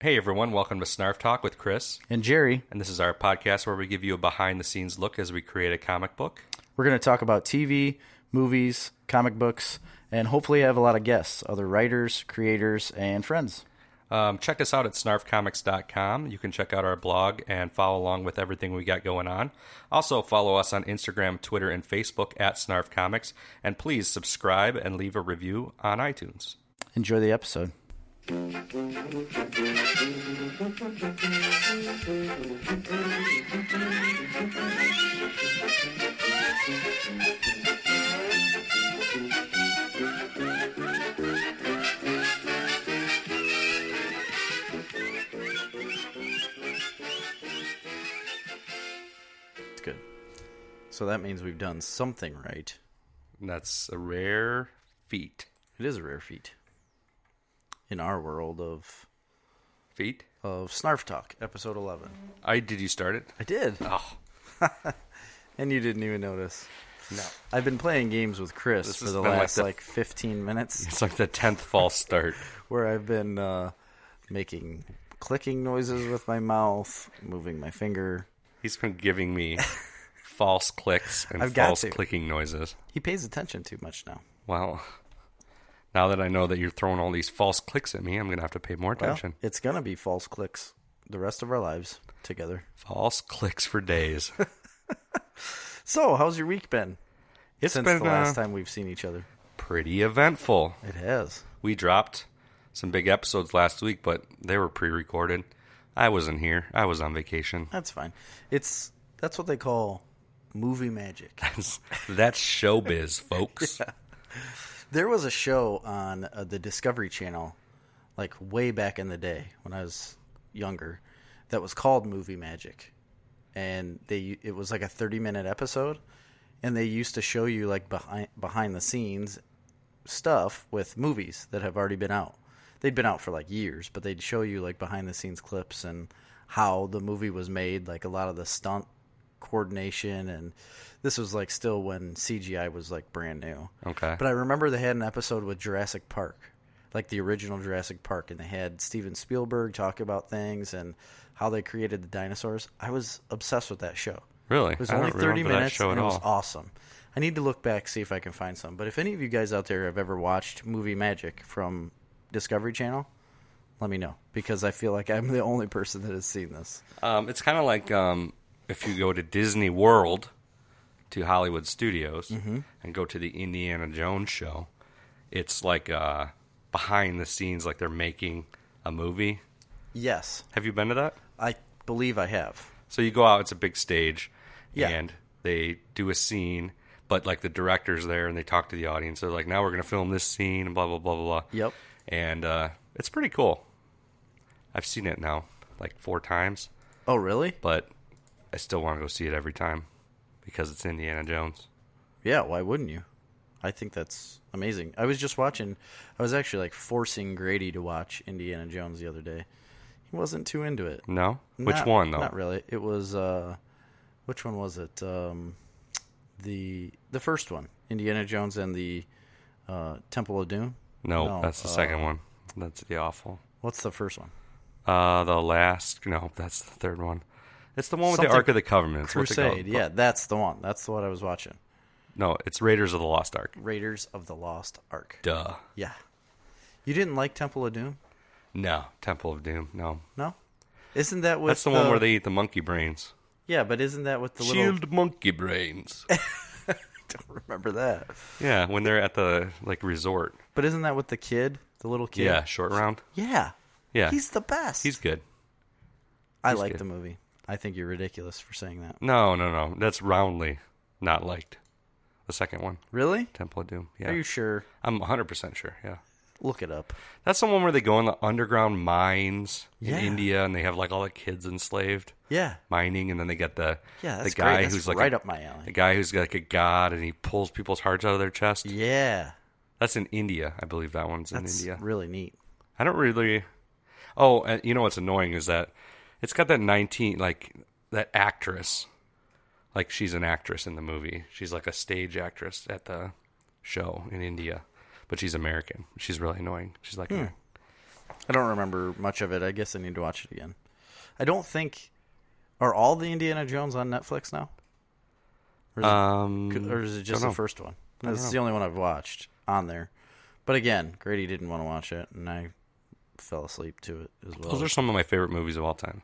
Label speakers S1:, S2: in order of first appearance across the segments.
S1: Hey everyone, welcome to Snarf Talk with Chris.
S2: And Jerry,
S1: And this is our podcast where we give you a behind the scenes look as we create a comic book.
S2: we're going to talk about TV, movies, comic books, and hopefully have a lot of guests, other writers, creators, and friends.
S1: Um, check us out at snarfcomics.com. You can check out our blog and follow along with everything we got going on. Also, follow us on Instagram, Twitter, and Facebook at Snarf Comics. And please subscribe and leave a review on iTunes.
S2: Enjoy the episode.
S3: It's good. So that means we've done something right.
S1: And that's a rare feat.
S3: It is a rare feat in our world of
S1: Feat?
S3: of Snarf Talk, episode eleven.
S1: I did you start it?
S3: I did,
S1: Oh,
S3: and you didn't even notice.
S1: no.
S3: I've been playing games with Chris
S1: This
S3: for
S1: has
S3: the
S1: been like
S3: last
S1: the-
S3: like, fifteen minutes,
S1: It's like the 10th false start.
S3: where I've been uh, making clicking noises with my mouth, moving my finger.
S1: He's been giving me false clicks and
S3: I've got
S1: false
S3: to.
S1: clicking noises.
S3: He pays attention too much now.
S1: Well, now that I know that you're throwing all these false clicks at me, I'm going to have to pay more
S3: Well,
S1: attention.
S3: it's gonna be false clicks the rest of our lives together.
S1: False clicks for days.
S3: So, how's your week been?
S1: It's
S3: since
S1: been
S3: the last
S1: uh,
S3: time we've seen each other.
S1: pretty eventful.
S3: It has.
S1: We dropped some big episodes last week, but they were pre recorded. I wasn't here, I was on vacation.
S3: That's fine. It's that's what they call movie magic.
S1: That's showbiz, folks.
S3: there was a show on uh, the Discovery Channel, like way back in the day when I was younger, that was called Movie Magic, and they it was like a thirty minute episode, and they used to show you like behind behind the scenes stuff with movies that have already been out. They'd been out for like years, but they'd show you like behind the scenes clips and how the movie was made, like a lot of the stunt coordination and this was like still when CGI was like brand new.
S1: Okay.
S3: But I remember they had an episode with Jurassic Park, like the original Jurassic Park, and they had Steven Spielberg talk about things and how they created the dinosaurs. I was obsessed with that show.
S1: Really?
S3: It was
S1: I
S3: only
S1: don't
S3: 30
S1: remember that
S3: minutes
S1: show
S3: and
S1: at
S3: it was
S1: all.
S3: awesome. I need to look back see if I can find some. But if any of you guys out there have ever watched Movie Magic from Discovery Channel, let me know because I feel like I'm the only person that has seen this.
S1: um, it's kind of like um, if you go to Disney World to Hollywood Studios
S3: Mm-hmm.
S1: and go to the Indiana Jones show, it's like uh, behind the scenes, like they're making a movie.
S3: Yes,
S1: Have you been to that?
S3: I believe I have.
S1: So you go out, it's a big stage,
S3: Yeah.
S1: and they do a scene, but like the director's there and they talk to the audience. They're like, now we're going to film this scene and blah, blah, blah, blah, blah.
S3: Yep.
S1: And uh, it's pretty cool. I've seen it now like four times,
S3: Oh, really?
S1: but I still want to go see it every time because it's Indiana Jones.
S3: Yeah, why wouldn't you? I think that's amazing. I was just watching. I was actually like forcing Grady to watch Indiana Jones the other day. He wasn't too into it.
S1: No? Which
S3: Not-
S1: one, though?
S3: Not really. It was uh, which one was it? Um, the the first one, Indiana Jones and the uh, Temple of Doom.
S1: No,
S3: No,
S1: that's the
S3: uh,
S1: second one. That's the awful.
S3: What's the first one?
S1: Uh, the last. No, that's the third one. It's the one with the
S3: Something-
S1: Ark of the Covenant. It's what's it called? Oh,
S3: Crusade. Yeah, that's the one. That's what I was watching.
S1: No, it's Raiders of the Lost Ark.
S3: Raiders of the Lost Ark.
S1: Duh.
S3: Yeah. You didn't like Temple of Doom?
S1: No, Temple of Doom. No,
S3: No. Isn't that with
S1: that's the, one where they eat the monkey brains.
S3: Yeah, but isn't that with the little
S1: Shield monkey brains.
S3: don't remember that.
S1: yeah, when they're at the like resort.
S3: But isn't that with the kid, the little kid?
S1: Yeah, short round.
S3: Yeah.
S1: Yeah,
S3: He's the best.
S1: he's good.
S3: I like
S1: good.
S3: the movie. I think you're ridiculous for saying that.
S1: No, no, no. That's roundly not liked. The second one,
S3: Really?
S1: Temple of Doom. Yeah,
S3: Are you sure?
S1: I'm 100 percent sure. Yeah,
S3: Look it up.
S1: that's the one where they go in the underground mines
S3: Yeah.
S1: in India and they have like all the kids enslaved.
S3: Yeah.
S1: mining, and then they get the
S3: Yeah,
S1: the
S3: that's
S1: guy
S3: great. That's
S1: who's like
S3: right
S1: a,
S3: up my alley.
S1: the guy who's like a god, and he pulls people's hearts out of their chest.
S3: Yeah.
S1: That's in India, I believe. That one's in
S3: It's
S1: India.
S3: really neat.
S1: I don't really. Oh, and you know what's annoying is that it's got that nineteen like that actress, like she's an actress in the movie. She's like a stage actress at
S3: Hmm.
S1: the show in India, but she's American. She's really annoying. She's like.
S3: I don't remember much of it. I guess I need to watch it again. I don't think are all the Indiana Jones on Netflix now, or is,
S1: Um,
S3: it, or is it just
S1: don't
S3: the
S1: know.
S3: first one? This is the only one I've watched on there. But again, Grady didn't want to watch it, and I fell asleep to it as well,
S1: Those are some of my favorite movies of all time,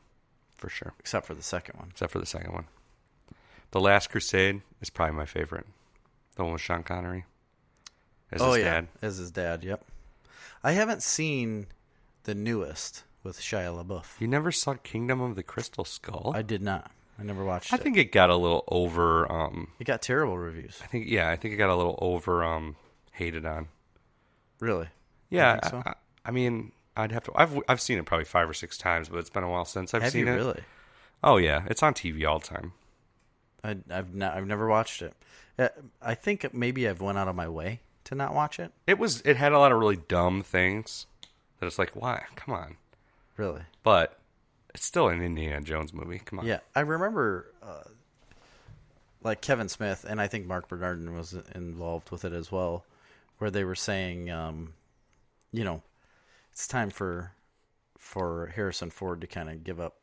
S1: for sure.
S3: except for the second one.
S1: Except for the second one. The Last Crusade is probably my favorite. The one with Sean Connery. As
S3: Oh,
S1: his dad.
S3: as his dad. Yep. I haven't seen the newest with Shia LaBeouf.
S1: You never saw Kingdom of the Crystal Skull?
S3: I did not. I never watched
S1: I
S3: it.
S1: think it got a little over. Um,
S3: It got terrible reviews.
S1: I think yeah, I think it got a little over um, hated on.
S3: Really?
S1: Yeah,
S3: think so?
S1: I, I, I mean, I'd have to. I've I've seen it probably five or six times, but it's been a while since I've
S3: Have
S1: seen
S3: you
S1: it.
S3: really?
S1: Oh yeah, it's on TV all the time.
S3: I, I've not, I've never watched it. Uh, I think maybe I've went out of my way to not watch it.
S1: It was. It had a lot of really dumb things that it's like, why? Come on.
S3: Really?
S1: But it's still an Indiana Jones movie. Come on.
S3: Yeah, I remember uh, like Kevin Smith and I think Mark Bernardin was involved with it as well, where they were saying, um, you know, it's time for for Harrison Ford to kind of give up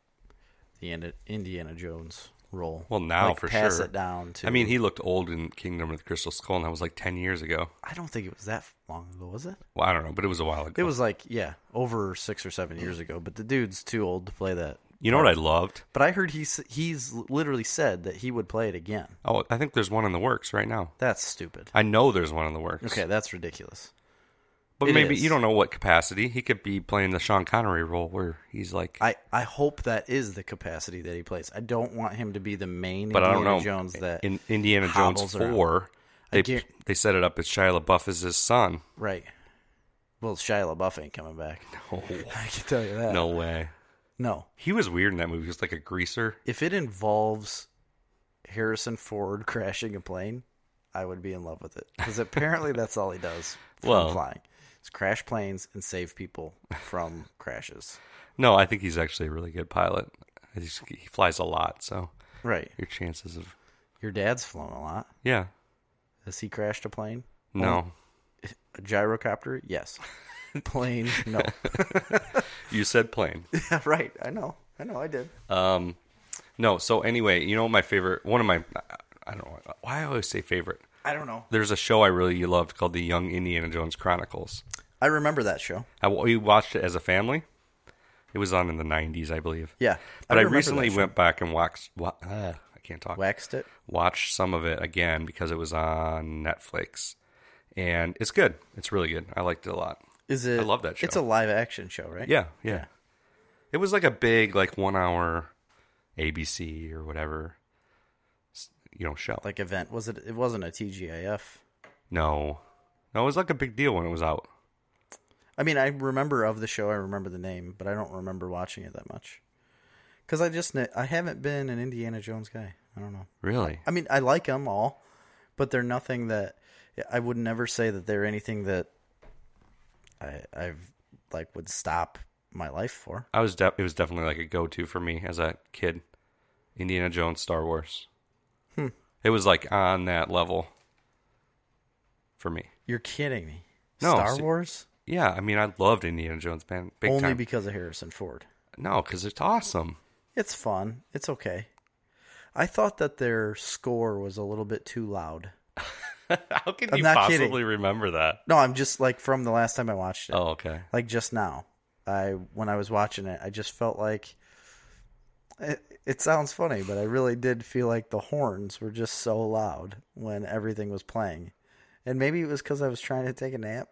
S3: the Indi- Indiana Jones role.
S1: Well, now
S3: Like,
S1: for
S3: pass
S1: sure.
S3: it down to.
S1: I mean, he looked old in Kingdom of the Crystal Skull, and that was like ten years ago.
S3: I don't think it was that long ago, was it?
S1: Well, I don't know, but it was a while ago.
S3: It was like yeah, over six or seven years ago. But the dude's too old to play that.
S1: You know what I loved?
S3: But I heard he's he's literally said that he would play it again.
S1: Oh, I think there's one in the works right now.
S3: That's stupid.
S1: I know there's one in the works.
S3: Okay, that's ridiculous.
S1: But
S3: It
S1: maybe
S3: is.
S1: you don't know what capacity. He could be playing the Sean Connery role where he's like
S3: I, I hope that is the capacity that he plays. I don't want him to be the main
S1: but I
S3: Indiana
S1: don't know
S3: Jones that
S1: in Indiana Jones
S3: hobbles around.
S1: 4 they
S3: guar-
S1: they set it up as Shia LaBeouf is his son.
S3: right. Well, Shia LaBeouf ain't coming back. No, I can tell you that.
S1: No way.
S3: no.
S1: He was weird in that movie. He was like a greaser.
S3: If it involves Harrison Ford crashing a plane, I would be in love with it because apparently that's all he does from
S1: Well-
S3: flying. It's crash planes and save people from crashes.
S1: No, I think he's actually a really good pilot. He's, he flies a lot, so
S3: Right.
S1: your chances of
S3: Your dad's flown a lot.
S1: yeah,
S3: Has he crashed a plane?
S1: no.
S3: Oh. A gyrocopter? Yes. plane? No.
S1: You said plane.
S3: Yeah, right. I know. I know. I did.
S1: Um, no. So anyway, you know my favorite. One of my I- I don't know why I always say favorite.
S3: I don't know.
S1: There's a show I really loved called The Young Indiana Jones Chronicles.
S3: I remember that show.
S1: I, we watched it as a family. It was on in the 90s, I believe.
S3: Yeah,
S1: But I,
S3: remember that
S1: recently
S3: show.
S1: went back and watched. Wa- uh, I can't talk.
S3: waxed it.
S1: Watched some of it again because it was on Netflix, and it's good. It's really good. I liked it a lot.
S3: Is it?
S1: I love that show.
S3: It's a live action show, right?
S1: Yeah, yeah. It was like a big, like one hour ABC or whatever, s- you know, show.
S3: Like event was it? It wasn't a TGIF.
S1: no, no, it was like a big deal when it was out.
S3: I mean, I remember of the show. I remember the name, but I don't remember watching it that much. Because I just ne- I haven't been an Indiana Jones guy. I don't know.
S1: Really?
S3: I mean, I like them all, but they're nothing that I would never say that they're anything that I I've like would stop my life for.
S1: I was. De- it was definitely like a go-to for me as a kid. Indiana Jones, Star Wars.
S3: Hmm.
S1: It was like on that level for me.
S3: You're kidding me.
S1: No,
S3: Star
S1: see-
S3: Wars
S1: Yeah, I mean, I loved Indiana Jones, man. Big
S3: only
S1: time.
S3: because of Harrison Ford.
S1: no, because it's awesome.
S3: It's fun. It's okay. I thought that their score was a little bit too loud.
S1: How can
S3: I'm
S1: you
S3: not
S1: possibly
S3: kidding.
S1: remember that?
S3: No, I'm just like from the last time I watched it.
S1: Oh, okay.
S3: Like just now. I when I was watching it, I just felt like it, it sounds funny, but I really did feel like the horns were just so loud when everything was playing. And maybe it was cuz I was trying to take a nap.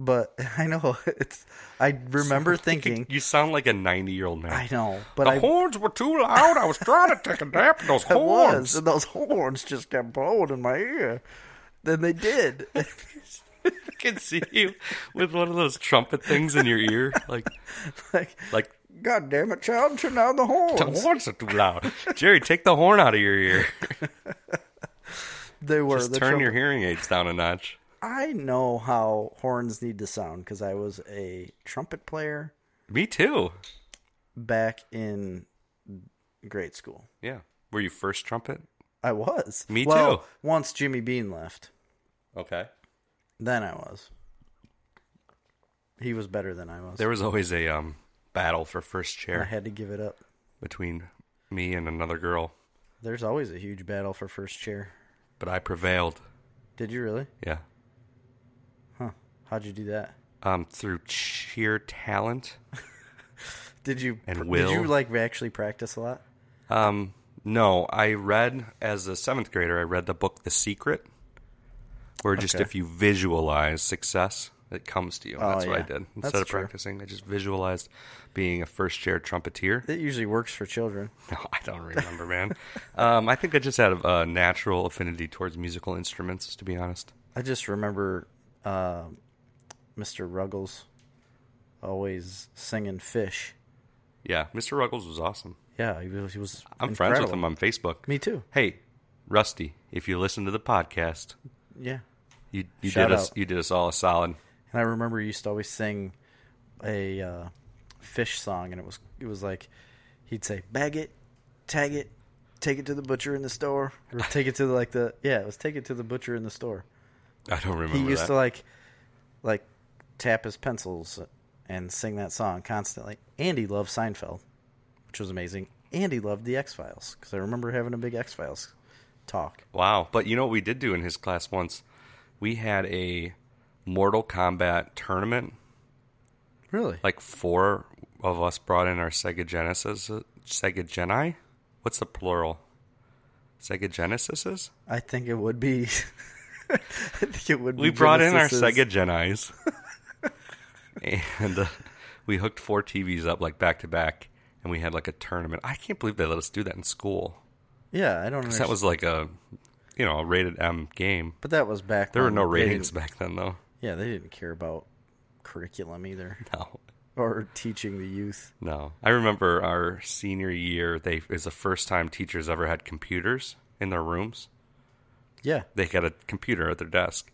S3: But I know it's I remember thinking
S1: You sound like a 90-year-old man.
S3: I know, but
S1: the
S3: I
S1: horns were too loud. I was trying to take a nap. and Those
S3: I
S1: horns.
S3: was, and those horns just kept blowing in my ear. Then they did.
S1: I can see you with one of those trumpet things in your ear, like,
S3: like,
S1: like
S3: God damn it, child, turn down the horns.
S1: the horns are too loud. Jerry, take the horn out of your ear.
S3: they were.
S1: Just
S3: the
S1: turn your
S3: trumpet-
S1: hearing aids down a notch.
S3: I know how horns need to sound because I was a trumpet player
S1: Me too.
S3: back in grade school.
S1: Yeah. Were you first trumpet?
S3: I was.
S1: Me
S3: Well,
S1: too.
S3: Once Jimmy Bean left,
S1: Okay.
S3: then I was. He was better than I was.
S1: There was always a um, battle for first
S3: I
S1: chair
S3: had to give it up.
S1: between me and another girl,
S3: There's always a huge battle for first chair.
S1: but I prevailed.
S3: Did you really?
S1: Yeah.
S3: Huh. How'd you do that?
S1: Um, through sheer talent.
S3: Did you
S1: And
S3: did you
S1: will.
S3: like actually practice a lot?
S1: Um, no, I read as a seventh grader. I read the book The Secret, where just
S3: Okay.
S1: if you visualize success, it comes to you. And
S3: Oh,
S1: that's what I
S3: yeah.
S1: did instead
S3: That's
S1: of
S3: true.
S1: practicing. I just visualized being a first chair trumpeter.
S3: It usually works for children.
S1: No, I don't remember, man. um, I think I just had a, a natural affinity towards musical instruments, to be honest.
S3: I just remember uh, Mr. Ruggles always singing fish.
S1: Yeah, Mr. Ruggles was awesome.
S3: Yeah, he was. He was
S1: I'm friends with
S3: incredible.
S1: him on Facebook.
S3: Me too.
S1: Hey, Rusty, if you listen to the podcast,
S3: Yeah,
S1: you you
S3: Shout
S1: did us
S3: out.
S1: you did us all a solid.
S3: and I remember he used to always sing a uh, fish song, and it was it was like he'd say bag it, tag it, take it to the butcher in the store, or take it to like the yeah, it was take it to the butcher in the store.
S1: I don't remember.
S3: he used
S1: that.
S3: to like like tap his pencils and sing that song constantly and he loved seinfeld which was amazing and he loved the x-files because i remember having a big x-files talk
S1: Wow. But you know what we did do in his class once? We had a Mortal Kombat tournament.
S3: really
S1: Like four of us brought in our Sega Genesis Sega Geni? What's the plural? Sega Genesises?
S3: i think it would be i think it would be
S1: We brought in our
S3: Genesis's-
S1: Sega Genis. and uh, we hooked four TVs up like back to back and we had like a tournament. I can't believe they let us do that in school.
S3: yeah i don't know
S1: 'Cause That was like a you know, a rated M game.
S3: but that was back
S1: There were
S3: when
S1: no
S3: they
S1: ratings
S3: didn't-
S1: back then though.
S3: yeah they didn't care about curriculum either
S1: No.
S3: or teaching the youth
S1: No, I remember our senior year. They it was the first time teachers ever had computers in their rooms.
S3: yeah
S1: They had a computer at their desk,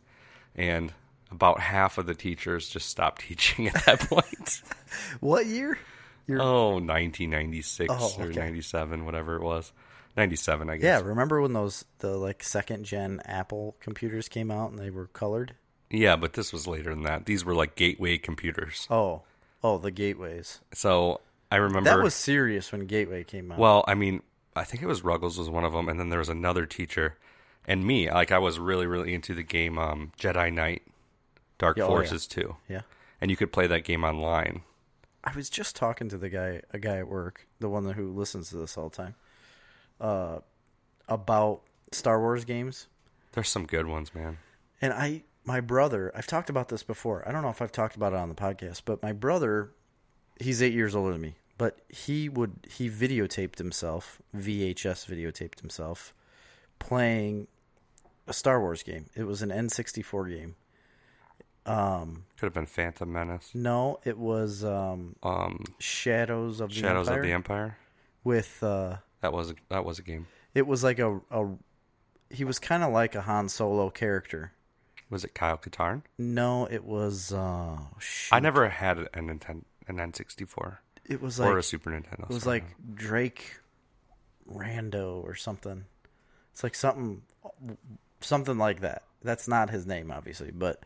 S1: and about half of the teachers just stopped teaching at that point.
S3: what year You're,
S1: oh, 1996
S3: Oh,
S1: or
S3: okay.
S1: 97, whatever it was. 97, I
S3: Yeah,
S1: guess.
S3: remember when those the like second gen Apple computers came out and they were colored?
S1: Yeah, but this was later than that. These were like gateway computers.
S3: Oh, oh, the gateways.
S1: So I remember
S3: That was serious when Gateway came out.
S1: Well, I mean, I think it was Ruggles was one of them, and then there was another teacher, and me. Like I was really, really into the game um, Jedi Knight, Dark
S3: Yeah, oh, yeah.
S1: Forces too,
S3: yeah,
S1: and you could play that game online.
S3: I was just talking to the guy, a guy at work, the one who listens to this all the time, uh, about Star Wars games,
S1: There's some good ones, man.
S3: and I, my brother, I've talked about this before. I don't know if I've talked about it on the podcast, but my brother, he's eight years older than me, but he would he videotaped himself, VHS videotaped himself, playing a Star Wars game. It was an N64 game.
S1: Could have been Phantom Menace,
S3: No, it was um,
S1: um,
S3: Shadows of the
S1: Shadows
S3: Empire
S1: of the Empire.
S3: with uh,
S1: That was a, that was a game.
S3: it was like a, a he was kind of like a Han Solo character.
S1: Was it Kyle Katarn?
S3: No, it was uh, shoot.
S1: I never had a Nintendo, an N64
S3: It was like
S1: or a Super Nintendo.
S3: It was
S1: sorry.
S3: like Drake Rando or something. It's like something something like that. That's not his name obviously, but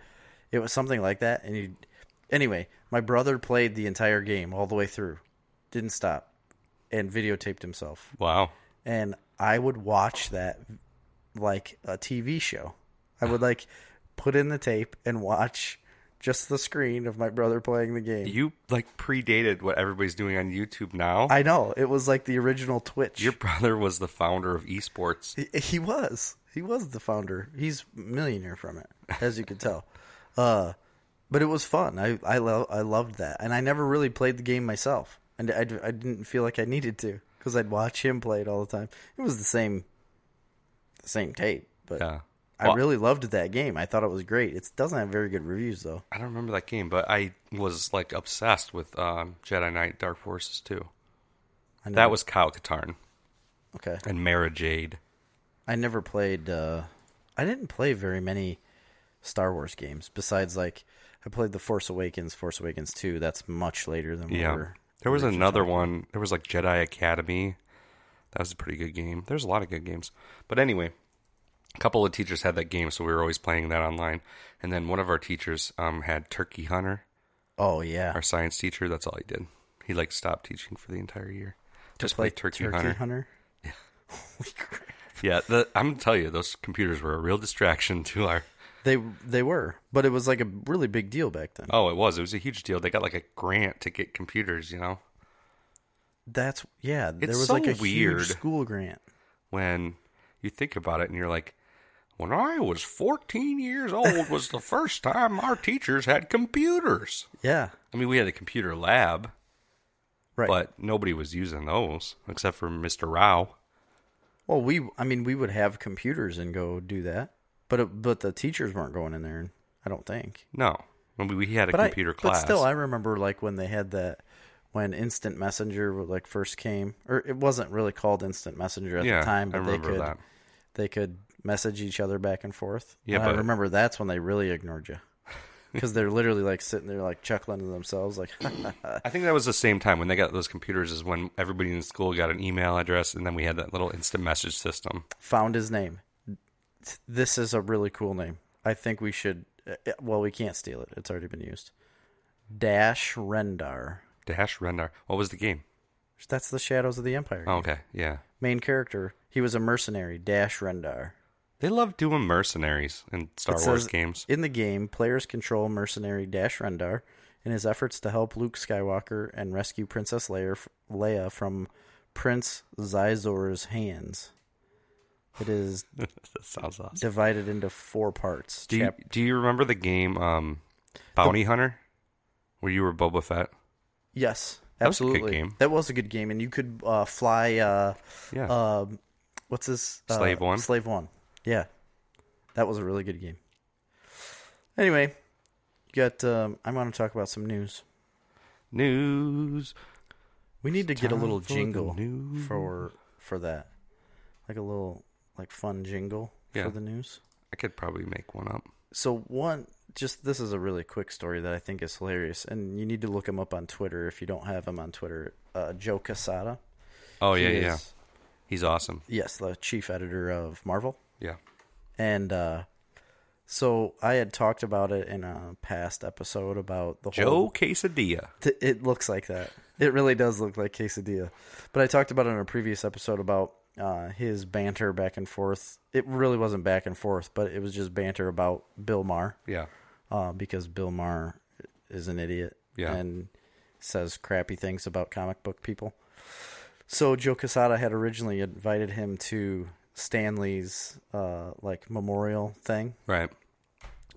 S3: it was something like that and you anyway, my brother played the entire game all the way through. Didn't stop and videotaped himself.
S1: wow.
S3: And I would watch that like a TV show. I would like put in the tape and watch just the screen of my brother playing the game.
S1: You like predated what everybody's doing on YouTube now.
S3: I know. It was like the original Twitch.
S1: Your brother was the founder of esports.
S3: He, he was. He was the founder. He's a millionaire from it, as you can tell. Uh, but it was fun. I I, lo- I loved that, and I never really played the game myself, and I, I didn't feel like I needed to because I'd watch him play it all the time. It was the same, the same tape, but
S1: Yeah.
S3: I really loved that game. I thought it was great. It doesn't have very good reviews though.
S1: I don't remember that game, but I was like obsessed with um, Jedi Knight Dark Forces too.
S3: I
S1: That
S3: never,
S1: was Kyle Katarn
S3: okay.
S1: and Mara Jade.
S3: I never played. Uh, I didn't play very many Star Wars games besides like I played the Force Awakens, Force Awakens two. That's much later than we
S1: Yeah,
S3: were.
S1: there was another one. There was like Jedi Academy. That was a pretty good game. There's a lot of good games, but anyway, a couple of teachers had that game, so we were always playing that online. And then one of our teachers um, had Turkey Hunter,
S3: Oh yeah,
S1: Our science teacher, that's all he did. He like stopped teaching for the entire year. Just played Turkey, Hunter.
S3: Holy crap.
S1: Yeah, the, I'm gonna tell you, those computers were a real distraction to our.
S3: They they were, but it was like a really big deal back then.
S1: Oh, it was. It was a huge deal. They got like a grant to get computers. You know,
S3: That's yeah. there was
S1: so
S3: like a huge
S1: weird.
S3: school grant.
S1: when you think about it, and you're like, when I was 14 years old was the first time our teachers had computers.
S3: Yeah,
S1: I mean, we had a computer lab,
S3: right.
S1: but nobody was using those except for Mr. Rao.
S3: well, we I mean we would have computers and go do that, but it, but the teachers weren't going in there. I don't think.
S1: No, I mean, we had a
S3: But
S1: computer
S3: I,
S1: class.
S3: But still, I remember like when they had that when instant messenger like first came, or it wasn't really called instant messenger at
S1: yeah,
S3: the time,
S1: I
S3: but they
S1: remember
S3: could
S1: that.
S3: they could message each other back and forth.
S1: Yeah,
S3: and I
S1: but-
S3: remember that's when they really ignored you because they're literally like sitting there like chuckling to themselves, like uh,
S1: I think that was the same time when they got those computers is when everybody in school got an email address, and then we had that little instant message system.
S3: found his name. This is a really cool name. I think we should. uh, Well, we can't steal it. It's already been used. Dash Rendar.
S1: Dash Rendar. What was the game?
S3: That's the Shadows of the Empire.
S1: Oh, okay, yeah.
S3: Main character. He was a mercenary. Dash Rendar.
S1: They love doing mercenaries in Star
S3: It
S1: Wars
S3: says,
S1: games.
S3: In the game, players control mercenary Dash Rendar in his efforts to help Luke Skywalker and rescue Princess Leia, Leia from Prince Zizor's hands. It is
S1: that sounds awesome.
S3: divided into four parts.
S1: Do you,
S3: Chap-
S1: do you remember the game um, Bounty Hunter, where you were Boba Fett?
S3: yes,
S1: That was a good
S3: absolutely.
S1: game.
S3: That was a good game, and you could uh, fly. Uh,
S1: Yeah,
S3: um what's his uh,
S1: Slave One?
S3: Slave One. Yeah, that was a really good game. Anyway, you got. Um, I want to talk about some news.
S1: news.
S3: We need to get a
S1: time
S3: little
S1: for the
S3: jingle
S1: news.
S3: for for that, like a little like fun jingle
S1: Yeah.
S3: for the news.
S1: I could probably make one up.
S3: So one, just this is a really quick story that I think is hilarious, and you need to look him up on Twitter if you don't have him on Twitter. Uh, Joe Casada.
S1: Oh yeah,
S3: He
S1: yeah.
S3: is-
S1: He's awesome.
S3: Yes, the chief editor of Marvel.
S1: Yeah.
S3: And uh, so I had talked about it in a past episode about the
S1: Joe
S3: whole
S1: Quesadilla.
S3: T- It looks like that. It really does look like quesadilla. But I talked about it in a previous episode about uh, his banter back and forth. It really wasn't back and forth, but it was just banter about Bill Maher
S1: Yeah.
S3: uh, because Bill Maher is an idiot
S1: Yeah.
S3: and says crappy things about comic book people. So Joe Quesada had originally invited him to Stanley's uh, like memorial thing
S1: Right.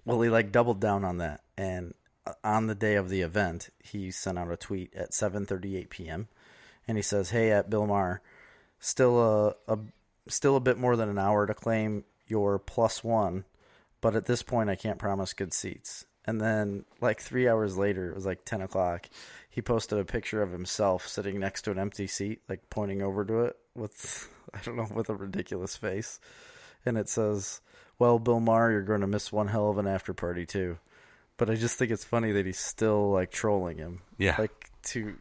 S3: well, he like doubled down on that, and uh, on the day of the event, he sent out a tweet at 7:38 p.m. and he says, "Hey, at Bill Maher, still a, a still a bit more than an hour to claim your plus one, but at this point, I can't promise good seats." And then, like three hours later, it was like 10 o'clock. He posted a picture of himself sitting next to an empty seat, like pointing over to it with I don't know with a ridiculous face and it says, "Well, Bill Maher, you're going to miss one hell of an after party too." But I just think it's funny that he's still like trolling him.
S1: Yeah.
S3: Like to,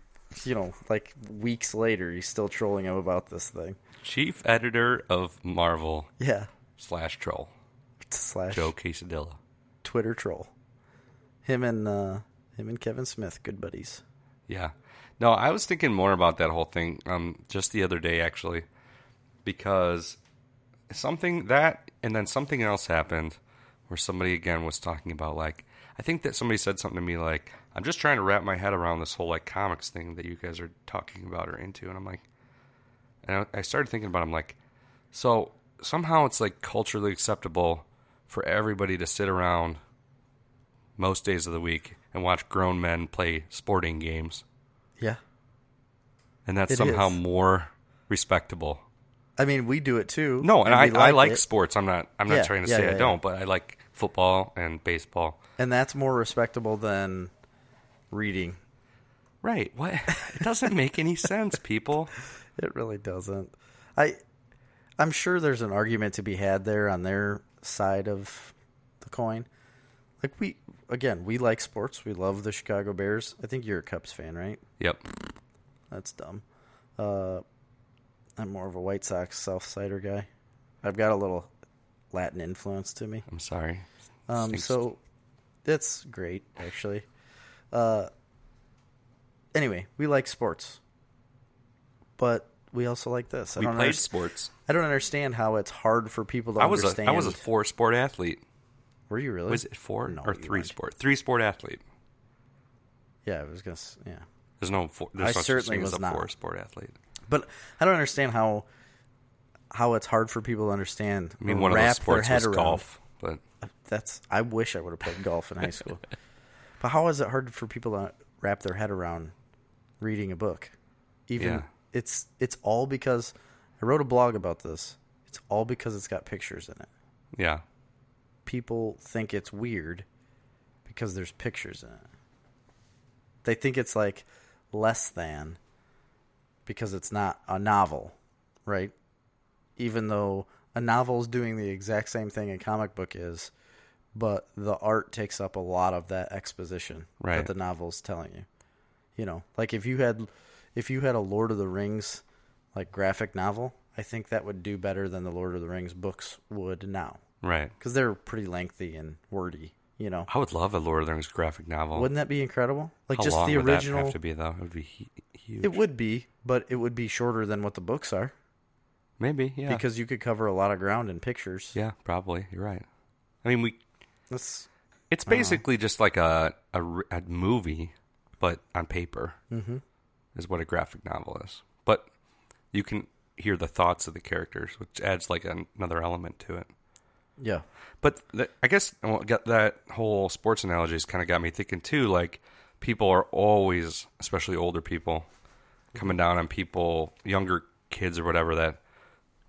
S3: you know, like weeks later, he's still trolling him about this thing.
S1: Chief editor of Marvel
S3: Yeah.
S1: slash troll
S3: Slash
S1: Joe Quesadilla.
S3: Twitter troll. Him and uh, him and Kevin Smith, good buddies.
S1: Yeah. No, I was thinking more about that whole thing um, just the other day, actually, because something that and then something else happened where somebody again was talking about, like, I think that somebody said something to me, like, I'm just trying to wrap my head around this whole, like, comics thing that you guys are talking about or into. And I'm like, and I I started thinking about, it, I'm like, so somehow it's like culturally acceptable for everybody to sit around most days of the week and watch grown men play sporting games.
S3: Yeah.
S1: And that's
S3: It
S1: somehow
S3: is.
S1: more respectable.
S3: I mean, we do it too.
S1: No, and, I,
S3: we
S1: I like
S3: it.
S1: sports. I'm not I'm not
S3: Yeah,
S1: trying to
S3: yeah,
S1: say
S3: yeah,
S1: I
S3: yeah.
S1: don't, but I like football and baseball.
S3: and that's more respectable than reading.
S1: Right. What it doesn't make any sense, people.
S3: It really doesn't. I I'm sure there's an argument to be had there on their side of the coin. Like we again, we like sports. We love the Chicago Bears. I think you're a Cubs fan, right?
S1: Yep.
S3: That's dumb. Uh I'm more of a White Sox South Sider guy. I've got a little Latin influence to me.
S1: I'm sorry.
S3: Um
S1: Stinks.
S3: so that's great actually. Uh, anyway, we like sports, but we also like this. I
S1: We
S3: don't
S1: played
S3: underst-
S1: sports.
S3: I don't understand how it's hard for people to
S1: I was a,
S3: understand.
S1: I was a four sport athlete.
S3: Were you really?
S1: Was it four
S3: Uh, No,
S1: or
S3: you
S1: three
S3: weren't.
S1: sport? Three sport athlete.
S3: Yeah, I was gonna. s- Yeah,
S1: There's no four,
S3: I
S1: there's no such
S3: certainly
S1: thing as
S3: was
S1: a
S3: not.
S1: four sport athlete.
S3: but I don't understand how how it's hard for people to understand.
S1: I mean,
S3: or
S1: one of
S3: wrap
S1: those
S3: their
S1: sports
S3: head
S1: was
S3: around.
S1: golf, but
S3: That's. I wish I would have played golf in high school. But how is it hard for people to wrap their head around reading a book? Even
S1: Yeah.
S3: it's it's all because I wrote a blog about this. It's all because it's got pictures in it.
S1: yeah,
S3: People think it's weird because there's pictures in it. They think it's like less than because it's not a novel, right? Even though a novel is doing the exact same thing a comic book is, but the art takes up a lot of that exposition
S1: Right.
S3: that the novel's telling you. You know, like if you had if you had a Lord of the Rings like graphic novel, I think that would do better than the Lord of the Rings books would now
S1: right.
S3: because they're pretty lengthy and wordy. You know,
S1: I would love a Lord of the Rings graphic novel.
S3: wouldn't that be incredible? Like
S1: Oh, How
S3: just
S1: long
S3: the
S1: would that
S3: original.
S1: have to be though? It would be hu- huge.
S3: It would be, but it would be shorter than what the books are
S1: Maybe, yeah,
S3: because you could cover a lot of ground in pictures.
S1: yeah, probably. You're right. I mean, we
S3: That's
S1: It's basically just like a, a r- a movie, but on paper mm-hmm. is what a graphic novel is. But you can hear the thoughts of the characters, which adds like an, another element to it.
S3: yeah,
S1: But the, I guess well, got that whole sports analogy has kind of got me thinking too. Like people are always, especially older people, coming down on people, younger kids or whatever that,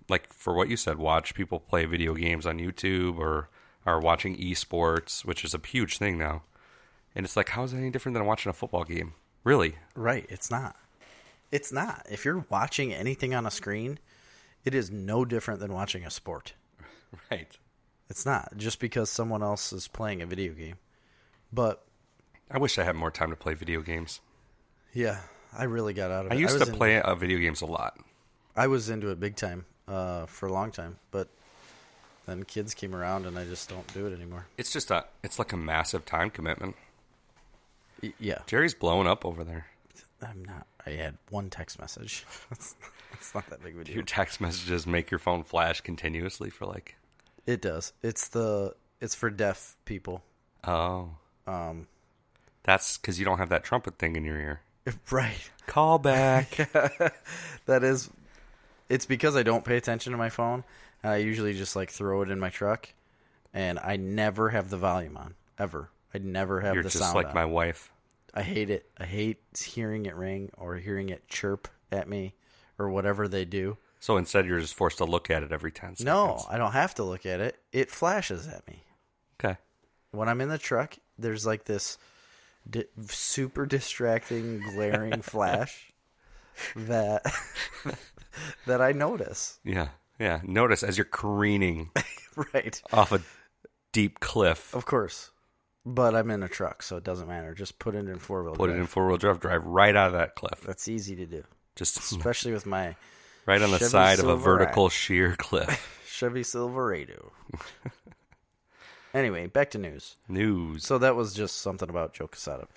S1: like for what you said, watch people play video games on YouTube or are watching esports, which is a huge thing now. And it's like, how is that any different than watching a football game? Really?
S3: right. It's not. It's not. If you're watching anything on a screen, it is no different than watching a sport.
S1: Right.
S3: It's not just because someone else is playing a video game. But
S1: I wish I had more time to play video games.
S3: yeah, I really got out of it.
S1: I used
S3: was
S1: to
S3: in-
S1: play uh, video games a lot.
S3: I was into it big time uh, for a long time, but then kids came around and I just don't do it anymore.
S1: It's just a, it's like a massive time commitment.
S3: Y- yeah,
S1: Jerry's blowing up over there.
S3: I'm not. I had one text message. It's not, it's not that big of a deal.
S1: Your text messages make your phone flash continuously for like,
S3: It does. It's the. It's for deaf people.
S1: oh,
S3: Um,
S1: that's because you don't have that trumpet thing in your ear.
S3: right.
S1: Call back.
S3: That is. It's because I don't pay attention to my phone, and I usually just like throw it in my truck, and I never have the volume on ever. I never have
S1: You're
S3: the
S1: just
S3: sound
S1: like
S3: on.
S1: my wife.
S3: I hate it. I hate hearing it ring or hearing it chirp at me or whatever they do.
S1: So instead, you're just forced to look at it every 10 seconds.
S3: No, I don't have to look at it. It flashes at me.
S1: Okay.
S3: When I'm in the truck, there's like this di- super distracting glaring flash that that I notice.
S1: Yeah. Yeah. Notice as you're careening
S3: Right.
S1: off a deep cliff,
S3: Of course. But I'm in a truck, so it doesn't matter. Just put it in four-wheel
S1: put
S3: drive.
S1: it in four wheel drive, drive right out of that cliff.
S3: That's easy to do,
S1: Just
S3: especially with my
S1: right on the
S3: Chevy
S1: side of a
S3: Silverado.
S1: vertical sheer cliff.
S3: Chevy Silverado. anyway, back to news.
S1: News.
S3: So that was just something about Joe Quesada.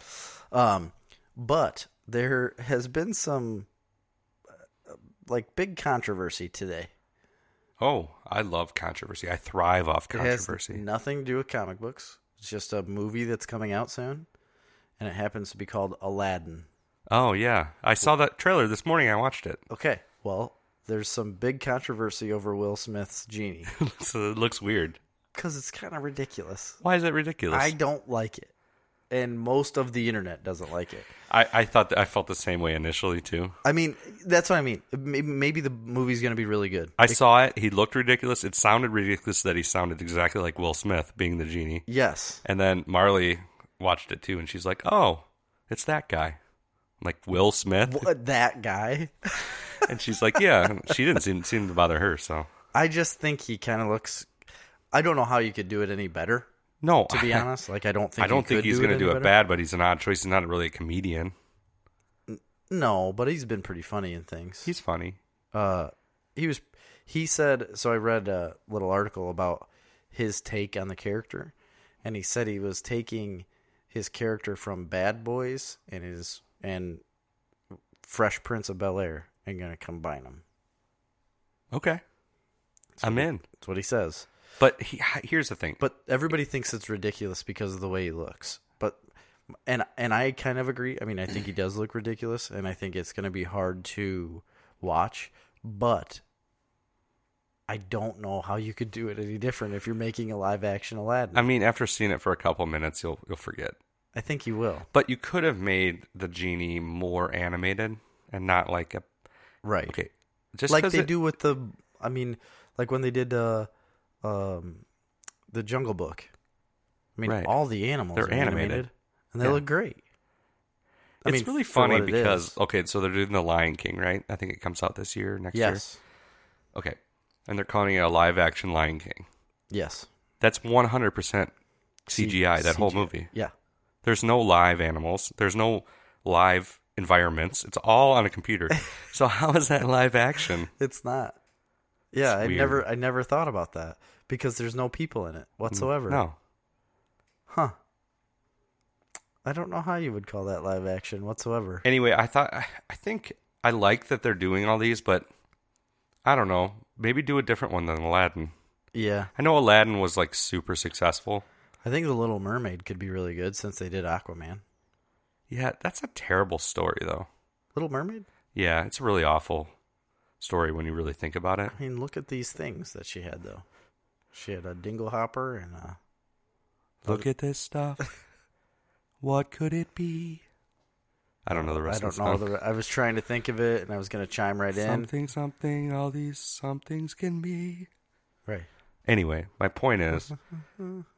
S3: Um, but there has been some uh, like big controversy today.
S1: Oh, I love controversy. I thrive off
S3: It has
S1: controversy.
S3: nothing to do with comic books. It's just a movie that's coming out soon, and it happens to be called Aladdin.
S1: Oh, yeah. I saw that trailer this morning. I watched it.
S3: Okay, well, there's some big controversy over Will Smith's genie
S1: so it looks weird.
S3: because it's kind of ridiculous.
S1: Why is that ridiculous?
S3: I don't like it, and most of the internet doesn't like it.
S1: I, I thought that I felt the same way initially too.
S3: I mean, that's what I mean. Maybe, maybe the movie's going to be really good.
S1: I saw it. He looked ridiculous. It sounded ridiculous that he sounded exactly like Will Smith being the genie.
S3: Yes.
S1: And then Marley watched it too, and she's like, "Oh, it's that guy." I'm like Will Smith,
S3: What, that guy?
S1: and she's like, "Yeah." She didn't seem seem to bother her. So
S3: I just think he kind of looks. I don't know how you could do it any better.
S1: no,
S3: To be honest, like I don't think
S1: I don't think he's
S3: going to
S1: do it bad. But he's an odd choice. He's not really a comedian.
S3: No, but he's been pretty funny in things.
S1: He's funny.
S3: uh, he was. He said so. I read a little article about his take on the character, and he said he was taking his character from Bad Boys and his and Fresh Prince of Bel Air and gonna combine them.
S1: Okay. I'm in.
S3: That's what he says.
S1: But he, here's the thing.
S3: But everybody thinks it's ridiculous because of the way he looks. But and and I kind of agree. I mean, I think he does look ridiculous, and I think it's gonna be hard to watch. But I don't know how you could do it any different if you're making a live action Aladdin.
S1: I mean, after seeing it for a couple minutes, you'll you'll forget.
S3: I think you will.
S1: But you could have made the genie more animated and not like a
S3: Right.
S1: okay. Just
S3: like
S1: 'cause
S3: they
S1: it-
S3: do with the I mean, like when they did uh um the Jungle Book. I mean,
S1: Right.
S3: all the animals
S1: They're
S3: are animated,
S1: animated.
S3: and they
S1: Yeah.
S3: look great. I
S1: it's
S3: mean,
S1: really
S3: for
S1: funny
S3: what it
S1: because
S3: is.
S1: okay, so they're doing the Lion King, right? I think it comes out this year, next year.
S3: yes.
S1: Okay, and they're calling it a live action Lion King.
S3: Yes.
S1: That's 100 percent
S3: C-
S1: CGI. That whole
S3: CGI.
S1: movie.
S3: Yeah.
S1: There's no live animals. There's no live environments. It's all on a computer. so how is that live action?
S3: It's not. Yeah, I
S1: weird.
S3: never I never thought about that because there's no people in it whatsoever.
S1: Mm, No.
S3: Huh. I don't know how you would call that live action whatsoever.
S1: Anyway, I thought I I think I like that they're doing all these, but I don't know. Maybe do a different one than Aladdin.
S3: Yeah.
S1: I know Aladdin was like super successful.
S3: I think The Little Mermaid could be really good since they did Aquaman.
S1: Yeah, that's a terrible story though.
S3: Little Mermaid?
S1: Yeah, it's a really awful story when you really think about it.
S3: I mean, look at these things that she had though. She had a dingle hopper and a
S1: Look at this stuff. what could it be? I don't know the rest
S3: I don't
S1: of the
S3: know
S1: song.
S3: the I was trying to think of it and I was going to chime right in.
S1: Something, something, all these somethings can be.
S3: Right.
S1: Anyway, my point is,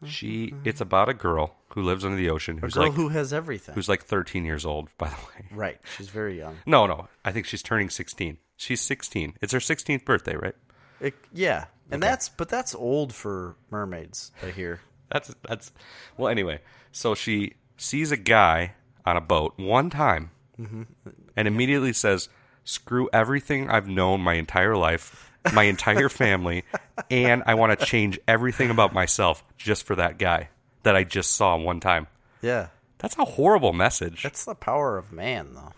S1: she. It's about a girl who lives under the ocean.
S3: A
S1: Who's
S3: girl
S1: like,
S3: who has everything.
S1: who's like 13 years old, by the way.
S3: right. She's very young.
S1: No, no, I think she's turning 16. She's 16. It's her 16th birthday, right?
S3: It, yeah. And that's but that's old for mermaids, I hear.
S1: That's that's. Well, anyway, so she sees a guy on a boat one time, and immediately says, "Screw everything I've known my entire life, my entire family, and I want to change everything about myself just for that guy that I just saw one time."
S3: Yeah.
S1: That's a horrible message.
S3: That's the power of man though.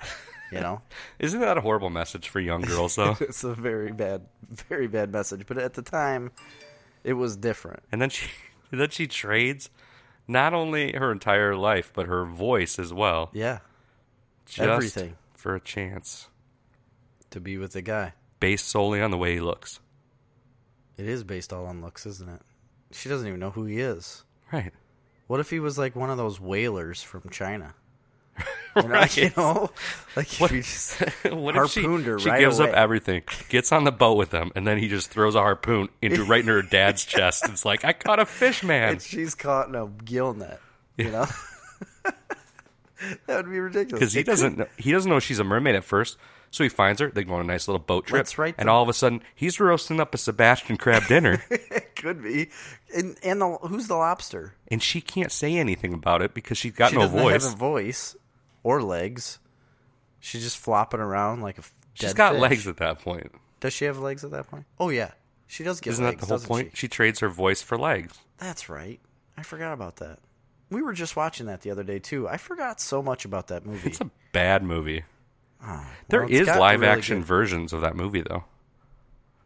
S3: You know?
S1: Isn't that a horrible message for young girls though?
S3: it's a very bad very bad message, but at the time it was different.
S1: and then she then she trades not only her entire life but her voice as well.
S3: Yeah.
S1: Just
S3: everything.
S1: for a chance.
S3: To be with the guy.
S1: based solely on the way he looks.
S3: It is based all on looks, isn't it? She doesn't even know who he is.
S1: Right.
S3: What if he was like one of those whalers from China? You know, you know? like if
S1: What,
S3: he just
S1: what if she,
S3: harpooned her
S1: she
S3: right
S1: gives up
S3: away.
S1: everything, gets on the boat with him, and then he just throws a harpoon into right into her dad's chest. It's like I caught a fish, man.
S3: and she's caught in a gill net, you know. that would be ridiculous.
S1: Because he
S3: It could-
S1: doesn't know, he doesn't know she's a mermaid at first, so he finds her. They go on a nice little boat trip.
S3: Let's write
S1: And
S3: the-
S1: all of a sudden, he's roasting up a Sebastian crab dinner,
S3: it could be. And and the, who's the lobster?
S1: and she can't say anything about it because she's got
S3: She
S1: no
S3: doesn't
S1: voice.
S3: have a voice or legs. She's just flopping around like a. f-
S1: she's
S3: dead
S1: got
S3: fish.
S1: legs at that point.
S3: Does she have legs at that point? Oh yeah, she does get
S1: Isn't
S3: legs.
S1: that the whole
S3: doesn't
S1: point?
S3: she?
S1: She trades her voice for legs.
S3: That's right. I forgot about that. We were just watching that the other day too. I forgot so much about that movie.
S1: It's a bad movie.
S3: Oh,
S1: There
S3: well, it's
S1: is
S3: got
S1: live
S3: really
S1: action
S3: good-
S1: versions of that movie though.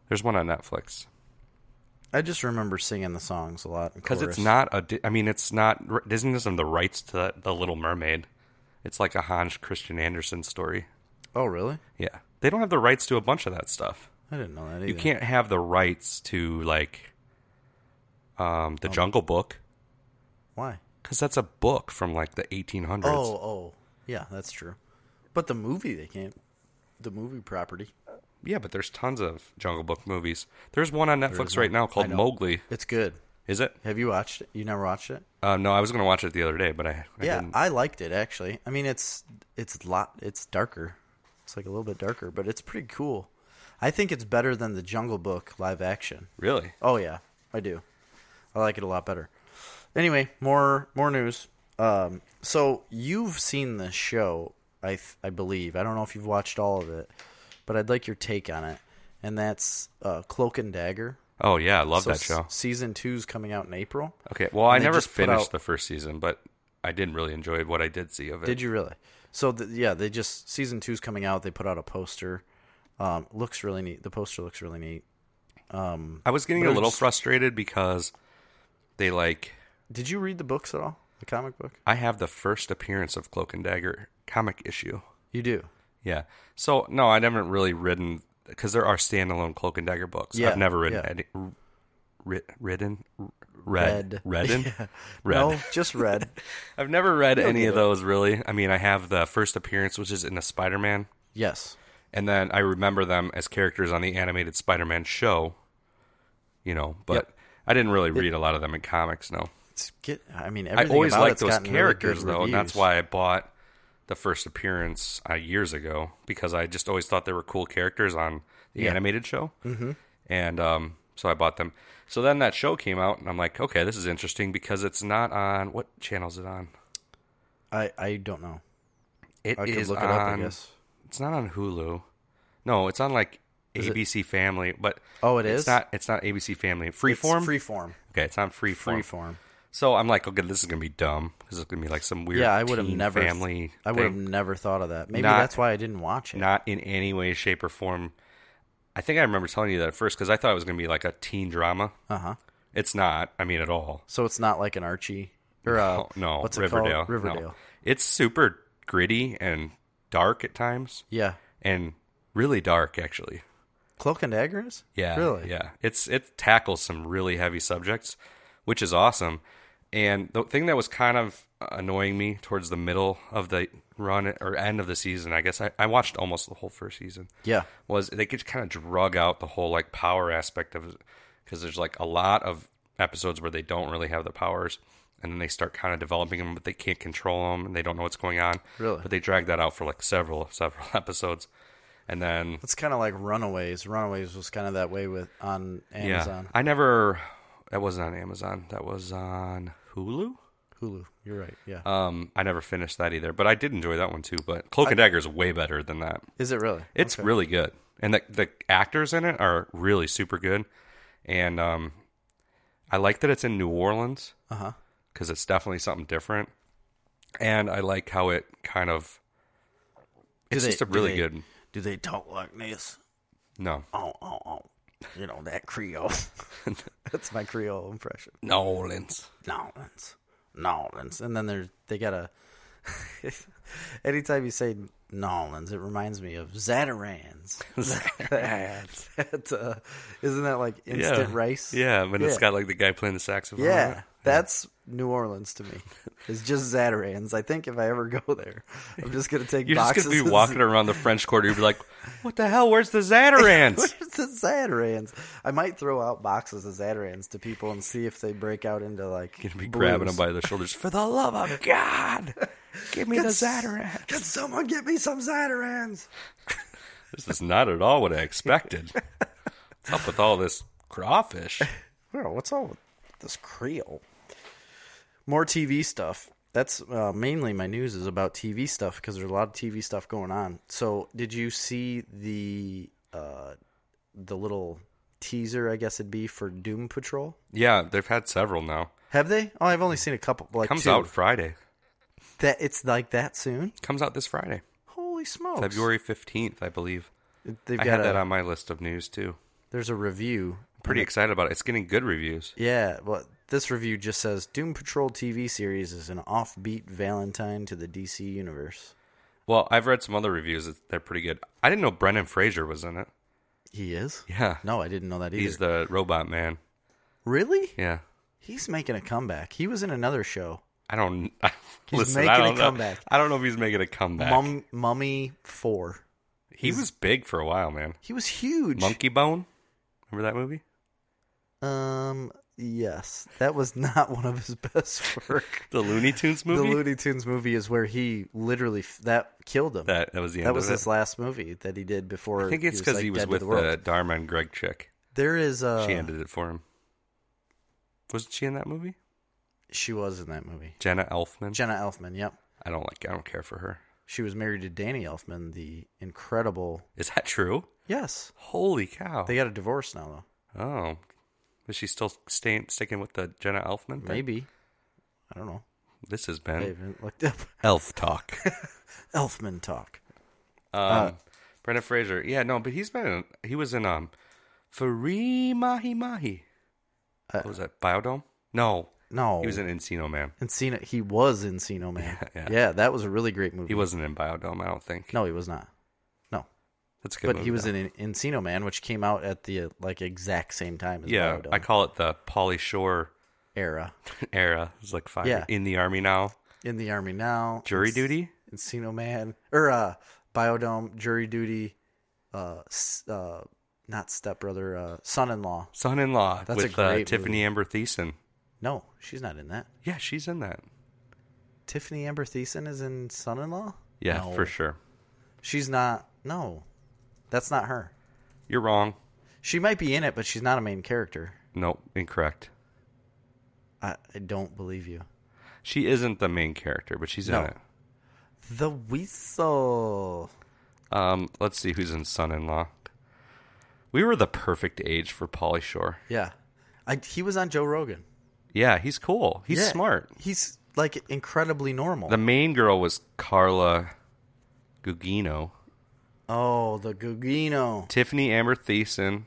S1: There's one on Netflix
S3: I just remember singing the songs a lot
S1: because
S3: because
S1: it's not a. Di- I mean, it's not Disney doesn't have the rights to that- the Little Mermaid. It's like a Hans Christian Andersen story.
S3: Oh really?
S1: Yeah, they don't have the rights to a bunch of that stuff.
S3: I didn't know that either.
S1: You can't have the rights to like, um, the Jungle Book
S3: Why?
S1: because that's a book from like the 1800s.
S3: Oh oh yeah, that's true. But the movie they can't. The movie property.
S1: Yeah, but there's tons of Jungle Book movies. There's one on Netflix right now
S3: I
S1: called
S3: know.
S1: Mowgli.
S3: It's good.
S1: Is it?
S3: Have you watched it? You never watched it?
S1: Uh, no, I was gonna watch it the other day, but I, I
S3: yeah,
S1: didn't.
S3: I liked it actually. I mean, it's it's lot it's darker. It's like a little bit darker, but it's pretty cool. I think it's better than the Jungle Book live action.
S1: really.
S3: Oh yeah, I do. I like it a lot better. Anyway, more more news. Um, so you've seen this show, I th- I believe. I don't know if you've watched all of it, but I'd like your take on it. And that's uh, Cloak and Dagger.
S1: Oh yeah, I love
S3: So
S1: that show. Uh,
S3: s- season two's coming out in April.
S1: Okay, well, I
S3: And they
S1: never
S3: just put
S1: finished
S3: out-
S1: the first season, but I didn't really enjoy what I did see of it.
S3: Did you really? So th yeah, they just season two's coming out. They put out a poster. Um, looks really neat. The poster looks really neat.
S1: I was getting
S3: But
S1: a
S3: it was
S1: little
S3: just-
S1: frustrated because they like
S3: Did you read the books at all? The comic book?
S1: I have the first appearance of Cloak and Dagger comic issue.
S3: You do.
S1: Yeah. So no, I haven't really ridden because there are standalone Cloak and Dagger books.
S3: Yeah,
S1: I've never ridden
S3: yeah.
S1: any. r- Ri- ridden, r- read, redden, read.
S3: No, just read.
S1: I've never read any
S3: get
S1: of
S3: it.
S1: those really. I mean, I have the first appearance, which is in the Spider-Man,
S3: yes.
S1: and then I remember them as characters on the animated Spider-Man show. You know, but
S3: Yep.
S1: I didn't really read a lot of them in comics. No,
S3: It's get. I mean,
S1: I
S3: everything
S1: always
S3: about
S1: liked
S3: it's
S1: those
S3: gotten really good
S1: characters though, and that's
S3: reviews.
S1: why I bought the first appearance uh, years ago because I just always thought they were cool characters on the animated show, mm-hmm. and um, so I bought them. So then that show came out, and I'm like, okay, this is interesting because it's not on what channel is it on?
S3: I I don't know.
S1: It
S3: I could
S1: is um,
S3: look it
S1: on.
S3: up. I guess.
S1: It's not on Hulu. No, it's on like ABC Family, but
S3: Oh, it
S1: it's
S3: is?
S1: not. It's not ABC Family. Freeform.
S3: It's freeform.
S1: okay, it's on Freeform.
S3: Freeform.
S1: So I'm like, okay, this is gonna be dumb because it's gonna be like some weird.
S3: Yeah, I would have
S1: teen
S3: never.
S1: family.
S3: I would have
S1: thing.
S3: never thought of that. Maybe
S1: Not-
S3: that's why I didn't watch it.
S1: not in any way, shape, or form. I think I remember telling you that at first because I thought it was gonna be like a teen drama.
S3: Uh huh.
S1: It's not. I mean, at all.
S3: So it's not like an Archie or uh,
S1: Oh, no,
S3: what's
S1: Riverdale.
S3: it called?
S1: no.
S3: Riverdale.
S1: It's super gritty and dark at times,
S3: Yeah.
S1: and really dark actually.
S3: Cloak and Dagger is?
S1: Yeah.
S3: Really?
S1: Yeah. It's it tackles some really heavy subjects, which is awesome. And the thing that was kind of annoying me towards the middle of the run or end of the season, I guess I, I watched almost the whole first season.
S3: Yeah.
S1: Was they could kind of drug out the whole like power aspect of it because there's like a lot of episodes where they don't really have the powers and then they start kind of developing them, but they can't control them and they don't know what's going on.
S3: Really?
S1: But they drag that out for like several, several episodes. And then
S3: That's kind of like Runaways. Runaways was kind of that way with on Amazon,
S1: I never. That wasn't on Amazon. That was on Hulu.
S3: Hulu. You're right. Yeah.
S1: Um, I never finished that either, but I did enjoy that one too. But Cloak and Dagger is way better than that.
S3: is it really?
S1: It's really good, and the the actors in it are really super good. And um, I like that it's in New Orleans
S3: Uh huh.
S1: because it's definitely something different. And I like how it kind of. It's
S3: they-
S1: just a
S3: do
S1: really
S3: they-
S1: good.
S3: Do they talk like this?
S1: No,
S3: Oh, oh, oh. You know that Creole. That's my Creole impression.
S1: New Orleans.
S3: Nolans, Nolans, and then there's they got a. anytime you say Nolans, it reminds me of Zatarans. Zatarans. that, uh, isn't that like instant rice?
S1: Yeah, but it's
S3: Yeah.
S1: got like the guy playing the saxophone.
S3: Yeah, that's New Orleans to me. It's just Zatarans. I think if I ever go there, I'm just gonna take
S1: You're
S3: boxes.
S1: just gonna
S3: of
S1: be walking around the French Quarter. You'll be like, "What the hell? Where's the Zatarans?"
S3: Where's the Zatarans? I might throw out boxes of Zatarans to people and see if they break out into like.
S1: You're gonna be grabbing them by the shoulders. For the love of God, give me the Zatarans.
S3: Can someone get me some Zatarans?
S1: This is not at all what I expected. What's up with all this crawfish?
S3: Well, what's all with this Creole? More TV stuff. That's uh, mainly my news is about TV stuff because there's a lot of TV stuff going on. So, did you see the uh, the little teaser? I guess it'd be for Doom Patrol.
S1: Yeah, they've had several now.
S3: Have they? Oh, I've only seen a couple. Like
S1: Comes
S3: two.
S1: out Friday.
S3: that it's like that soon.
S1: Comes out this Friday,
S3: Holy smokes!
S1: February fifteenth, I believe.
S3: They've
S1: I
S3: got
S1: had
S3: a,
S1: that on my list of news too.
S3: There's a review.
S1: Pretty excited about it. It's getting good reviews.
S3: Yeah, well, this review just says Doom Patrol TV series is an offbeat Valentine to the DC universe.
S1: Well, I've read some other reviews. that They're pretty good. I didn't know Brendan Fraser was in it.
S3: He is.
S1: Yeah,
S3: No, I didn't know that either.
S1: he's the robot man.
S3: really?
S1: Yeah.
S3: He's making a comeback. He was in another show,
S1: I don't. He's
S3: making
S1: I
S3: a
S1: don't know.
S3: comeback.
S1: I don't know if he's making a comeback.
S3: Mum, Mummy Four.
S1: he was big for a while, man.
S3: He was huge.
S1: Monkey Bone, remember that movie?
S3: Um, yes, that was not one of his best work.
S1: The Looney Tunes
S3: the
S1: movie.
S3: Looney Tunes movie is where he literally f- that killed him. That,
S1: that that was the end.
S3: was
S1: of
S3: his
S1: It.
S3: last movie that he did before.
S1: I think it's because
S3: like,
S1: he was
S3: dead to
S1: with uh,
S3: the
S1: the,
S3: world.
S1: Dharma and Greg chick.
S3: There is uh,
S1: she ended it for him. Wasn't she in that movie?
S3: she was in that movie.
S1: Jenna Elfman.
S3: Jenna Elfman. Yep,
S1: I don't like. I don't care for her.
S3: she was married to Danny Elfman, the incredible.
S1: Is that true?
S3: Yes,
S1: Holy cow!
S3: they got a divorce now though.
S1: oh, is she still staying sticking with the Jenna Elfman? thing?
S3: Maybe. I don't know.
S1: This has
S3: I
S1: been
S3: haven't looked up
S1: Elf Talk.
S3: Elfman talk.
S1: Um,
S3: Uh.
S1: Brendan Fraser. Yeah, no, but he's been in, he was in um, Free Mahi Mahi. what was that? Biodome? No,
S3: Uh. No,
S1: he was in Encino Man.
S3: Encino. He was Encino Man. Yeah,
S1: yeah.
S3: that was a really great movie.
S1: He wasn't in Biodome, I don't think.
S3: No, he was not. No,
S1: that's a good.
S3: but
S1: movie,
S3: he was
S1: though.
S3: in Encino Man, which came out at the uh, like exact same time as
S1: Yeah,
S3: Biodome
S1: I call it the Polly Shore
S3: era.
S1: era. It's like five
S3: Yeah.
S1: in the army now.
S3: In the Army now,
S1: Jury
S3: Enc-
S1: duty.
S3: Encino Man, or uh, Biodome, Jury Duty, uh, s- uh, not Step Brother, uh, Son-in-Law.
S1: Son-in-law
S3: That's a
S1: with uh,
S3: great
S1: Tiffany
S3: movie.
S1: Amber Thiessen.
S3: No, she's not in that.
S1: Yeah, she's in that.
S3: Tiffany Amber Thiessen is in Son-in-Law.
S1: Yeah,
S3: No.
S1: for sure.
S3: She's not. No, that's not her.
S1: You're wrong.
S3: She might be in it, but she's not a main character.
S1: Nope, incorrect.
S3: I, I don't believe you.
S1: She isn't the main character, but she's
S3: No.
S1: in it.
S3: The Weasel.
S1: Um, let's see who's in son-in-law. We were the perfect age for Polly Shore.
S3: Yeah, I, he was on Joe Rogan.
S1: Yeah, he's cool. He's
S3: Yeah.
S1: smart.
S3: He's like incredibly normal.
S1: The main girl was Carla Gugino.
S3: oh, the Gugino.
S1: Tiffany Amber Thiessen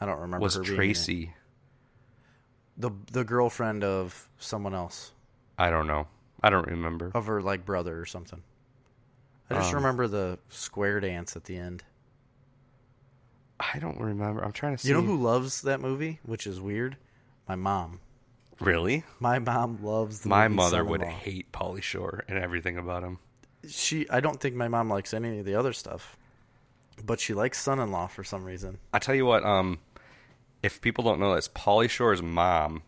S3: I don't remember.
S1: was
S3: her being in it.
S1: Tracy.
S3: the the girlfriend of someone else
S1: I don't know. I don't remember.
S3: of her like brother or something. I
S1: Um,
S3: just remember the square dance at the end.
S1: I don't remember. I'm trying to see.
S3: You know who loves that movie, which is weird. My mom.
S1: Really?
S3: My mom loves the
S1: My
S3: movie
S1: mother would
S3: Son-in-Law.
S1: hate Polly Shore and everything about him.
S3: She. I don't think my mom likes any of the other stuff, but she likes Son-in-Law for some reason.
S1: I tell you what, um, if people don't know this, Polly Shore's mom,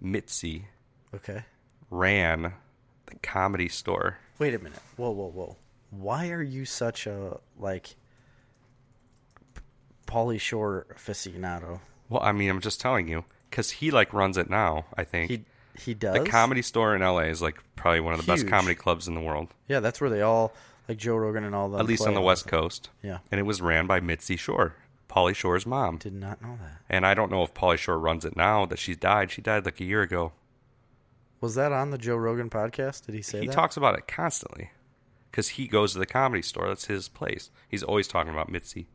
S1: Mitzi,
S3: Okay.
S1: ran the comedy store.
S3: Wait a minute. Whoa, whoa, whoa. Why are you such a like Polly Shore aficionado?
S1: Well, I mean, I'm just telling you because he like runs it now. I think
S3: He he does
S1: the comedy store in LA is like probably one of the best
S3: Huge.
S1: comedy clubs in the world,
S3: Yeah, that's where they all like Joe Rogan and all them.
S1: at least
S3: play
S1: on the
S3: all
S1: West
S3: the time.
S1: Coast.
S3: Yeah.
S1: and it was ran by Mitzi Shore, Polly Shore's mom.
S3: Did not know that.
S1: And I don't know if Polly Shore runs it now that she's died. She died like a year ago.
S3: Was that on the Joe Rogan podcast? Did he say
S1: he
S3: that?
S1: talks about it constantly because he goes to the comedy store. That's his place. He's always talking about Mitzi.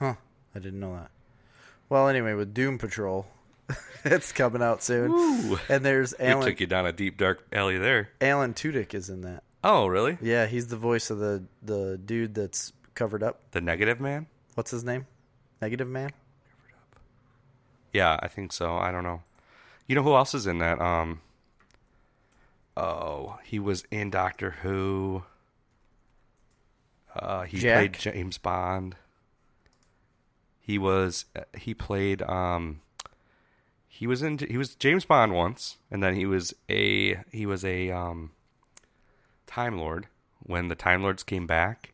S3: Huh. I didn't know that. Well, anyway, with Doom Patrol, it's coming out soon,
S1: Woo.
S3: and there's
S1: We
S3: Alan
S1: took you down a deep dark alley there.
S3: Alan Tudyk is in that.
S1: Oh, really?
S3: Yeah, he's the voice of the the dude that's covered up.
S1: The negative man?
S3: What's his name? Negative Man.
S1: Yeah, I think so. I don't know. You know who else is in that? Um. Oh, he was in Doctor Who. Uh, he
S3: Jack?
S1: played James Bond. He was uh, he played um. He was in he was James Bond once, and then he was a he was a um. Time Lord when the Time Lords came back.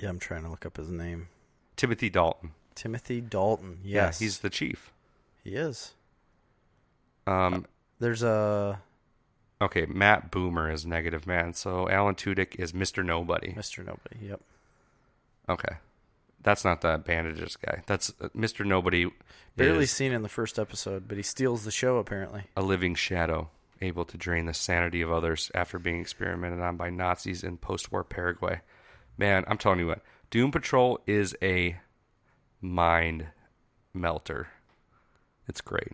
S3: Yeah, I'm trying to look up his name.
S1: Timothy Dalton.
S3: Timothy Dalton.
S1: Yeah,
S3: Yes,
S1: he's the chief.
S3: he is.
S1: Um,
S3: There's a
S1: okay, Matt Boomer is negative man. So Alan Tudyk is Mr. Nobody.
S3: Mr. Nobody. Yep.
S1: Okay, that's not that bandages guy. That's uh, Mr. Nobody.
S3: Barely
S1: is
S3: seen in the first episode, but he steals the show apparently.
S1: a living shadow, able to drain the sanity of others after being experimented on by Nazis in post-war Paraguay. Man, I'm telling you what, Doom Patrol is a mind melter. It's great.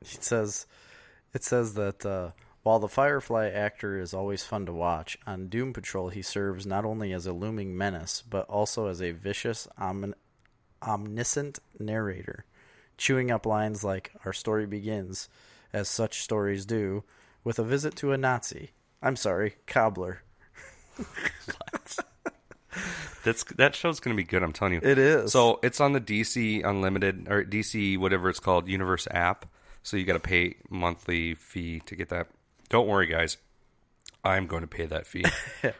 S3: It says, it says that uh, while the Firefly actor is always fun to watch, on Doom Patrol he serves not only as a looming menace but also as a vicious, omin- omniscient narrator, chewing up lines like "Our story begins," as such stories do, with a visit to a Nazi. I'm sorry, cobbler.
S1: That's that show's gonna be good. I'm telling you,
S3: It is.
S1: So it's on the DC Unlimited or DC whatever it's called Universe app. So you got to pay monthly fee to get that. Don't worry, guys. I'm going to pay that fee.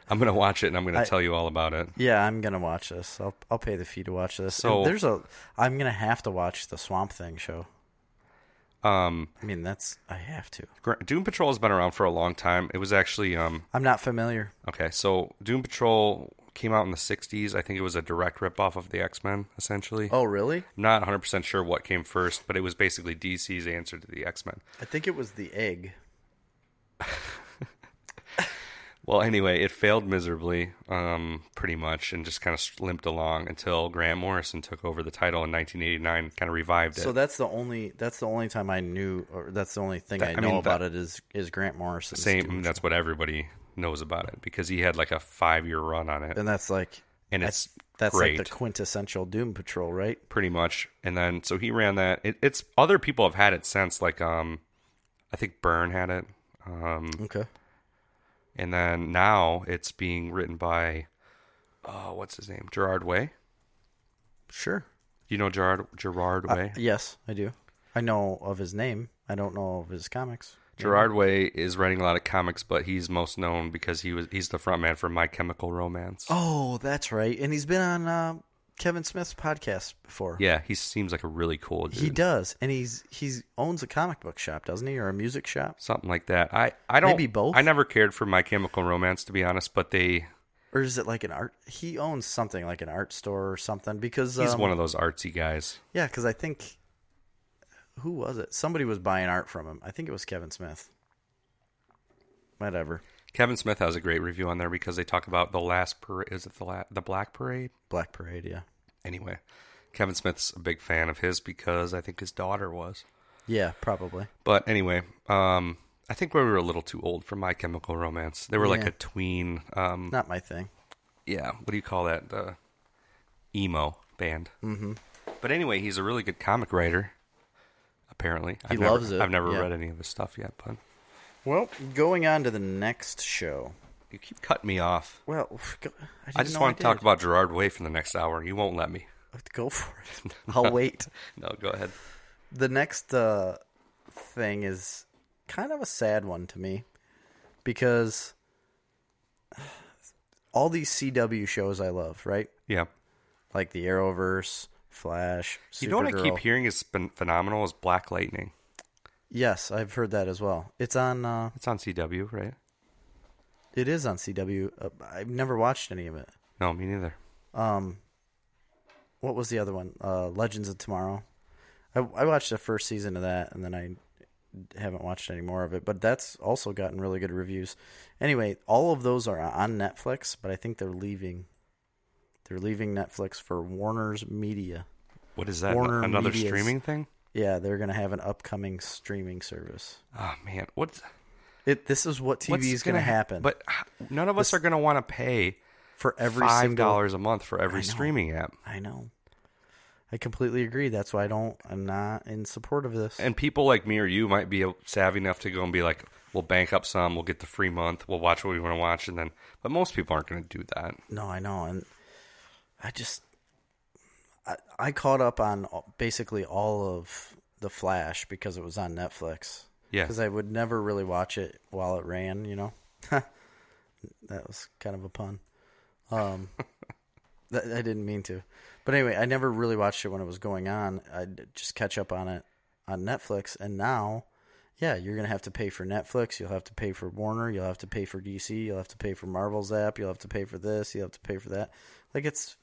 S1: I'm going to watch it and I'm going to tell you all about it.
S3: Yeah, I'm gonna watch this. I'll I'll pay the fee to watch this.
S1: So-
S3: So there's a I'm gonna have to watch the Swamp Thing show.
S1: Um,
S3: I mean, that's I have to.
S1: Gra- Doom Patrol has been around for a long time. It was actually um,
S3: I'm not familiar.
S1: Okay, so Doom Patrol came out in the 60s. I think it was a direct ripoff of the X Men, essentially.
S3: Oh, really?
S1: I'm not 100% sure what came first, but it was basically DC's answer to the X Men.
S3: I think it was the egg.
S1: Well, anyway, it failed miserably, um, pretty much, and just kind of limped along until Grant Morrison took over the title in 1989, kind of revived it.
S3: So that's the only that's the only time I knew, or that's the only thing I
S1: I
S3: know
S1: mean,
S3: about
S1: that-
S3: it is is Grant Morrison.
S1: Same. That's what everybody knows about it because he had like a five year run on it,
S3: and that's like
S1: and
S3: that's
S1: it's
S3: that's
S1: great,
S3: like the quintessential Doom Patrol, right?
S1: pretty much. And then so he ran that. It, it's other people have had it since, like um, I think Byrne had it. Um,
S3: Okay.
S1: and then now it's being written by, oh, what's his name, Gerard Way.
S3: Sure.
S1: You know Gerard Gerard
S3: Uh,
S1: Way.
S3: Yes, I do. I know of his name. I don't know of his comics.
S1: Gerard Way is writing a lot of comics, but he's most known because he was he's the frontman for My Chemical Romance.
S3: Oh, that's right. And he's been on uh, Kevin Smith's podcast before.
S1: Yeah, he seems like a really cool dude.
S3: He does, and he's he owns a comic book shop, doesn't he, or a music shop,
S1: Something like that. I I don't
S3: Maybe both?
S1: I never cared for My Chemical Romance to be honest, but they
S3: or is it like an art? He owns something like an art store or something because
S1: he's
S3: um,
S1: one of those artsy guys.
S3: Yeah, because I think who was it? Somebody was buying art from him. I think it was Kevin Smith. Whatever,
S1: Kevin Smith has a great review on there because they talk about the last parade. Is it the la- the Black Parade?
S3: Black Parade. Yeah,
S1: Anyway, Kevin Smith's a big fan of his because I think his daughter was.
S3: yeah, probably.
S1: But anyway, um, I think we were a little too old for My Chemical Romance. They were like
S3: Yeah.
S1: a tween. Um,
S3: Not my thing.
S1: yeah, what do you call that? The emo band. Mm-hmm. But anyway, he's a really good comic writer. Apparently, he I've
S3: loves it,
S1: never, I've never
S3: yeah.
S1: read any of his stuff yet, but
S3: Well, going on to the next show.
S1: you keep cutting me off.
S3: Well, go, I, didn't
S1: I just
S3: know
S1: want to talk
S3: did.
S1: about Gerard Way for the next hour. You won't let me.
S3: Go for it. I'll wait.
S1: No, go ahead.
S3: The next uh, thing is kind of a sad one to me because all these CW shows I love, right?
S1: Yeah.
S3: Like the Arrowverse, Flash, Supergirl.
S1: You know what I keep hearing is phen- phenomenal is Black Lightning.
S3: Yes, I've heard that as well. It's on. Uh,
S1: It's on CW, right?
S3: it is on CW. Uh, I've never watched any of it.
S1: No, me neither.
S3: Um, what was the other one? Uh, Legends of Tomorrow. I, I watched the first season of that, and then I haven't watched any more of it. But that's also gotten really good reviews. Anyway, all of those are on Netflix, but I think they're leaving. They're leaving Netflix for Warner's Media.
S1: What is that?
S3: Warner
S1: Another
S3: Media's-
S1: streaming thing?
S3: Yeah, they're gonna have an upcoming streaming service.
S1: Oh man, what's
S3: It. This is what TV
S1: what's
S3: is gonna,
S1: ha-
S3: happen.
S1: But h- none of us are gonna want to pay
S3: for every
S1: five
S3: single
S1: dollars a month for every streaming app.
S3: I know. I completely agree. That's why I don't. I'm not in support of this.
S1: and people like me or you might be savvy enough to go and be like, we'll bank up some, we'll get the free month, we'll watch what we want to watch, and then. But most people aren't going to do that.
S3: no, I know, and I just I, I caught up on all- basically all of the Flash because it was on Netflix.
S1: Yeah.
S3: because I would never really watch it while it ran. You know, that was kind of a pun. Um, that, I didn't mean to, but anyway, I never really watched it when it was going on. I'd just catch up on it on Netflix, and now. Yeah, you're gonna have to pay for Netflix. You'll have to pay for Warner. You'll have to pay for DC. You'll have to pay for Marvel's app. You'll have to pay for this. You'll have to pay for that. Like it's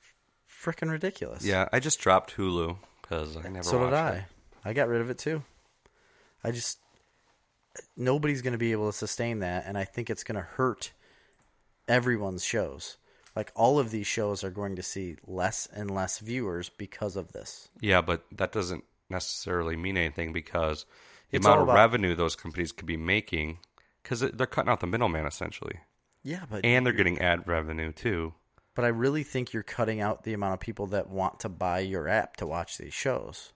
S3: freaking ridiculous.
S1: Yeah, I just dropped Hulu because I never.
S3: So
S1: watched
S3: did I.
S1: It.
S3: I got rid of it too. I just nobody's going to be able to sustain that, and I think it's going to hurt everyone's shows. Like all of these shows are going to see less and less viewers because of this.
S1: Yeah, but that doesn't necessarily mean anything because the
S3: It's
S1: amount
S3: all
S1: of
S3: about-
S1: revenue those companies could be making because they're cutting out the middleman essentially,
S3: Yeah, but
S1: and they're getting ad revenue too.
S3: but I really think you're cutting out the amount of people that want to buy your app to watch these shows.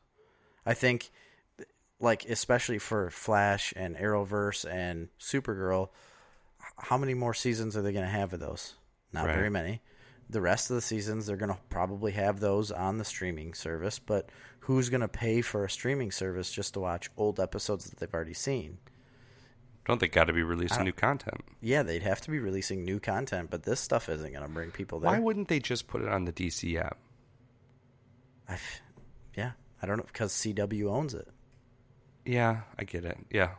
S3: I think, like especially for Flash and Arrowverse and Supergirl, h- how many more seasons are they going to have of those? Not
S1: Right.
S3: very many. The rest of the seasons, they're going to probably have those on the streaming service. But who's going to pay for a streaming service just to watch old episodes that they've already seen?
S1: Don't they got to be releasing new content?
S3: Yeah, they'd have to be releasing new content, but this stuff isn't going to bring people there.
S1: Why wouldn't they just put it on the DC app?
S3: I, yeah, I don't know because CW owns it.
S1: Yeah, I get it. Yeah,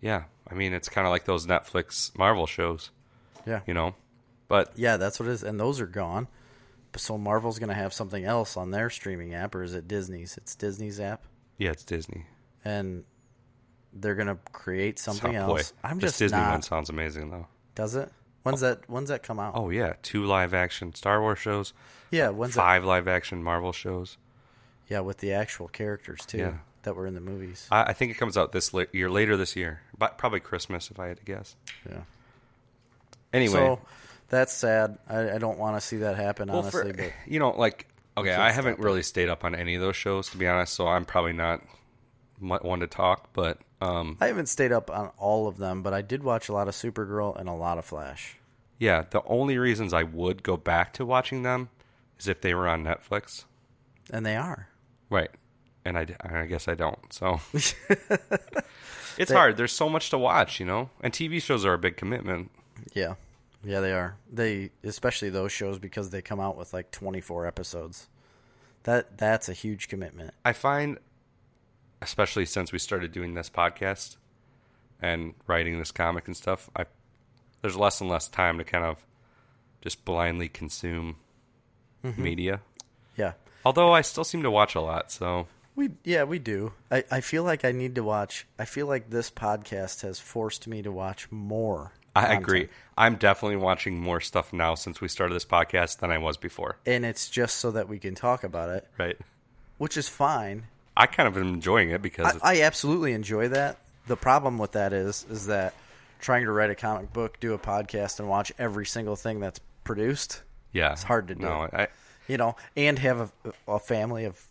S1: yeah. I mean, it's kind of like those Netflix Marvel shows.
S3: Yeah,
S1: you know. But
S3: yeah, that's what it is, and those are gone. But so Marvel's gonna have something else on their streaming app, or is it Disney's? It's Disney's app,
S1: yeah, it's Disney.
S3: and they're gonna create something
S1: Sound- boy,
S3: else. I'm
S1: this
S3: just
S1: Disney
S3: not.
S1: one sounds amazing though.
S3: Does it? When's that? When's that come out?
S1: Oh yeah, two live action Star Wars shows,
S3: yeah, when's that?
S1: five live action Marvel shows.
S3: Yeah, with the actual characters too
S1: Yeah.
S3: that were in the movies.
S1: I, I think it comes out this la- year, later this year, but probably Christmas if I had to guess.
S3: Yeah.
S1: Anyway,
S3: So that's sad. I, I don't want to see that happen,
S1: Well, for-
S3: honestly. but
S1: you know, like okay,
S3: can't
S1: I haven't
S3: stop
S1: really stayed up on any of those shows to be honest, so I'm probably not mu- one to talk. But um,
S3: I haven't stayed up on all of them, but I did watch a lot of Supergirl and a lot of Flash.
S1: yeah, the only reasons I would go back to watching them is if they were on Netflix,
S3: And they are.
S1: right? And I, d- I guess I don't. So it's hard. There's so much to watch, you know, and TV shows are a big commitment.
S3: Yeah. Yeah, they are. They especially those shows because they come out with like 24 episodes. That that's a huge commitment.
S1: I find, especially since we started doing this podcast and writing this comic and stuff, I there's less and less time to kind of just blindly consume media.
S3: Yeah.
S1: Although I still seem to watch a lot, so
S3: We yeah, we do. I I feel like I need to watch. I feel like this podcast has forced me to watch more.
S1: I
S3: content.
S1: agree. I'm definitely watching more stuff now since we started this podcast than I was before.
S3: And it's just so that we can talk about it,
S1: Right.
S3: which is fine.
S1: I kind of am enjoying it because it's,
S3: I, I absolutely enjoy that. The problem with that is is that trying to write a comic book, do a podcast, and watch every single thing that's produced,
S1: yeah,
S3: it's hard to do.
S1: No, I,
S3: you know, and have a, a family of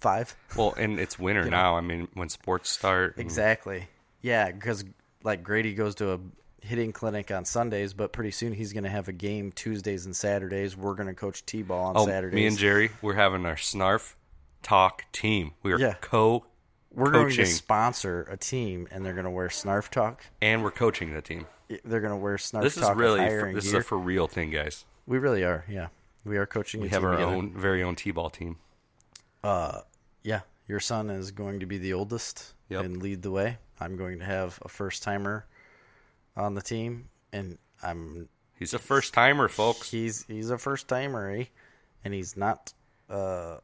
S3: five.
S1: well, and it's winter now. I mean, when sports start, and-
S3: Exactly. Yeah, because like Grady goes to a hitting clinic on Sundays, but pretty soon he's going to have a game Tuesdays and Saturdays. We're going to coach T-ball on
S1: Oh,
S3: Saturdays.
S1: me and Jerry, we're having our snarf talk team. We are
S3: Yeah.
S1: co
S3: we're
S1: coaching.
S3: going to sponsor a team, and they're going to wear Snarf Talk.
S1: and we're coaching the team.
S3: They're going to wear Snarf
S1: This
S3: Talk
S1: is really
S3: attire and
S1: this
S3: gear.
S1: is a for real thing, guys.
S3: We really are. Yeah, we are coaching.
S1: We have our own very own t-ball team.
S3: uh, Yeah, your son is going to be the oldest
S1: Yep.
S3: and lead the way. I'm going to have a first timer on the team, and I'm
S1: He's a first timer, folks.
S3: he's he's a first timer, eh? and he's not uh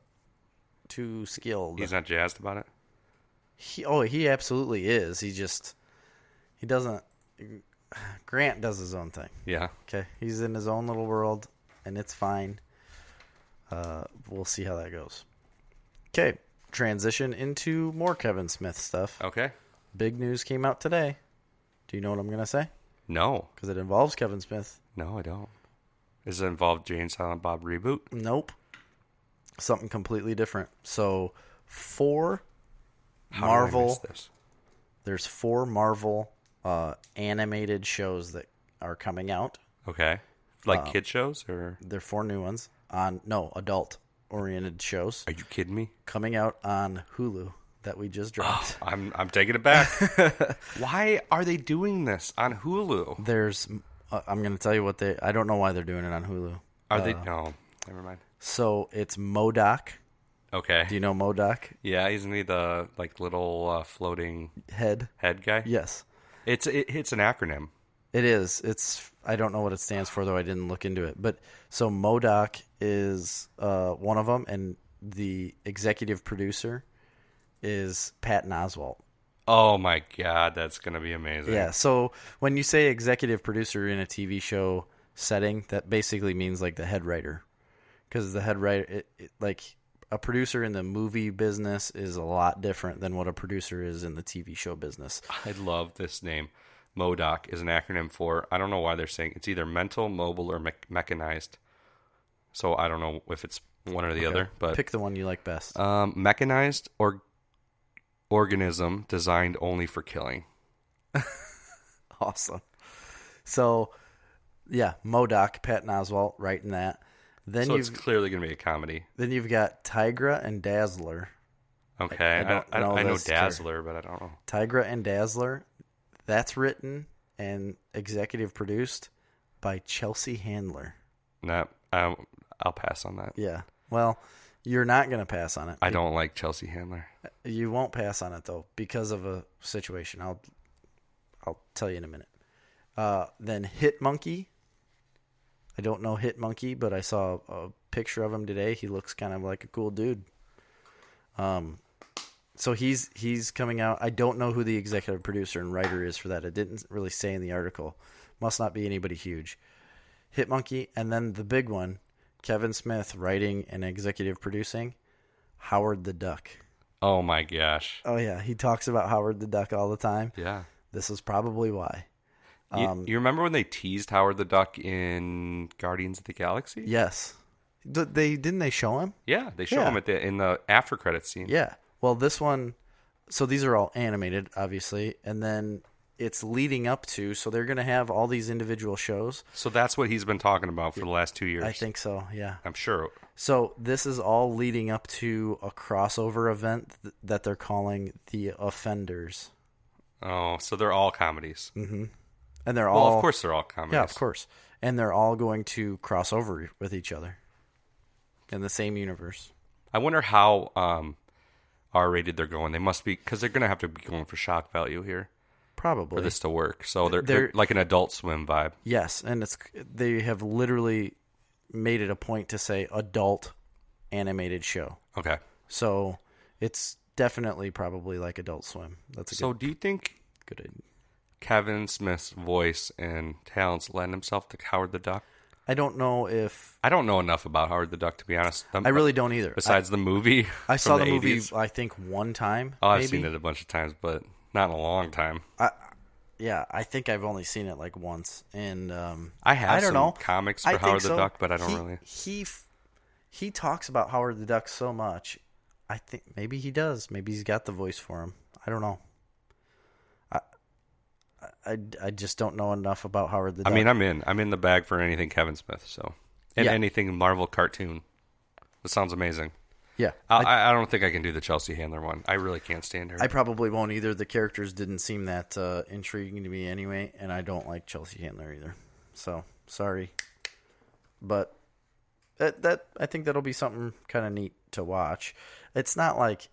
S3: too skilled.
S1: He's not jazzed about it.
S3: He, oh, he absolutely is. He just he doesn't. Grant does his own thing.
S1: Yeah,
S3: Okay, he's in his own little world, and it's fine. Uh, we'll see how that goes. Okay, transition into more Kevin Smith stuff.
S1: okay.
S3: Big news came out today. Do you know what I'm gonna say?
S1: No,
S3: Because it involves Kevin Smith.
S1: no, I don't. Is it involved Jane Silent Bob reboot?
S3: Nope. Something completely different. So, four
S1: How did I miss
S3: Marvel.
S1: this?
S3: There's four Marvel uh, animated shows that are coming out.
S1: Okay,
S3: Um,
S1: like kid shows or?
S3: They're four new ones on no adult oriented shows.
S1: Are you kidding me?
S3: coming out on Hulu that we just dropped.
S1: I'm I'm taking it back. Why are they doing this on Hulu?
S3: There's, uh, I'm going to tell you what they. I don't know why they're doing it on Hulu.
S1: Are
S3: Uh.
S1: they? No, never mind.
S3: So it's Modoc.
S1: Okay.
S3: Do you know Modoc
S1: Yeah, isn't he the like little uh, floating
S3: head?
S1: head guy?
S3: Yes,
S1: It's it, it's an acronym.
S3: it is. It's. I don't know what it stands for though. I didn't look into it. But so Modoc is uh, one of them, and the executive producer is Patton Oswalt.
S1: Oh my god, that's gonna be amazing.
S3: Yeah. So when you say executive producer in a TV show setting, that basically means like the head writer, because the head writer, it, it, like a producer in the movie business, is a lot different than what a producer is in the TV show business.
S1: I love this name. MODOC is an acronym for I don't know why they're saying it's either mental, mobile, or me- mechanized. So I don't know if it's one or the other, but
S3: Pick the one you like best.
S1: um, mechanized or organism designed only for killing.
S3: awesome. So, yeah, Modoc, Patton Oswalt, writing that. Then
S1: So it's
S3: you've
S1: clearly gonna be a comedy.
S3: then you've got Tigra and Dazzler.
S1: Okay,
S3: I don't
S1: I, I,
S3: know
S1: I know
S3: this character.
S1: Dazzler, but I don't know.
S3: Tigra and Dazzler. That's written and executive produced by Chelsea Handler.
S1: Nah, um, I'll pass on that.
S3: Yeah. Well, you're not going to pass on it.
S1: I don't like Chelsea Handler.
S3: You won't pass on it though because of a situation. I'll I'll tell you in a minute. Uh, then Hit Monkey. I don't know Hit Monkey, but I saw a picture of him today. He looks kind of like a cool dude. Um, so he's he's coming out. I don't know who the executive producer and writer is for that. It didn't really say in the article, Must not be anybody huge. Hitmonkey, and then the big one, Kevin Smith writing and executive producing Howard the Duck.
S1: Oh my gosh.
S3: Oh yeah, he talks about Howard the Duck all the time.
S1: Yeah.
S3: This is probably why.
S1: You-
S3: Um,
S1: you, remember when they teased Howard the Duck in Guardians of the Galaxy?
S3: Yes, D- they didn't they show him?
S1: Yeah, they show
S3: Yeah.
S1: him at the in the after credit scene.
S3: Yeah. Well, this one, so these are all animated, obviously, and then it's leading up to. So they're going to have all these individual shows.
S1: So that's what he's been talking about for the last two years.
S3: I think so. Yeah.
S1: I'm sure.
S3: So this is all leading up to a crossover event th- that they're calling the Offenders,
S1: Oh, so they're all comedies.
S3: and they're
S1: Well,
S3: all
S1: of course they're all comedies.
S3: Mm-hmm. Yeah, of course. And they're all going to cross over with each other in the same universe.
S1: I wonder how um, R-rated they're going. They must be because they're going to have to be going for shock value here
S3: Probably.
S1: for this to work. So they're,
S3: They're-
S1: they're, like an Adult Swim vibe.
S3: Yes, and it's they have literally made it a point to say adult animated show.
S1: Okay.
S3: So it's definitely probably like Adult Swim. That's a
S1: So do you think
S3: good good idea.
S1: Kevin Smith's voice and talents lend himself to Howard the Duck?
S3: I don't know if
S1: I don't know enough about Howard the Duck to be honest. I'm-
S3: I really don't either.
S1: Um, besides the movie.
S3: I, I saw the,
S1: from
S3: movie
S1: 80s.
S3: I think one time.
S1: Oh, I've
S3: maybe.
S1: seen it a bunch of times, but not in a long time.
S3: Yeah, I think I've only seen it like once, and um,
S1: I have
S3: I don't
S1: some
S3: know
S1: comics
S3: I
S1: for
S3: think
S1: Howard the
S3: so.
S1: Duck, but I don't
S3: He-
S1: really-
S3: He f- he talks about Howard the Duck so much. I think maybe he does. Maybe he's got the voice for him. I don't know. I I, I just don't know enough about Howard the
S1: I
S3: Duck.
S1: mean, I'm in. I'm in the bag for anything Kevin Smith. So, and
S3: Yeah.
S1: anything Marvel cartoon. That sounds amazing.
S3: yeah,
S1: I, I, I don't think I can do the Chelsea Handler one. I really can't stand her.
S3: I probably won't either. The characters didn't seem that uh, intriguing to me anyway, and I don't like Chelsea Handler either. So sorry, but that that I think that'll be something kind of neat to watch. It's not like,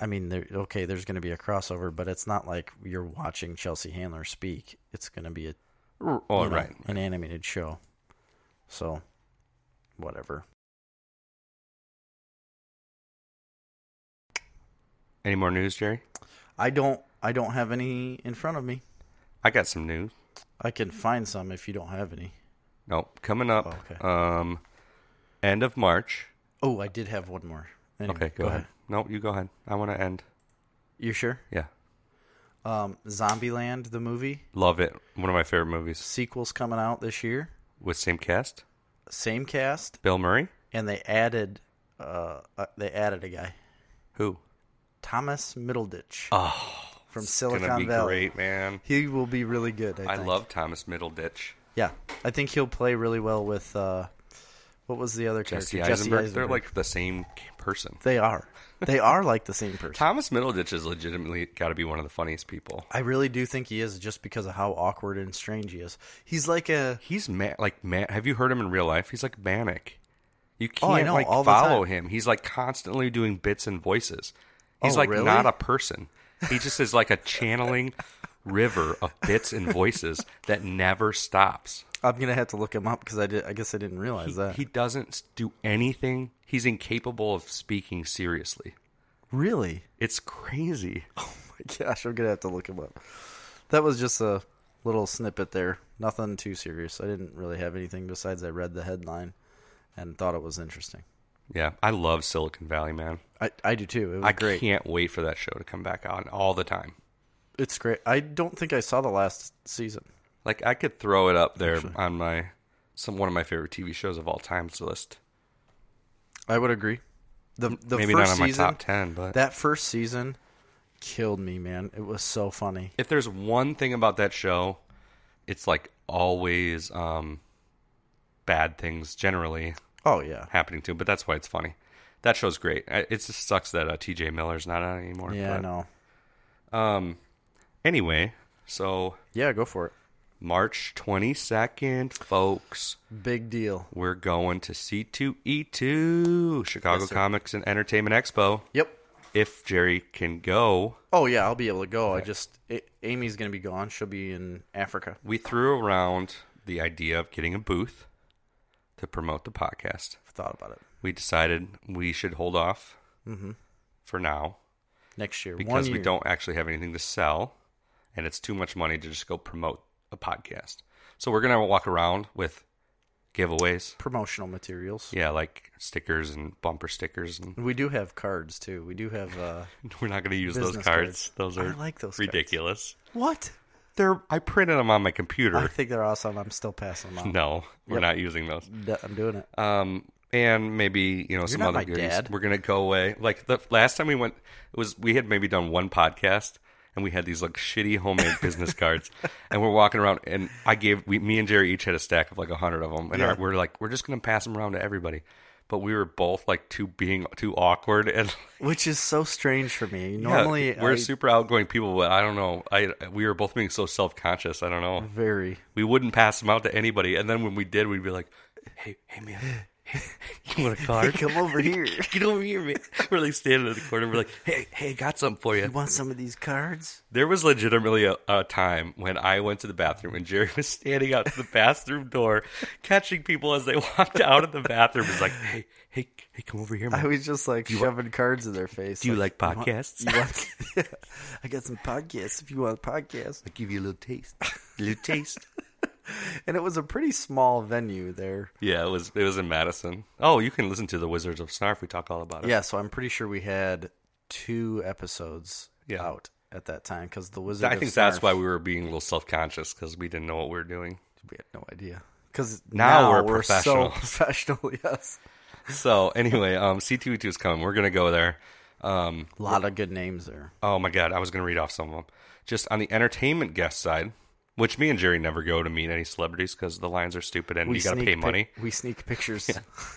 S3: I mean, there, okay, there's going to be a crossover, but it's not like you're watching Chelsea Handler speak. It's going to be a
S1: R- oh,
S3: you know,
S1: right.
S3: an animated show, so whatever.
S1: Any more news, Jerry?
S3: I don't I don't have any in front of me.
S1: I got some news.
S3: I can find some if you don't have any.
S1: No, coming up.
S3: Oh, okay.
S1: Um, end of March.
S3: Oh, I did have one more. Anyway,
S1: Okay, go, ahead. No, you go ahead. I want to end.
S3: You sure?
S1: Yeah,
S3: Um, Zombieland, the movie
S1: love it. One of my favorite movies
S3: sequel's coming out this year.
S1: with same cast,
S3: Same cast,
S1: Bill Murray.
S3: and they added, uh, uh, they added a guy,
S1: Who?
S3: Thomas Middleditch
S1: Oh,
S3: from
S1: gonna
S3: Ah, Silicon
S1: be
S3: Valley.
S1: great, man.
S3: He will be really good. I,
S1: I
S3: think.
S1: love Thomas Middleditch.
S3: Yeah, I think he'll play really well with. Uh, what was the other
S1: Jesse
S3: character?
S1: Eisenberg. They're
S3: Eisenberg.
S1: like the same person.
S3: they are. They are like the same person.
S1: Thomas Middleditch is legitimately got to be one of the funniest people.
S3: I really do think he is just because of how awkward and strange he is. He's like a
S1: He's ma- like man. Have you heard him in real life? He's like manic. You
S3: Oh, I
S1: can't
S3: know,
S1: like
S3: all the
S1: follow
S3: time.
S1: him. He's like constantly doing bits and voices. He's
S3: Oh,
S1: like
S3: really?
S1: not a person. He just is like a channeling river of bits and voices that never stops.
S3: I'm gonna have to look him up because I did. I guess I didn't realize
S1: He,
S3: that.
S1: he doesn't do anything. He's incapable of speaking seriously.
S3: really?
S1: It's crazy.
S3: My gosh, I'm gonna have to look him up. That was just a little snippet there. Nothing too serious. I didn't really have anything besides I read the headline and thought it was interesting.
S1: Yeah, I love Silicon Valley, man.
S3: I, I do too. It was
S1: I
S3: great.
S1: can't wait for that show to come back on all the time.
S3: It's great. I don't think I saw the last season.
S1: Like I could throw it up there on my some one of my favorite TV shows of all times list.
S3: I would agree. The the
S1: Maybe not
S3: first
S1: on my
S3: season,
S1: top ten, but
S3: that first season killed me, man. It was so funny.
S1: if there's one thing about that show, it's like always um, bad things generally
S3: Oh yeah,
S1: happening to. 'em, But that's why it's funny. That show's great. I- It just sucks that uh, T.J. Miller's not on anymore.
S3: yeah. I
S1: but- um,
S3: know.
S1: Anyway, so
S3: Yeah, go for it.
S1: March twenty second, folks.
S3: Big deal.
S1: We're going to C2E2, Chicago
S3: Yes, sir.
S1: Comics and Entertainment Expo.
S3: Yep.
S1: If Jerry can go,
S3: Oh yeah, I'll be able to go. I just A- Amy's gonna be gone. She'll be in Africa.
S1: we threw around the idea of getting a booth to promote the podcast.
S3: I've thought about it. Mm-hmm.
S1: We decided we should hold off for now
S3: next year. one
S1: because we
S3: year.
S1: don't actually have anything to sell and it's too much money to just go promote a podcast. So we're gonna walk around with giveaways.
S3: Promotional materials.
S1: Yeah, like stickers and bumper stickers, and
S3: We do have cards too. We do have uh
S1: we're not gonna use those
S3: Business
S1: cards.
S3: cards.
S1: Those
S3: I
S1: are
S3: like those cards.
S1: ridiculous.
S3: what?
S1: They're I printed them on my computer.
S3: I think they're awesome. I'm still passing them on.
S1: no, we're not using those.
S3: D- I'm doing it.
S1: um, and maybe you know some
S3: not
S1: other
S3: my
S1: goodies.
S3: dad.
S1: We're gonna go away. Like the last time we went, it was we had maybe done one podcast, and we had these like shitty homemade business cards, and we're walking around, and I gave we, me and Jerry each had a stack of like a hundred of them, and our, we're like, we're just gonna pass them around to everybody. But we were both like too being too awkward, and
S3: Which is so strange for me.
S1: yeah,
S3: Normally
S1: we're
S3: I-
S1: super outgoing people. But I don't know. I we were both being so self conscious. I don't know.
S3: very
S1: We wouldn't pass them out to anybody, and then when we did, we'd be like, "Hey, hey, man, hey, you want a card?
S3: come over here. You
S1: Get over here, man. We're like standing in the corner. We're like, hey, hey, got something for you.
S3: want some of these cards?
S1: There was legitimately a, a time when I went to the bathroom and Jerry was standing out the bathroom door, catching people as they walked out of the bathroom. He's like, hey, hey, hey, come over here, man.
S3: I was just like shoving cards in their face.
S1: Do you like podcasts?
S3: You want, I got some podcasts if you want podcasts.
S1: I give you a little taste, a little taste.
S3: And it was a pretty small venue there.
S1: yeah, it was it was in Madison. Oh, you can listen to the Wizards of Snarf. We talk all about it.
S3: Yeah, so I'm pretty sure we had two episodes
S1: Yeah.
S3: out at that time because the Wizard.
S1: I
S3: of
S1: think that's
S3: Snarf,
S1: why we were being a little self conscious because we didn't know what we were doing.
S3: we had no idea. Because
S1: Now
S3: now,
S1: we're
S3: we're, so professional. Yes,
S1: So anyway, um, C2E2 is coming. We're gonna go there. Um,
S3: a lot of good names there.
S1: Oh my god, I was gonna read off some of them. Just on the entertainment guest side, which me and Jerry never go to meet any celebrities because the lines are stupid and you gotta
S3: sneak
S1: pay
S3: pic-
S1: money.
S3: We sneak pictures.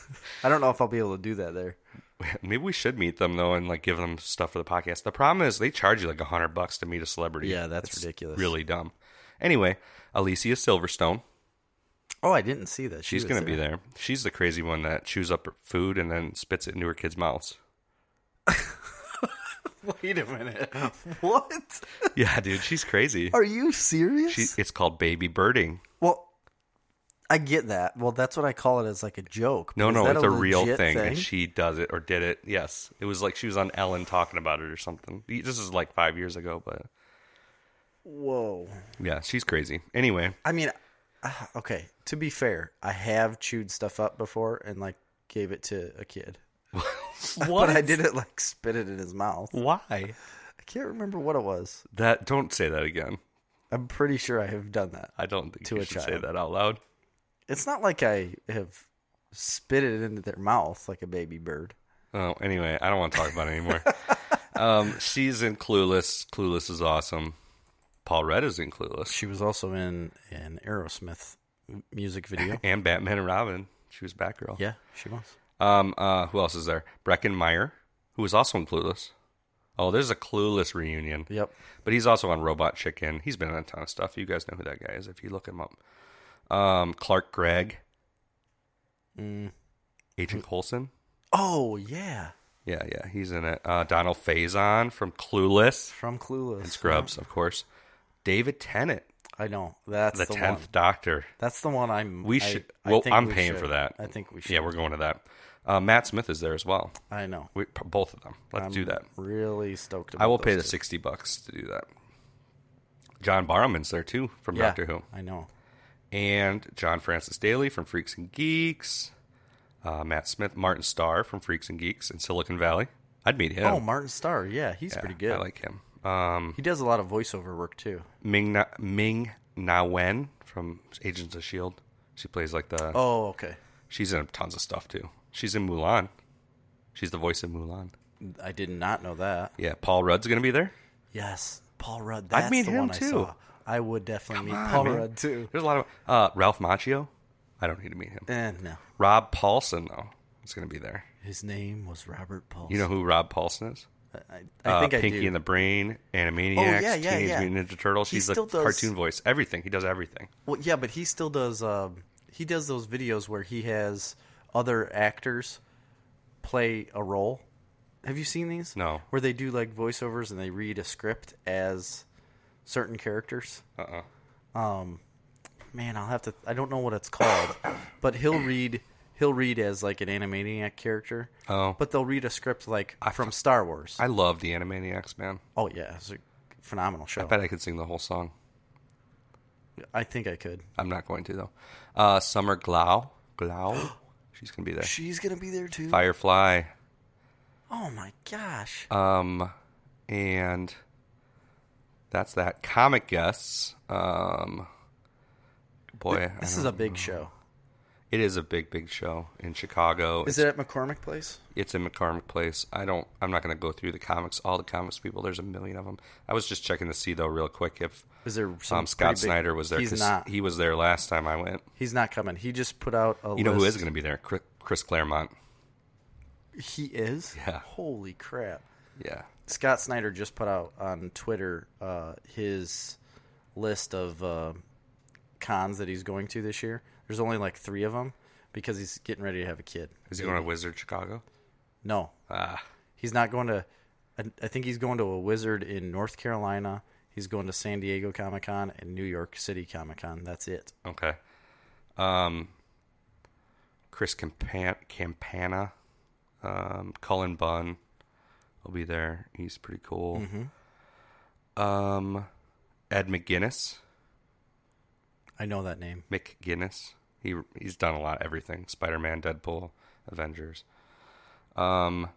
S3: I don't know if I'll be able to do that there.
S1: Maybe we should meet them though and like give them stuff for the podcast. The problem is they charge you like a hundred bucks to meet a celebrity.
S3: Yeah, that's ridiculous.
S1: Really dumb. Anyway, Alicia Silverstone,
S3: Oh, I didn't see that. She
S1: she's
S3: was
S1: gonna be
S3: there.
S1: there. She's the crazy one that chews up food and then spits it into her kids' mouths.
S3: Wait a minute. What?
S1: yeah, dude, she's crazy.
S3: Are you serious?
S1: She, it's called baby birding.
S3: well, I get that. Well, that's what I call it as like a joke.
S1: No,
S3: but is
S1: no,
S3: that
S1: it's a, real
S3: legit
S1: thing, and she does it or did it. Yes, it was like she was on Ellen talking about it or something. This is like five years ago, but
S3: Whoa.
S1: yeah, she's crazy. Anyway,
S3: I mean, ah, okay. To be fair, I have chewed stuff up before and like gave it to a kid,
S1: what?
S3: but I didn't like spit it in his mouth.
S1: Why?
S3: I can't remember what it was.
S1: That don't say that again.
S3: I'm pretty sure I have done that.
S1: I don't think
S3: To
S1: you
S3: a
S1: should say
S3: child.
S1: that out loud.
S3: It's not like I have spit it into their mouth like a baby bird.
S1: Oh, anyway, I don't want to talk about it anymore. um, she's in Clueless. Clueless is awesome. Paul Rudd is in Clueless
S3: She was also in an Aerosmith music video.
S1: and Batman and Robin. She was Batgirl.
S3: yeah, she was.
S1: Um, uh, who else is there? Brecken Meyer, who was also in Clueless. Oh, there's a Clueless reunion.
S3: Yep.
S1: But he's also on Robot Chicken. He's been on a ton of stuff. You guys know who that guy is if you look him up. Um, Clark Gregg,
S3: Mm.
S1: Agent Coulson.
S3: Oh yeah,
S1: Yeah, yeah, he's in it. Uh, Donald Faison from Clueless,
S3: from Clueless.
S1: Scrubs, of course. David Tennant,
S3: I know that's
S1: the
S3: the, one.
S1: tenth Doctor.
S3: That's the one I'm.
S1: We
S3: I-
S1: should.
S3: I
S1: well,
S3: think
S1: I'm
S3: we
S1: paying
S3: should.
S1: for that.
S3: I think we should.
S1: Yeah, we're going to that. Uh, Matt Smith is there as well.
S3: I know.
S1: We, p- both of them. Let's
S3: I'm
S1: do that.
S3: Really stoked. About
S1: I will
S3: those
S1: pay the
S3: two.
S1: sixty bucks to do that. John Barrowman's there too from
S3: Yeah,
S1: Doctor Who.
S3: I know.
S1: and John Francis Daly from Freaks and Geeks, uh, Matt Smith, Martin Starr from Freaks and Geeks in Silicon Valley. I'd meet him.
S3: Oh, Martin Starr. Yeah, he's
S1: Yeah,
S3: pretty good.
S1: I like him. Um,
S3: he does a lot of voiceover work too.
S1: Ming Na- Ming Na Wen from Agents of Shield. E She plays like the.
S3: Oh, okay.
S1: She's in tons of stuff too. She's in Mulan. She's the voice of Mulan.
S3: I did not know that.
S1: Yeah, Paul Rudd's gonna be there.
S3: Yes, Paul Rudd. That's
S1: meet
S3: the
S1: him,
S3: one
S1: too.
S3: I saw. I would definitely meet Paul Rudd too.
S1: There's a lot of uh, Ralph Macchio. I don't need to meet him.
S3: Eh, no,
S1: Rob Paulson though is gonna be there.
S3: his name was Robert Paul.
S1: You know who Rob Paulson is?
S3: I, I
S1: uh,
S3: think I
S1: Pinky
S3: do. Oh,
S1: and the Brain, Animaniacs,
S3: yeah, yeah,
S1: Teenage
S3: yeah.
S1: Mutant Ninja Turtles.
S3: He
S1: He's the
S3: still does-
S1: cartoon voice. Everything he does, everything.
S3: Well, yeah, but he still does. Um, he does those videos where he has other actors play a role. Have you seen these?
S1: No.
S3: Where they do like voiceovers and they read a script as certain characters.
S1: Uh uh
S3: Um, man, I'll have to. I don't know what it's called, but he'll read. He'll read as like an Animaniac character.
S1: Oh.
S3: But they'll read a script like from Star Wars.
S1: I love the Animaniacs, man.
S3: oh yeah, it's a phenomenal show.
S1: I bet I could sing the whole song.
S3: I think I could.
S1: I'm not going to though. Uh, Summer Glau, Glau, she's gonna be there.
S3: She's gonna be there too.
S1: Firefly,
S3: Oh my gosh!
S1: um, and that's that. Comic guests, um, boy, I
S3: this is
S1: don't-
S3: a big show.
S1: it is a big, big show in Chicago.
S3: Is
S1: it's,
S3: it at McCormick Place?
S1: it's in McCormick Place. I don't. I'm not gonna go through the comics, all the comics people. There's a million of them. I was just checking to see though, real quick, if
S3: Is there some
S1: um, Scott
S3: pretty big-
S1: Snyder was there
S3: He's
S1: 'cause
S3: not.
S1: he was there last time I went.
S3: He's not coming. He just put out a.
S1: You know who is going to be there? Chris, Chris Claremont.
S3: He is.
S1: Yeah.
S3: Holy crap!
S1: Yeah.
S3: Scott Snyder just put out on Twitter uh, his list of uh, cons that he's going to this year. There's only like three of them because he's getting ready to have a kid.
S1: Is he going to Wizard Chicago?
S3: No,
S1: Ah,
S3: he's not going to. I- I think he's going to a wizard in North Carolina. He's going to San Diego Comic Con and New York City Comic Con. That's it.
S1: okay. Um, Chris Campan- Campana, um, Cullen Bunn will be there. He's pretty cool.
S3: Mm-hmm.
S1: Um, Ed McGuinness,
S3: I know that name.
S1: McGuinness. He he's done a lot of everything: Spider-Man, Deadpool, Avengers. Um,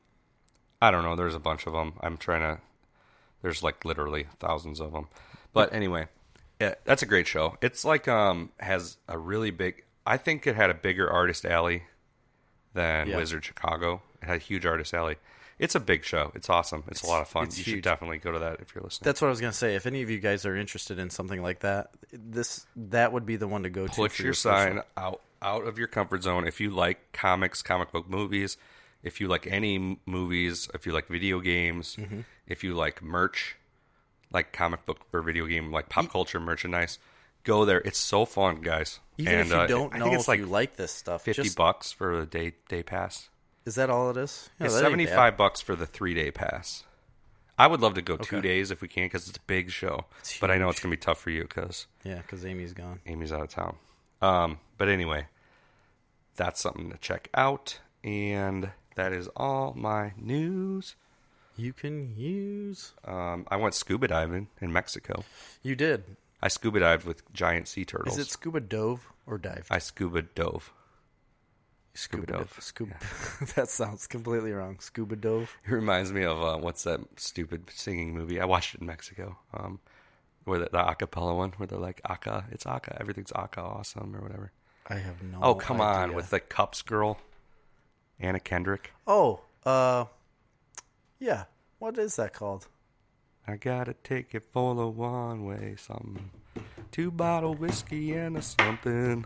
S1: I don't know. There's a bunch of them. I'm trying to. There's like literally thousands of them. But anyway, yeah, that's a great show. It's like um has a really big. I think it had a bigger artist alley than
S3: Yeah.
S1: Wizard Chicago. It had a huge artist alley. It's a big show. It's awesome. It's, a lot of fun. You
S3: it's
S1: should
S3: huge.
S1: definitely go to that if you're listening.
S3: That's what I was going to say. If any of you guys are interested in something like that, this that would be the one to go to.
S1: put
S3: for
S1: your,
S3: your first
S1: sign
S3: one.
S1: out out of your comfort zone if you like comics comic book movies if you like any m- movies if you like video games
S3: Mm-hmm.
S1: if you like merch like comic book or video game like pop culture merchandise go there it's so fun guys
S3: Even
S1: and
S3: if you
S1: uh,
S3: don't
S1: I
S3: know
S1: think
S3: if
S1: it's like
S3: you like this stuff,
S1: 50
S3: just,
S1: bucks for the day day pass
S3: is that all it is? No,
S1: it's
S3: Oh, that ain't bad.
S1: 75 bucks for the three day pass i would love to go two days if we can because it's a big show but i know it's going to be tough for you because
S3: Yeah, because Amy's gone.
S1: Amy's out of town. Um, but anyway, that's something to check out. And that is all my news.
S3: You can use.
S1: Um, I went scuba diving in Mexico.
S3: You did.
S1: I scuba dived with giant sea turtles.
S3: Is it scuba dove or dive?
S1: I scuba dove.
S3: scuba,
S1: dove,
S3: do- Scuba. that sounds completely wrong. Scuba dove.
S1: It reminds me of uh, what's that stupid singing movie? I watched it in Mexico. Um, where the, the acapella one, where they're like "Aca, it's Aca, everything's Aca, awesome" or whatever.
S3: I have no.
S1: Oh come on,
S3: idea.
S1: with the cups girl, Anna Kendrick.
S3: Oh, uh, yeah. What is that called?
S1: I got a ticket for the one way something. Two bottle whiskey and a something.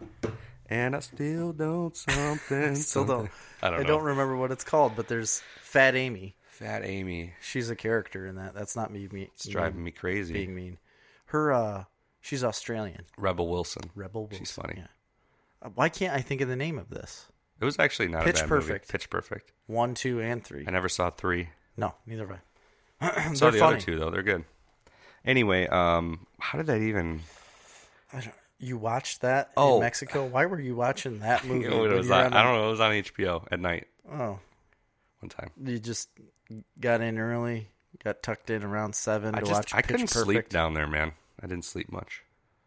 S1: And I still don't something. something.
S3: Still don't.
S1: I don't
S3: I
S1: know.
S3: don't remember what it's called, but there's Fat Amy.
S1: Fat Amy.
S3: She's a character in that. That's not me. me
S1: It's driving me crazy.
S3: being mean. Her. uh She's Australian.
S1: Rebel Wilson.
S3: Rebel. Wilson,
S1: She's funny.
S3: yeah. Uh, Why can't I think of the name of this?
S1: It was actually not
S3: Pitch
S1: a bad movie.
S3: Perfect.
S1: Pitch Perfect.
S3: One, two, and three.
S1: I never saw three.
S3: No, neither have I.
S1: Saw
S3: They're
S1: the
S3: funny.
S1: other two though. They're good. Anyway, um, how did that even?
S3: I don't- you watched that
S1: Oh.
S3: in Mexico? Why were you watching that movie?
S1: It was
S3: when you're
S1: on,
S3: on
S1: I don't know. It was on HBO at night
S3: a- Oh,
S1: one time.
S3: you just got in early, got tucked in around seven
S1: I
S3: to
S1: just
S3: watch
S1: I
S3: Pitch
S1: couldn't
S3: Perfect.
S1: sleep down there, man. I didn't sleep much.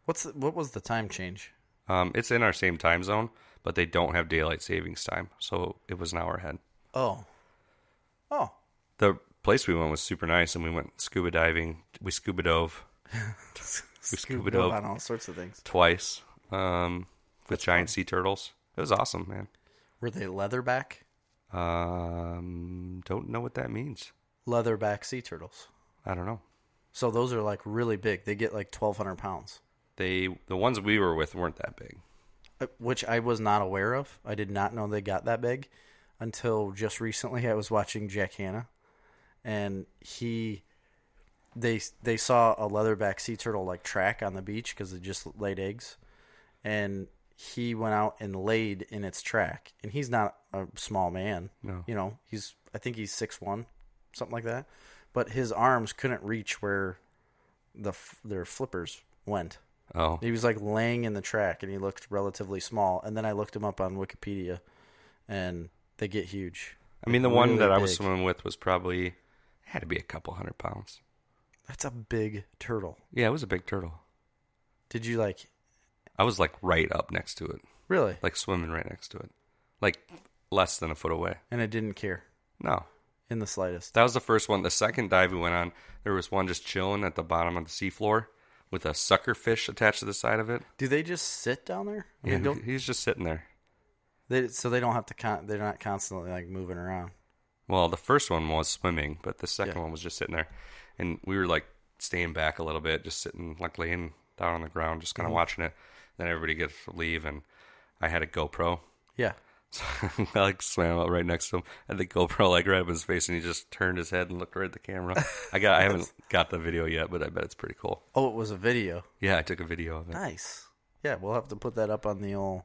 S3: What's the, what was the time change?
S1: Um, it's in our same time zone, but they don't have daylight savings time, so it was an hour ahead.
S3: Oh, oh,
S1: The place we went was super nice, and we went scuba diving. We scuba dove
S3: scuba
S1: dove.
S3: dove on all sorts of things.
S1: twice um, with giant sea turtles. It was awesome, man.
S3: Were they leatherback?
S1: Um, don't know what that means.
S3: Leatherback sea turtles.
S1: I don't know.
S3: So those are like really big. They get like twelve hundred pounds,
S1: They the ones we were with weren't that big.
S3: uh, which I was not aware of. I did not know they got that big until just recently. I was watching Jack Hanna, and he they they saw a leatherback sea turtle like track on the beach because it just laid eggs, and he went out and laid in its track. And he's not a small man.
S1: No.
S3: you know he's I think he's six one, something like that. But his arms couldn't reach where the f- their flippers went.
S1: Oh,
S3: He was like laying in the track and he looked relatively small. And then I looked him up on Wikipedia and they get huge.
S1: I mean the one
S3: really
S1: that I was
S3: big.
S1: swimming with was probably had to be a couple hundred pounds.
S3: That's a big turtle.
S1: Yeah, it was a big turtle.
S3: Did you like
S1: I was like right up next to it,
S3: Really?
S1: like swimming right next to it, like less than a foot away.
S3: And I didn't care
S1: No,
S3: in the slightest.
S1: That was the first one. The second dive we went on, there was one just chilling at the bottom of the seafloor with a sucker fish attached to the side of it.
S3: Do they just sit down there? I mean,
S1: Yeah,
S3: don't
S1: he's just sitting there.
S3: they, so they don't have to con- they're not constantly like moving around.
S1: Well, the first one was swimming, but the second
S3: Yeah.
S1: one was just sitting there. And we were like staying back a little bit, just sitting, like laying down on the ground, just
S3: Mm-hmm.
S1: kind of watching it. Then everybody gets to leave, and I had a GoPro.
S3: Yeah.
S1: So I like swam up right next to him. I had the GoPro like right up in his face, and he just turned his head and looked right at the camera. I got, I haven't got the video yet, but I bet it's pretty cool.
S3: Oh, it was a video.
S1: Yeah, I took a video of it.
S3: Nice. Yeah, we'll have to put that up on the old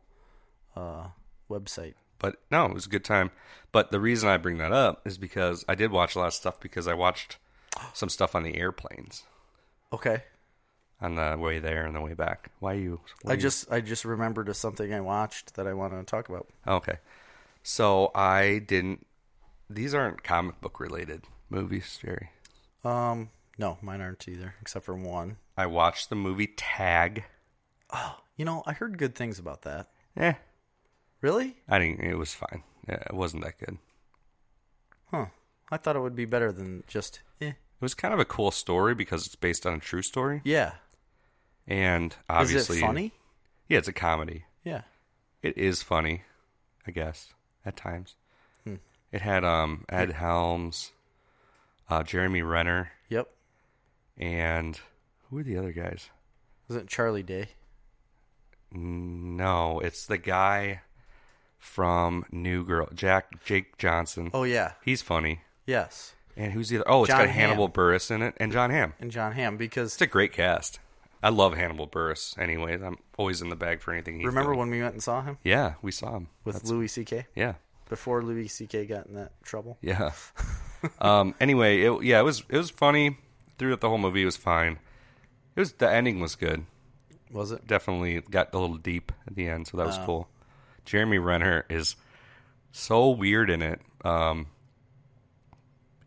S3: uh, website.
S1: But no, it was a good time. But the reason I bring that up is because I did watch a lot of stuff because I watched some stuff on the airplanes
S3: Okay.
S1: on the way there and the way back. Why you? why
S3: I
S1: you-
S3: just I just remembered of something I watched that I want to talk about.
S1: Oh, okay. So I didn't. These aren't comic book related movies, Jerry.
S3: Um, no, mine aren't either, except for one.
S1: I watched the movie Tag.
S3: You know, I heard good things about that.
S1: Eh,
S3: Really?
S1: I didn't. It was fine. Yeah, it wasn't that good.
S3: Huh. I thought it would be better than just eh.
S1: It was kind of a cool story because it's based on a true story,
S3: Yeah.
S1: and
S3: Is
S1: obviously,
S3: it funny?
S1: Yeah, it's a comedy.
S3: Yeah.
S1: It is funny, I guess, at times.
S3: Hmm.
S1: It had um Ed Helms, uh, Jeremy Renner,
S3: Yep.
S1: and who are the other guys?
S3: Wasn't Charlie Day?
S1: No, it's the guy from New Girl, Jack Jake Johnson.
S3: Oh yeah.
S1: He's funny.
S3: Yes.
S1: And who's the other? Oh, it's
S3: John
S1: got Hannibal
S3: Hamm.
S1: Burris in it and John Hamm.
S3: And John Hamm because
S1: It's a great cast. I love Hannibal Burris. Anyways, I'm always in the bag for anything. He's
S3: remember
S1: doing.
S3: when we went and saw him
S1: Yeah, we saw him.
S3: with Louis C.K.
S1: Yeah.
S3: before Louis C.K. got in that trouble?
S1: Yeah. um. Anyway, it, yeah, it was it was funny throughout the whole movie. It was fine. It was the ending was good.
S3: Was it?
S1: Definitely got a little deep at the end, so that was cool. Jeremy Renner is so weird in it. Um.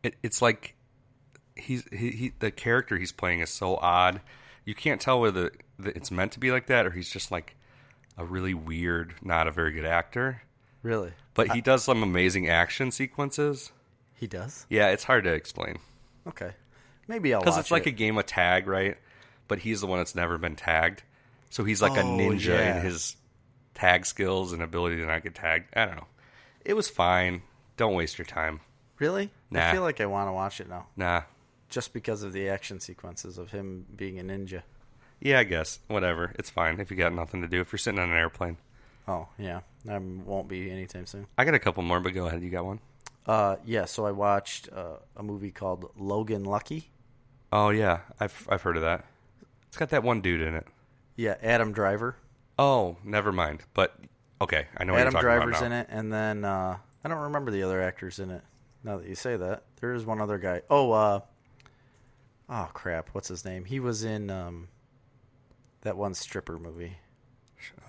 S1: It, it's like he's he, he the character he's playing is so odd. You can't tell whether the, it's meant to be like that or he's just like a really weird, not a very good actor.
S3: Really?
S1: But he does some amazing action sequences.
S3: He does?
S1: Yeah, it's hard to explain.
S3: Okay. Maybe I'll
S1: because
S3: watch
S1: it's like
S3: it.
S1: a game of tag, right? But he's the one that's never been tagged, so he's like a
S3: Oh,
S1: ninja
S3: yeah.
S1: in his tag skills and ability to not get tagged. I don't know. It was fine. Don't waste your time.
S3: Really?
S1: Nah.
S3: I feel like I want to watch it now
S1: Nah.
S3: just because of the action sequences of him being a ninja.
S1: Yeah, I guess whatever. It's fine if you got nothing to do. If you're sitting on an airplane,
S3: Oh, yeah. I won't be anytime soon.
S1: I got a couple more, but go ahead. You got one?
S3: Uh, yeah, so I watched uh, a movie called Logan Lucky.
S1: Oh yeah, I've I've heard of that. It's got that one dude in it.
S3: Yeah, Adam Driver.
S1: Oh, never mind. But okay, I know what
S3: Adam
S1: you're talking
S3: Driver's
S1: about
S3: in
S1: now.
S3: it, and then uh, I don't remember the other actors in it. Now that you say that, there is one other guy. Oh, uh, oh crap, what's his name? He was in um, that one stripper movie.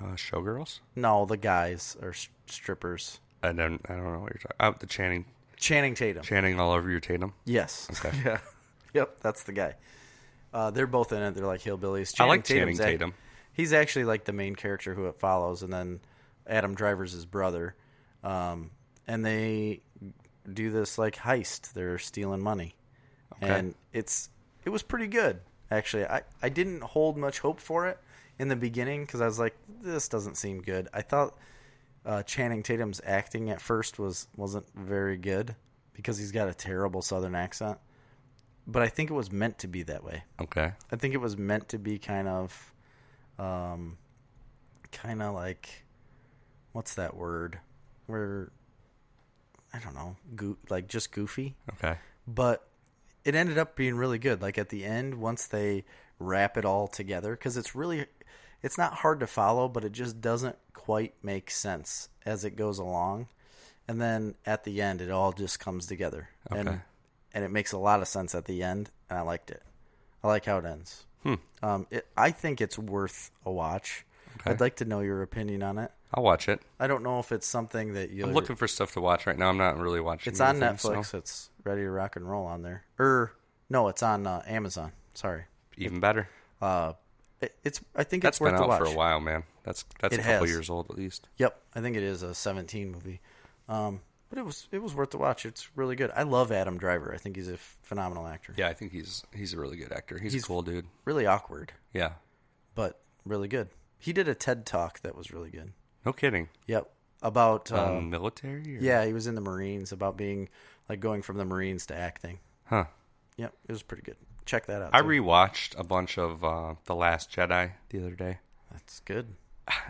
S1: Uh, Showgirls.
S3: No, the guys are s- strippers.
S1: I don't I don't know what you're talking. about. the Channing
S3: Channing Tatum.
S1: Channing all over your Tatum.
S3: yes.
S1: Okay.
S3: yeah. Yep, that's the guy. Uh, they're both in it. They're like hillbillies.
S1: I like
S3: Tatum's
S1: Channing
S3: act-
S1: Tatum.
S3: he's actually like the main character who it follows, and then Adam Driver's his brother, um, and they do this like heist. They're stealing money, and it's it was pretty good actually. I I didn't hold much hope for it in the beginning because I was like, this doesn't seem good. I thought uh, Channing Tatum's acting at first was wasn't very good because he's got a terrible Southern accent, but I think it was meant to be that way.
S1: Okay.
S3: I think it was meant to be kind of, um, kind of like, what's that word? Where, I don't know, goo like just goofy.
S1: Okay.
S3: But it ended up being really good. Like at the end, once they wrap it all together, because it's really, it's not hard to follow, but it just doesn't quite make sense as it goes along. And then at the end, it all just comes together, and
S1: Okay.
S3: and it makes a lot of sense at the end. And I liked it. I like how it ends.
S1: Hmm.
S3: Um, it, I think it's worth a watch. I'd like to know your opinion on it.
S1: I'll watch it.
S3: I don't know if it's something that you.
S1: I'm looking for stuff to watch right now. I'm not really watching.
S3: It's on
S1: anything, so
S3: Netflix. It's ready to rock Er, and roll on there. Or no, it's on uh, Amazon. Sorry.
S1: even better.
S3: Uh, It- It's I think
S1: That's
S3: it's worth
S1: been
S3: the
S1: out
S3: watch.
S1: for a while, man. That's that's
S3: It
S1: a couple
S3: has.
S1: years old at least.
S3: Yep, I think it is a 17 movie. Um, but it was it was worth the watch. It's really good. I love Adam Driver. I think he's a phenomenal actor.
S1: Yeah, I think he's he's a really good actor. He's,
S3: He's-
S1: a cool dude.
S3: Really awkward,
S1: Yeah.
S3: but really good. He did a TED talk that was really good.
S1: No kidding.
S3: Yep, about uh,
S1: um, military? Or?
S3: yeah, he was in the Marines about being like going from the Marines to acting.
S1: Huh.
S3: Yep, it was pretty good. Check that out.
S1: I
S3: too.
S1: rewatched a bunch of uh, The Last Jedi the other day.
S3: That's good.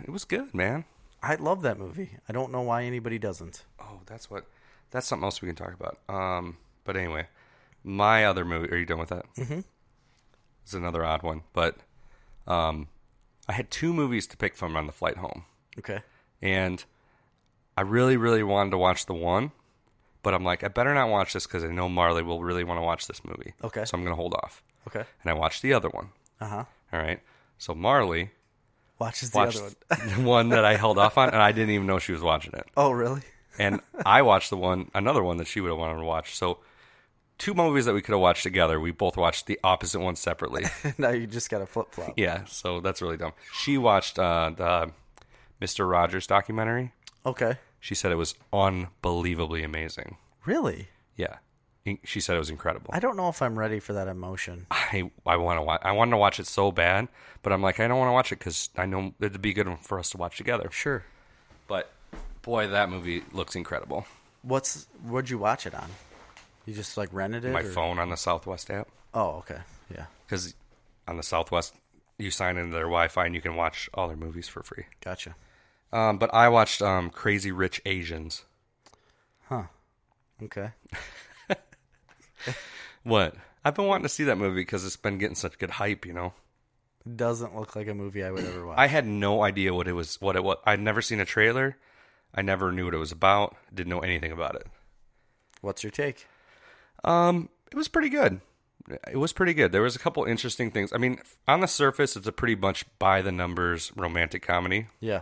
S1: It was good, man.
S3: I love that movie. I don't know why anybody doesn't.
S1: Oh, that's what. That's something else we can talk about. Um, but anyway, my other movie. Are you done with that? Mm-hmm. It's another odd one, but um, I had two movies to pick from on the flight home,
S3: Okay.
S1: and I really, really wanted to watch the one, but I'm like, I better not watch this because I know Marley will really want to watch this movie.
S3: Okay.
S1: so I'm gonna hold off,
S3: Okay.
S1: and I watched the other one.
S3: Uh huh.
S1: All right, so Marley
S3: Watches the
S1: watched
S3: other one.
S1: the one that I held off on, and I didn't even know she was watching it
S3: Oh, really?
S1: and I watched the one, another one that she would have wanted to watch. So, two movies that we could have watched together, we both watched the opposite one separately.
S3: now you just got a flip flop.
S1: yeah, so that's really dumb. She watched uh, the Mister Rogers documentary.
S3: Okay.
S1: She said it was unbelievably amazing.
S3: Really?
S1: Yeah, In- she said it was incredible.
S3: I don't know if I'm ready for that emotion.
S1: I I want to watch. I wanted to watch it so bad, but I'm like, I don't want to watch it because I know it'd be good for us to watch together.
S3: Sure.
S1: But boy, that movie looks incredible.
S3: What's what'd you watch it on? You just like rented it?
S1: My
S3: or-
S1: phone on the Southwest app.
S3: Oh, okay. Yeah.
S1: because on the Southwest, you sign into their Wi-Fi and you can watch all their movies for free.
S3: Gotcha.
S1: Um, but I watched um, Crazy Rich Asians.
S3: Okay.
S1: What? I've been wanting to see that movie because it's been getting such good hype. You know,
S3: Doesn't look like a movie I would ever watch.
S1: I had no idea what it was. What it was. I'd never seen a trailer. I never knew what it was about. Didn't know anything about it.
S3: What's your take?
S1: Um, it was pretty good. It was pretty good. There was a couple interesting things. I mean, on the surface, it's a pretty much by the numbers romantic comedy.
S3: Yeah.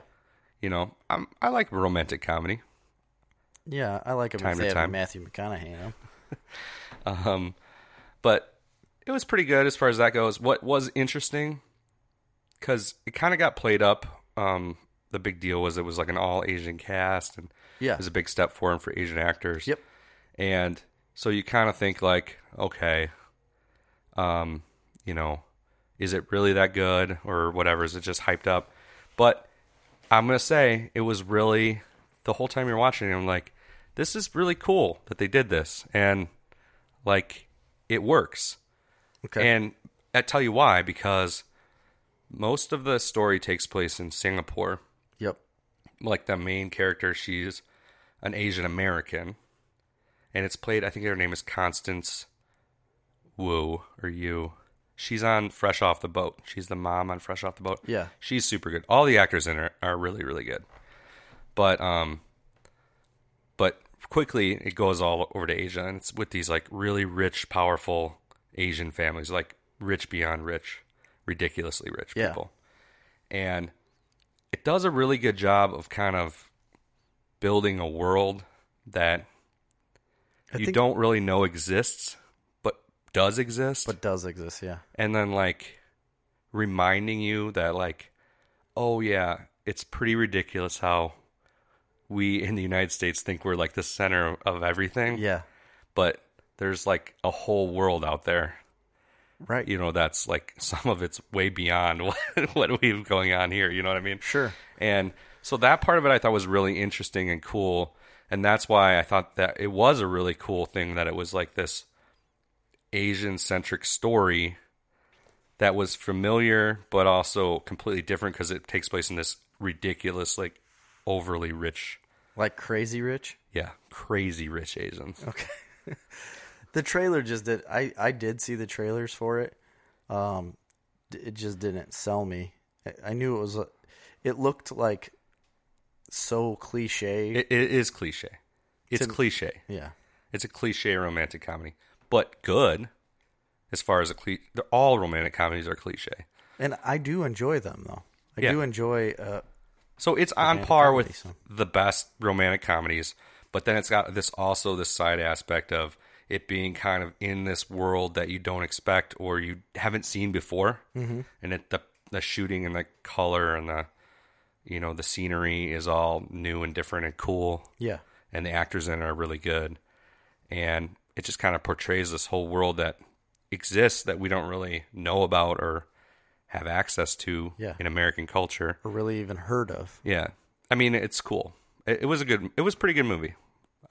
S1: You know, I'm, I like romantic comedy.
S3: Yeah, I like him
S1: Time
S3: if
S1: to
S3: they have
S1: time.
S3: Matthew McConaughey in 'em.
S1: Um, but it was pretty good as far as that goes. What was interesting, because it kind of got played up. Um, the big deal was it was like an all Asian cast, and
S3: Yeah.
S1: it was a big step for him for Asian actors.
S3: Yep.
S1: And so you kind of think like, okay, um, you know, is it really that good or whatever? Is it just hyped up? But I'm gonna say it was really the whole time you're watching. it, I'm like, this is really cool that they did this, and like it works.
S3: Okay.
S1: And I tell you why because most of the story takes place in Singapore.
S3: yep.
S1: Like the main character, she's an Asian American, and it's played. I think her name is Constance Wu or you. She's on Fresh Off the Boat. She's the mom on Fresh Off the Boat.
S3: Yeah.
S1: she's super good. All the actors in her are really really good, but um, but quickly it goes all over to Asia, and it's with these like really rich, powerful Asian families, like rich beyond rich, ridiculously rich
S3: Yeah.
S1: people, and it does a really good job of kind of building a world that
S3: I
S1: you
S3: think-
S1: don't really know exists, but does exist
S3: But does exist, yeah.
S1: and then like reminding you that like oh yeah it's pretty ridiculous how we in the united states think we're like the center of everything
S3: Yeah.
S1: but there's like a whole world out there
S3: Right.
S1: you know that's like some of it's way beyond what, what we have going on here you know what i mean
S3: Sure.
S1: and so that part of it I thought was really interesting and cool. And that's why I thought that it was a really cool thing that it was like this Asian centric story that was familiar but also completely different because it takes place in this ridiculous, like overly rich,
S3: Like Crazy Rich.
S1: yeah, crazy rich Asians.
S3: Okay. the trailer just did. I I did see the trailers for it. Um, d- it just didn't sell me. I, I knew it was. a- It looked like so cliche.
S1: It, it is cliche. It's
S3: To-
S1: cliche.
S3: yeah.
S1: It's a cliche romantic comedy, but good as far as a cliche. All romantic comedies are cliche.
S3: And I do enjoy them though. I
S1: Yeah.
S3: do enjoy. Uh,
S1: So it's on par
S3: comedy,
S1: with
S3: so.
S1: the best romantic comedies, but then it's got this also this side aspect of it being kind of in this world that you don't expect or you haven't seen before, mm-hmm. and it the the shooting and the color and the you know the scenery is all new and different and cool
S3: Yeah.
S1: and the actors in it are really good. And it just kind of portrays this whole world that exists that we don't really know about or have access to
S3: Yeah.
S1: in American culture.
S3: Or really even heard of.
S1: Yeah. I mean, it's cool. It, it was a good, it was a pretty good movie.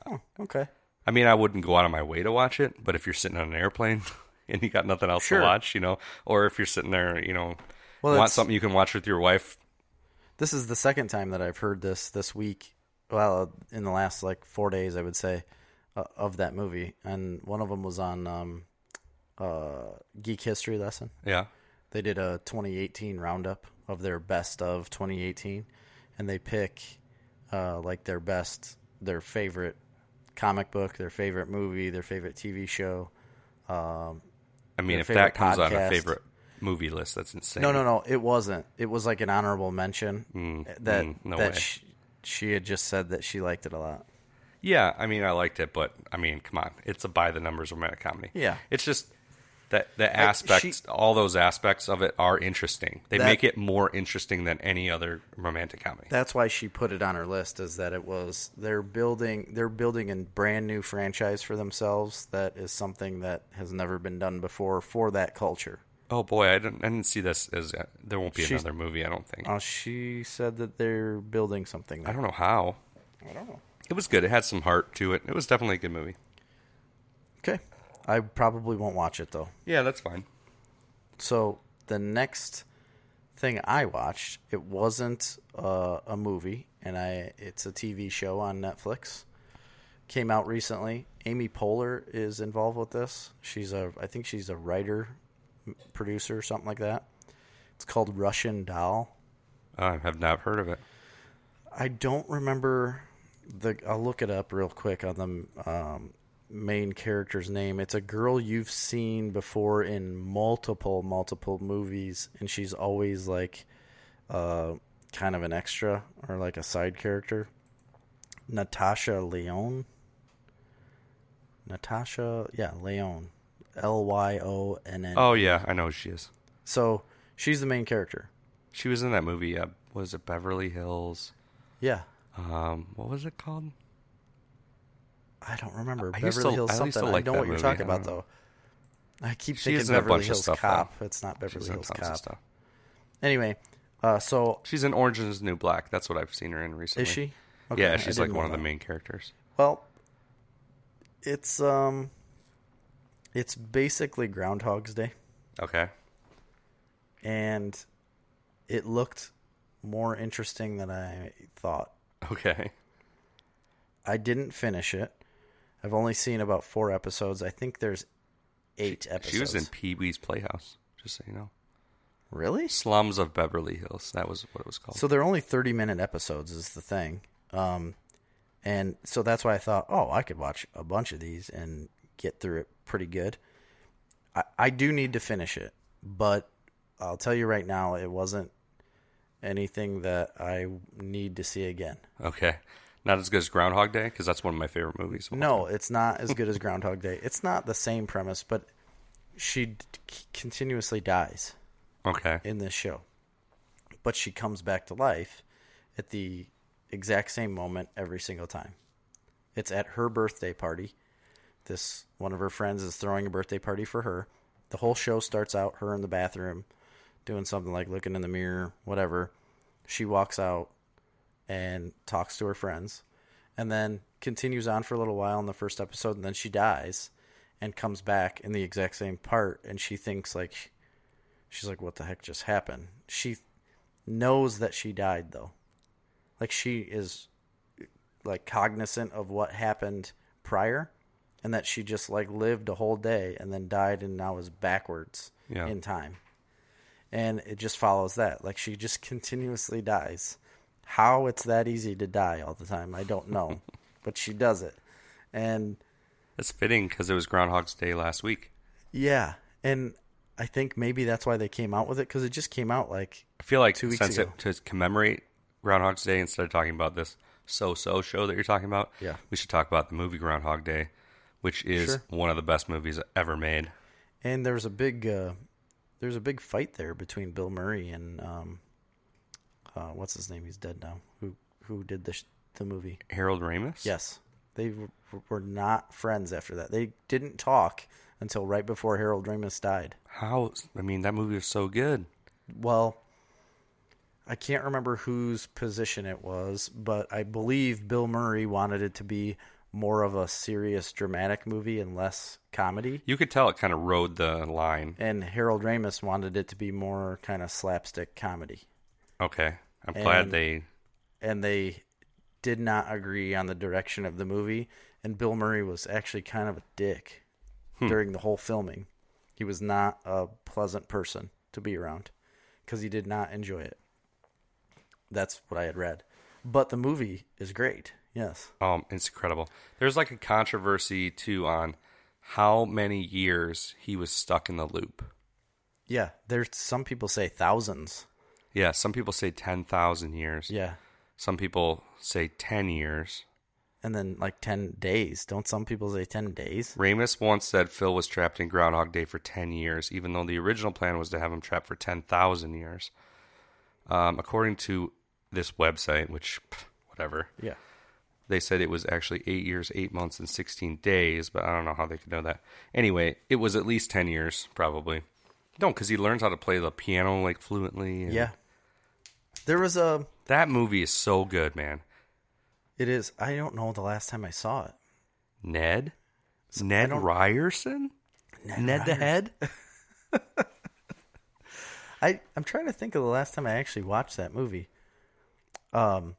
S3: Oh, okay.
S1: I mean, I wouldn't go out of my way to watch it, but if you're sitting on an airplane and you got nothing else
S3: Sure.
S1: to watch, you know, or if you're sitting there, you know,
S3: Well,
S1: want
S3: it's-
S1: something you can watch with your wife,
S3: This is the second time that I've heard this this week. Well, in the last like four days, I would say, uh, of that movie, and one of them was on um, uh, Geek History Lesson.
S1: yeah,
S3: They did a 2018 roundup of their best of 2018, and they pick uh, like their best, their favorite comic book, their favorite movie, their favorite TV show.
S1: I mean,
S3: Your
S1: if that
S3: favorite
S1: comes on a
S3: podcast.
S1: favorite movie list, that's insane.
S3: No, no, no. It wasn't. It was like an honorable mention that
S1: mm, no
S3: that
S1: way.
S3: sh she had just said that she liked it a lot.
S1: Yeah, I mean, I liked it, but I mean, come on, it's a by the numbers romantic comedy.
S3: Yeah.
S1: it's just that the aspects,
S3: she-
S1: all those aspects of it are interesting. They
S3: That-
S1: make it more interesting than any other romantic comedy.
S3: That's why she put it on her list is that it was they're building they're building a brand new franchise for themselves that is something that has never been done before for that culture.
S1: oh boy, I didn't, I didn't see this as uh, there won't be
S3: She's-
S1: another movie. I don't think.
S3: Uh, she said that they're building something.
S1: I
S3: There.
S1: don't know how.
S3: I don't know.
S1: It was good. It had some heart to it. It was definitely a good movie.
S3: Okay, I probably won't watch it though.
S1: Yeah, that's fine.
S3: So the next thing I watched, it wasn't uh, a movie, and I it's a TV show on Netflix. Came out recently. Amy Poehler is involved with this. She's a I think she's a writer, m- producer, something like that. It's called Russian Doll.
S1: I have not heard of it.
S3: I don't remember the. I'll look it up real quick on the um, main character's name. It's a girl you've seen before in multiple, multiple movies, and she's always like uh, kind of an extra or like a side character. Natasha Leon. Natasha, yeah, Leon. L Y O N N.
S1: Oh yeah, I know who she is.
S3: So she's the main character.
S1: She was in that movie. Uh, was it Beverly Hills?
S3: Yeah.
S1: Um, what was it called?
S3: I don't remember.
S1: I
S3: Beverly
S1: used to-
S3: Hills
S1: I used to
S3: something. I,
S1: like
S3: know
S1: that
S3: what you're
S1: movie.
S3: talking
S1: I
S3: about
S1: don't
S3: though. I keep
S1: She's
S3: thinking
S1: in a bunch
S3: Beverly
S1: of
S3: Hills
S1: stuff, though.
S3: Cop. It's not
S1: She's
S3: Beverly
S1: in
S3: Hills
S1: tons
S3: Cop.
S1: of stuff.
S3: Anyway, uh, so
S1: She's in Orange is the New Black. That's what I've seen her in recently.
S3: is she?
S1: yeah,
S3: I
S1: she's like
S3: didn't
S1: one
S3: know
S1: of the
S3: that.
S1: main characters.
S3: Well, it's um, it's basically Groundhog's Day,
S1: Okay.
S3: and it looked more interesting than I thought.
S1: Okay.
S3: I didn't finish it. I've only seen about four episodes. I think there's eight episodes.
S1: She was in Pee Wee's Playhouse, just so you know.
S3: really?
S1: Slums of Beverly Hills. That was what it was called.
S3: So they're only 30 minute episodes is the thing. Um, and so that's why I thought, oh, I could watch a bunch of these and get through it pretty good. I, I do need to finish it, but I'll tell you right now, it wasn't anything that I need to see again.
S1: okay. Not as good as Groundhog Day, because that's one of my favorite movies. of all
S3: No, it's not as good as Groundhog Day. It's not the same premise, but she d- c- continuously dies.
S1: time. Okay.
S3: in this show. But she comes back to life at the exact same moment every single time. It's at her birthday party. This one of her friends is throwing a birthday party for her. The whole show starts out her in the bathroom doing something like looking in the mirror, whatever. She walks out and talks to her friends and then continues on for a little while in the first episode and then she dies and comes back in the exact same part and she thinks like She's like, "What the heck just happened?" She knows that she died though. Like she is like cognizant of what happened prior and that she just like lived a whole day and then died and now is backwards
S1: Yeah.
S3: in time. And it just follows that. Like she just continuously dies. How it's that easy to die all the time, I don't know, but she does it. And
S1: That's fitting because it was Groundhog's Day last week.
S3: yeah, and I think maybe that's why they came out with it cuz it just came out like
S1: I feel like
S3: Two weeks
S1: since
S3: ago.
S1: it to commemorate Groundhog's Day, instead of talking about this so so show that you're talking about,
S3: Yeah.
S1: we should talk about the movie Groundhog Day, which is
S3: Sure.
S1: one of the best movies ever made.
S3: And there was a big uh, There's a big fight there between Bill Murray and um, uh, what's his name? He's dead now. Who who did the sh- the movie?
S1: Harold Ramis?
S3: Yes, they w- were not friends after that. They didn't talk until right before Harold Ramis died.
S1: How? I mean, that movie was so good.
S3: Well, I can't remember whose position it was, but I believe Bill Murray wanted it to be more of a serious dramatic movie and less comedy.
S1: You could tell it kind of rode the line.
S3: And Harold Ramis wanted it to be more kind of slapstick comedy.
S1: Okay. I'm glad
S3: And-
S1: they.
S3: And they did not agree on the direction of the movie. And Bill Murray was actually kind of a dick during the whole filming. He was not a pleasant person to be around because he did not enjoy it. That's what I had read. But the movie is great. Yes.
S1: Um, it's incredible. There's like a controversy too on how many years he was stuck in the loop.
S3: Yeah. There's some people say thousands.
S1: Yeah, some people say 10,000 years.
S3: Yeah.
S1: Some people say 10 years.
S3: And then like 10 days. Don't some people say 10 days?
S1: Ramus once said Phil was trapped in Groundhog Day for 10 years, even though the original plan was to have him trapped for 10,000 years. Um, according to this website, which, pff, whatever,
S3: Yeah.
S1: they said it was actually eight years, eight months, and 16 days, but I don't know how they could know that. Anyway, it was at least 10 years, probably. No, because he learns how to play the piano like fluently. and-
S3: Yeah. There was a.
S1: That movie is so good, man.
S3: It is. I don't know the last time I saw it.
S1: Ned? Ned
S3: don't-
S1: Ryerson? Ned, the Head?
S3: I I'm trying to think of the last time I actually watched that movie. Um,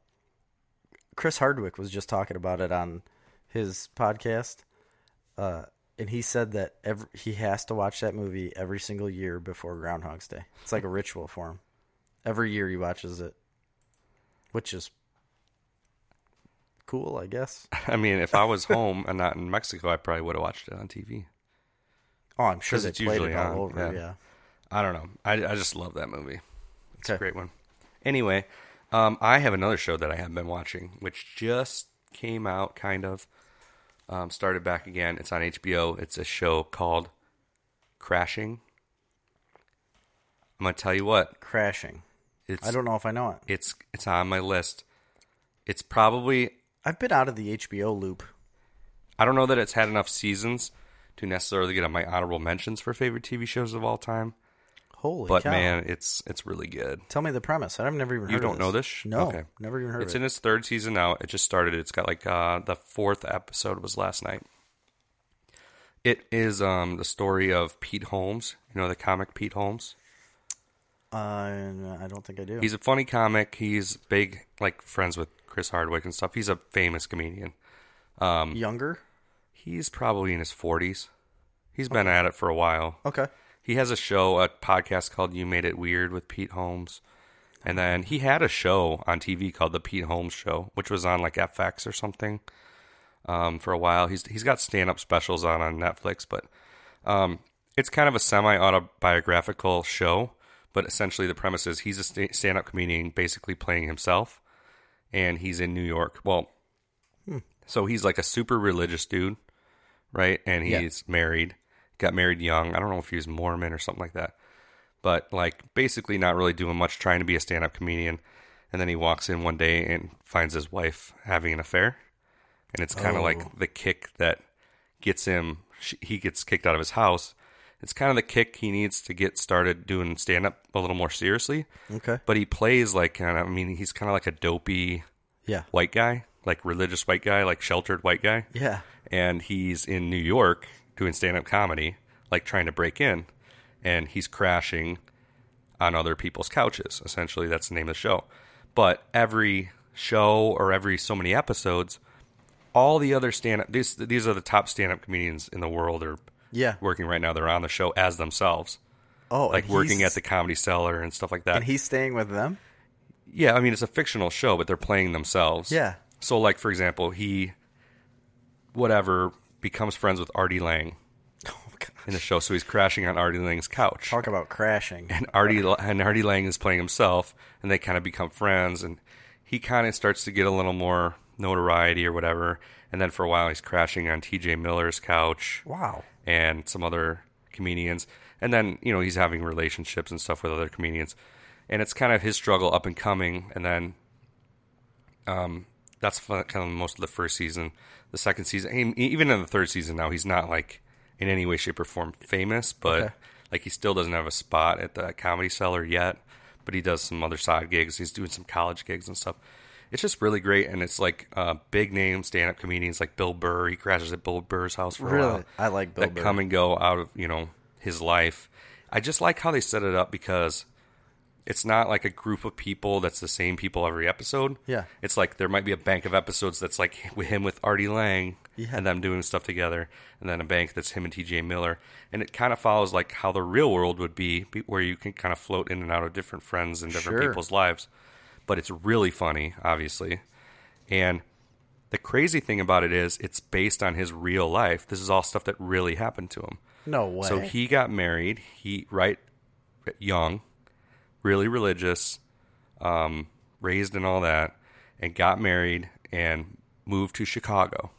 S3: Chris Hardwick was just talking about it on his podcast, uh, and he said that every he has to watch that movie every single year before Groundhog's Day. It's like a ritual for him. Every year he watches it, which is cool, I guess.
S1: I mean, if I was home and not in Mexico, I probably would have watched it on TV.
S3: Oh, I'm sure
S1: 'Cause
S3: they
S1: it's
S3: played
S1: usually
S3: it all
S1: on,
S3: over. Yeah.
S1: yeah. I don't know. I, I just love that movie. It's a
S3: Okay.
S1: great one. Anyway, um, I have another show that I have been watching, which just came out, kind of. Um, started back again. It's on HBO. It's a show called Crashing. I'm gonna tell you what.
S3: Crashing.
S1: It's
S3: I don't know if I know it.
S1: it's it's on my list. It's probably
S3: I've been out of the HBO loop.
S1: I don't know that it's had enough seasons to necessarily get on my honorable mentions for favorite TV shows of all time.
S3: Holy
S1: But
S3: cow.
S1: man, it's it's really good.
S3: Tell me the premise. I've never even heard
S1: You don't
S3: of
S1: know this?
S3: No.
S1: Okay.
S3: Never even heard
S1: it's
S3: of
S1: in
S3: it.
S1: its third season now. It just started. It's got like uh, the fourth episode was last night. It is um, the story of Pete Holmes. You know the comic Pete Holmes.
S3: Uh, I don't think I do.
S1: He's a funny comic. He's big, like friends with Chris Hardwick and stuff. He's a famous comedian. um,
S3: Younger?
S1: He's probably in his forties. He's been at it for a while.
S3: Okay.
S1: He has a show, a podcast called "You Made It Weird" with Pete Holmes, and then he had a show on TV called "The Pete Holmes Show," which was on like FX or something um, for a while. He's he's got stand up specials on on Netflix, but um, it's kind of a semi autobiographical show. But essentially, the premise is he's a stand up comedian, basically playing himself, and he's in New York. Well, so he's like a super religious dude, right? And
S3: Yeah.
S1: he's married, got married young. I don't know if he was Mormon or something like that, but like basically not really doing much, trying to be a stand up comedian. And then he walks in one day and finds his wife having an affair and it's kind of like the kick that gets him sh- he gets kicked out of his house it's kind of the kick he needs to get started doing stand up a little more seriously
S3: Okay.
S1: but he plays like kind of i mean he's kind of like a dopey
S3: Yeah.
S1: white guy like religious white guy like sheltered white guy
S3: Yeah.
S1: and he's in new york doing stand up comedy like trying to break in and he's crashing on other people's couches. Essentially, that's the name of the show. But every show or every so many episodes, all the other stand up these these are the top stand up comedians in the world are
S3: Yeah.
S1: working right now. They're on the show as themselves,
S3: Oh,
S1: like
S3: and
S1: working
S3: he's-
S1: at the comedy cellar and stuff like that.
S3: And he's staying with them?
S1: yeah, I mean it's a fictional show, but they're playing themselves.
S3: Yeah.
S1: So like for example, he whatever becomes friends with Artie Lang
S3: Oh, God.
S1: in the show, so he's crashing on Artie Lang's couch.
S3: Talk about crashing.
S1: and Artie and Artie Lang is playing himself, and they kind of become friends, and he kind of starts to get a little more notoriety or whatever. And then for a while, he's crashing on T.J. Miller's couch
S3: Wow.
S1: and some other comedians, and then you know he's having relationships and stuff with other comedians, and it's kind of his struggle up and coming, and then um, that's fu- kind of most of the first season, the second season, and e, even in the third season now he's not like in any way, shape, or form famous, but like he still doesn't have a spot at the comedy cellar yet, but he does some other side gigs, he's doing some college gigs and stuff. It's just really great, and it's like uh, big name stand up comedians like Bill Burr. He crashes at Bill Burr's house for a while
S3: Really, I like Bill
S1: that
S3: Burr.
S1: come and go out of you know his life. I just like how they set it up because it's not like a group of people that's the same people every episode.
S3: Yeah.
S1: it's like there might be a bank of episodes that's like with him with Artie Lang and them doing stuff together, and then a bank that's him and T.J. Miller, and it kind of follows like how the real world would be, be- where you can kind of float in and out of different friends and different
S3: Sure.
S1: people's lives. But it's really funny, obviously, and the crazy thing about it is it's based on his real life. This is all stuff that really happened to him.
S3: no way.
S1: So he got married. He right young, really religious, um, raised and all that, and got married and moved to Chicago.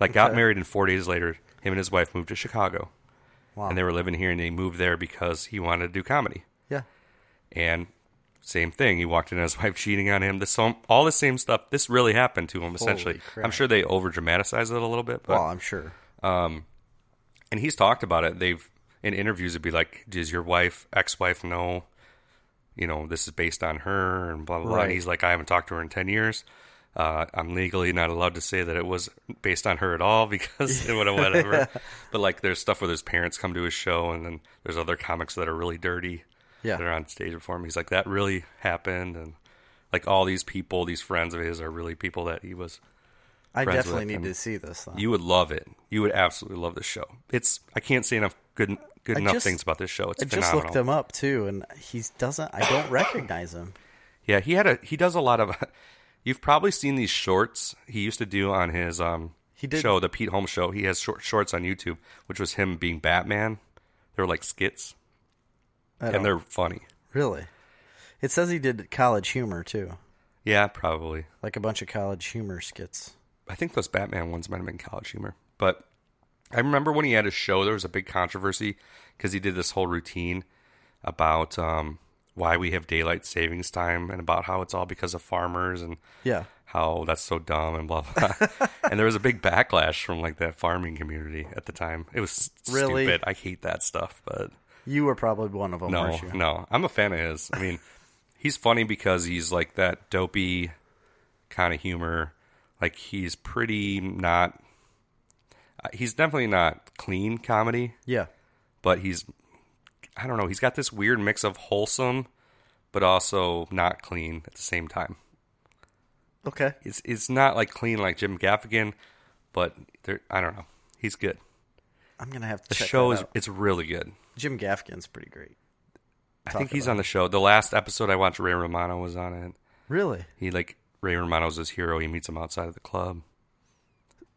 S1: Like got married and four days later, him and his wife moved to Chicago.
S3: Wow.
S1: And they were living here and they moved there because he wanted to do comedy.
S3: yeah,
S1: And same thing, he walked in on his wife cheating on him. This so- all the same stuff. This really happened to him essentially. I'm
S3: crap.
S1: sure they over dramatize it a little bit, but
S3: well, I'm sure.
S1: and he's talked about it. They've in interviews it'd be like, "Does your wife, ex-wife, know? You know, this is based on her and blah blah blah." And
S3: Right.
S1: he's like, "I haven't talked to her in ten years. Uh, I'm legally not allowed to say that it was based on her at all because whatever." whatever. But like, there's stuff where his parents come to his show, and then there's other comics that are really dirty
S3: Yeah.
S1: that are on stage before him. He's like, "That really happened," and like all these people, these friends of his, are really people that he was
S3: I
S1: friends
S3: definitely
S1: with
S3: need
S1: him.
S3: to see this. Though.
S1: you would love it. You would absolutely love this show. It's I can't say enough good good
S3: I
S1: enough
S3: just-
S1: things about this show. It's
S3: I just
S1: phenomenal.
S3: looked him up too, and he doesn't. I don't recognize him.
S1: Yeah, he had a he does a lot of. You've probably seen these shorts he used to do on his um
S3: He did-
S1: show the Pete Holmes show. He has short, shorts on YouTube, which was him being Batman. They were like skits, and they're funny.
S3: Really, it says he did college humor too,
S1: Yeah, probably.
S3: like a bunch of college humor skits.
S1: I think those Batman ones might have been college humor. But I remember when he had his show, there was a big controversy because he did this whole routine about um, why we have daylight savings time and about how it's all because of farmers and
S3: Yeah,
S1: how that's so dumb and blah blah. and there was a big backlash from like that farming community at the time. It was
S3: Really?
S1: stupid. I hate that stuff, but
S3: you were probably one of them,
S1: no,
S3: weren't you?
S1: no. I'm a fan of his. I mean, he's funny because he's like that dopey kind of humor. Like he's pretty not. uh, He's definitely not clean comedy,
S3: Yeah,
S1: but he's. I don't know. He's got this weird mix of wholesome, but also not clean at the same time.
S3: okay.
S1: It's it's not like clean like Jim Gaffigan, but there. I don't know. He's good.
S3: I'm gonna have to
S1: The
S3: check
S1: show
S3: that
S1: is
S3: out.
S1: it's really good.
S3: Jim Gaffigan's pretty great.
S1: I think he's on the show. The last episode I watched, Ray Romano was on it.
S3: Really?
S1: he like Ray Romano's his hero. He meets him outside of the club,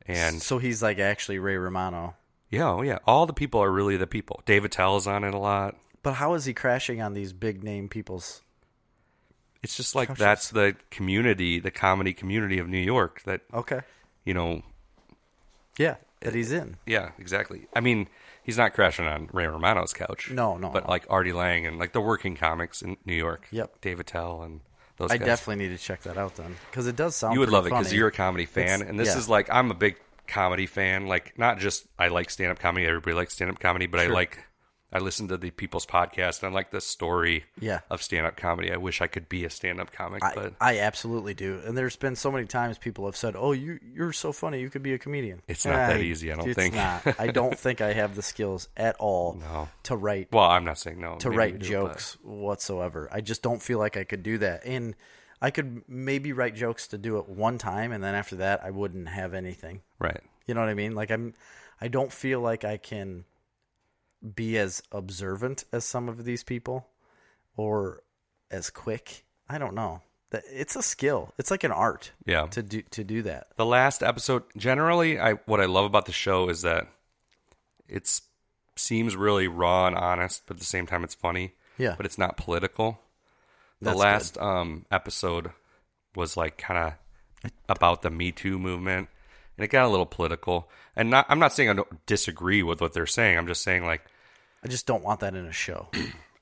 S1: and
S3: so he's like actually Ray Romano.
S1: yeah, oh yeah, all the people are really the people. David Tell's on it a lot.
S3: But how is he crashing on these big name people's?
S1: It's just like that's the community, the comedy community of New York. That
S3: Okay.
S1: you know,
S3: Yeah, that he's in.
S1: yeah, exactly. I mean, he's not crashing on Ray Romano's couch.
S3: No, no,
S1: but
S3: no.
S1: like Artie Lang and like the working comics in New York.
S3: Yep.
S1: David Tell and those.
S3: I
S1: guys.
S3: definitely need to check that out then, because it does sound.
S1: you would
S3: pretty
S1: love it because
S3: funny.
S1: you're a comedy fan,
S3: It's-
S1: and this
S3: yeah.
S1: is like I'm a big comedy fan. Like not just I like stand up comedy. Everybody likes stand up comedy, but I like I listen to the people's podcast and I like the story
S3: Yeah.
S1: of stand up comedy. I wish I could be a stand up comic,
S3: I,
S1: but
S3: I absolutely do, and there's been so many times people have said, "Oh, you you're so funny, you could be a comedian." Eh,
S1: It's not that easy, I don't
S3: it's
S1: think.
S3: not. I don't think I have the skills at all
S1: No.
S3: to write
S1: well, I'm not saying no
S3: to
S1: Maybe
S3: write
S1: you do, but-
S3: jokes whatsoever. I just don't feel like I could do that. And I could maybe write jokes to do it one time and then after that I wouldn't have anything.
S1: right?
S3: You know what I mean? Like I'm I don't feel like I can be as observant as some of these people or as quick. I don't know. That it's a skill. It's like an art
S1: Yeah.
S3: to do to do that.
S1: the last episode generally i what i love about the show is that it's seems really raw and honest but at the same time it's funny
S3: Yeah.
S1: but it's not political the
S3: That's
S1: last um episode was like kind of about the me too movement and it got a little political and not i'm not saying i don't disagree with what they're saying i'm just saying like
S3: I just don't want that in a show.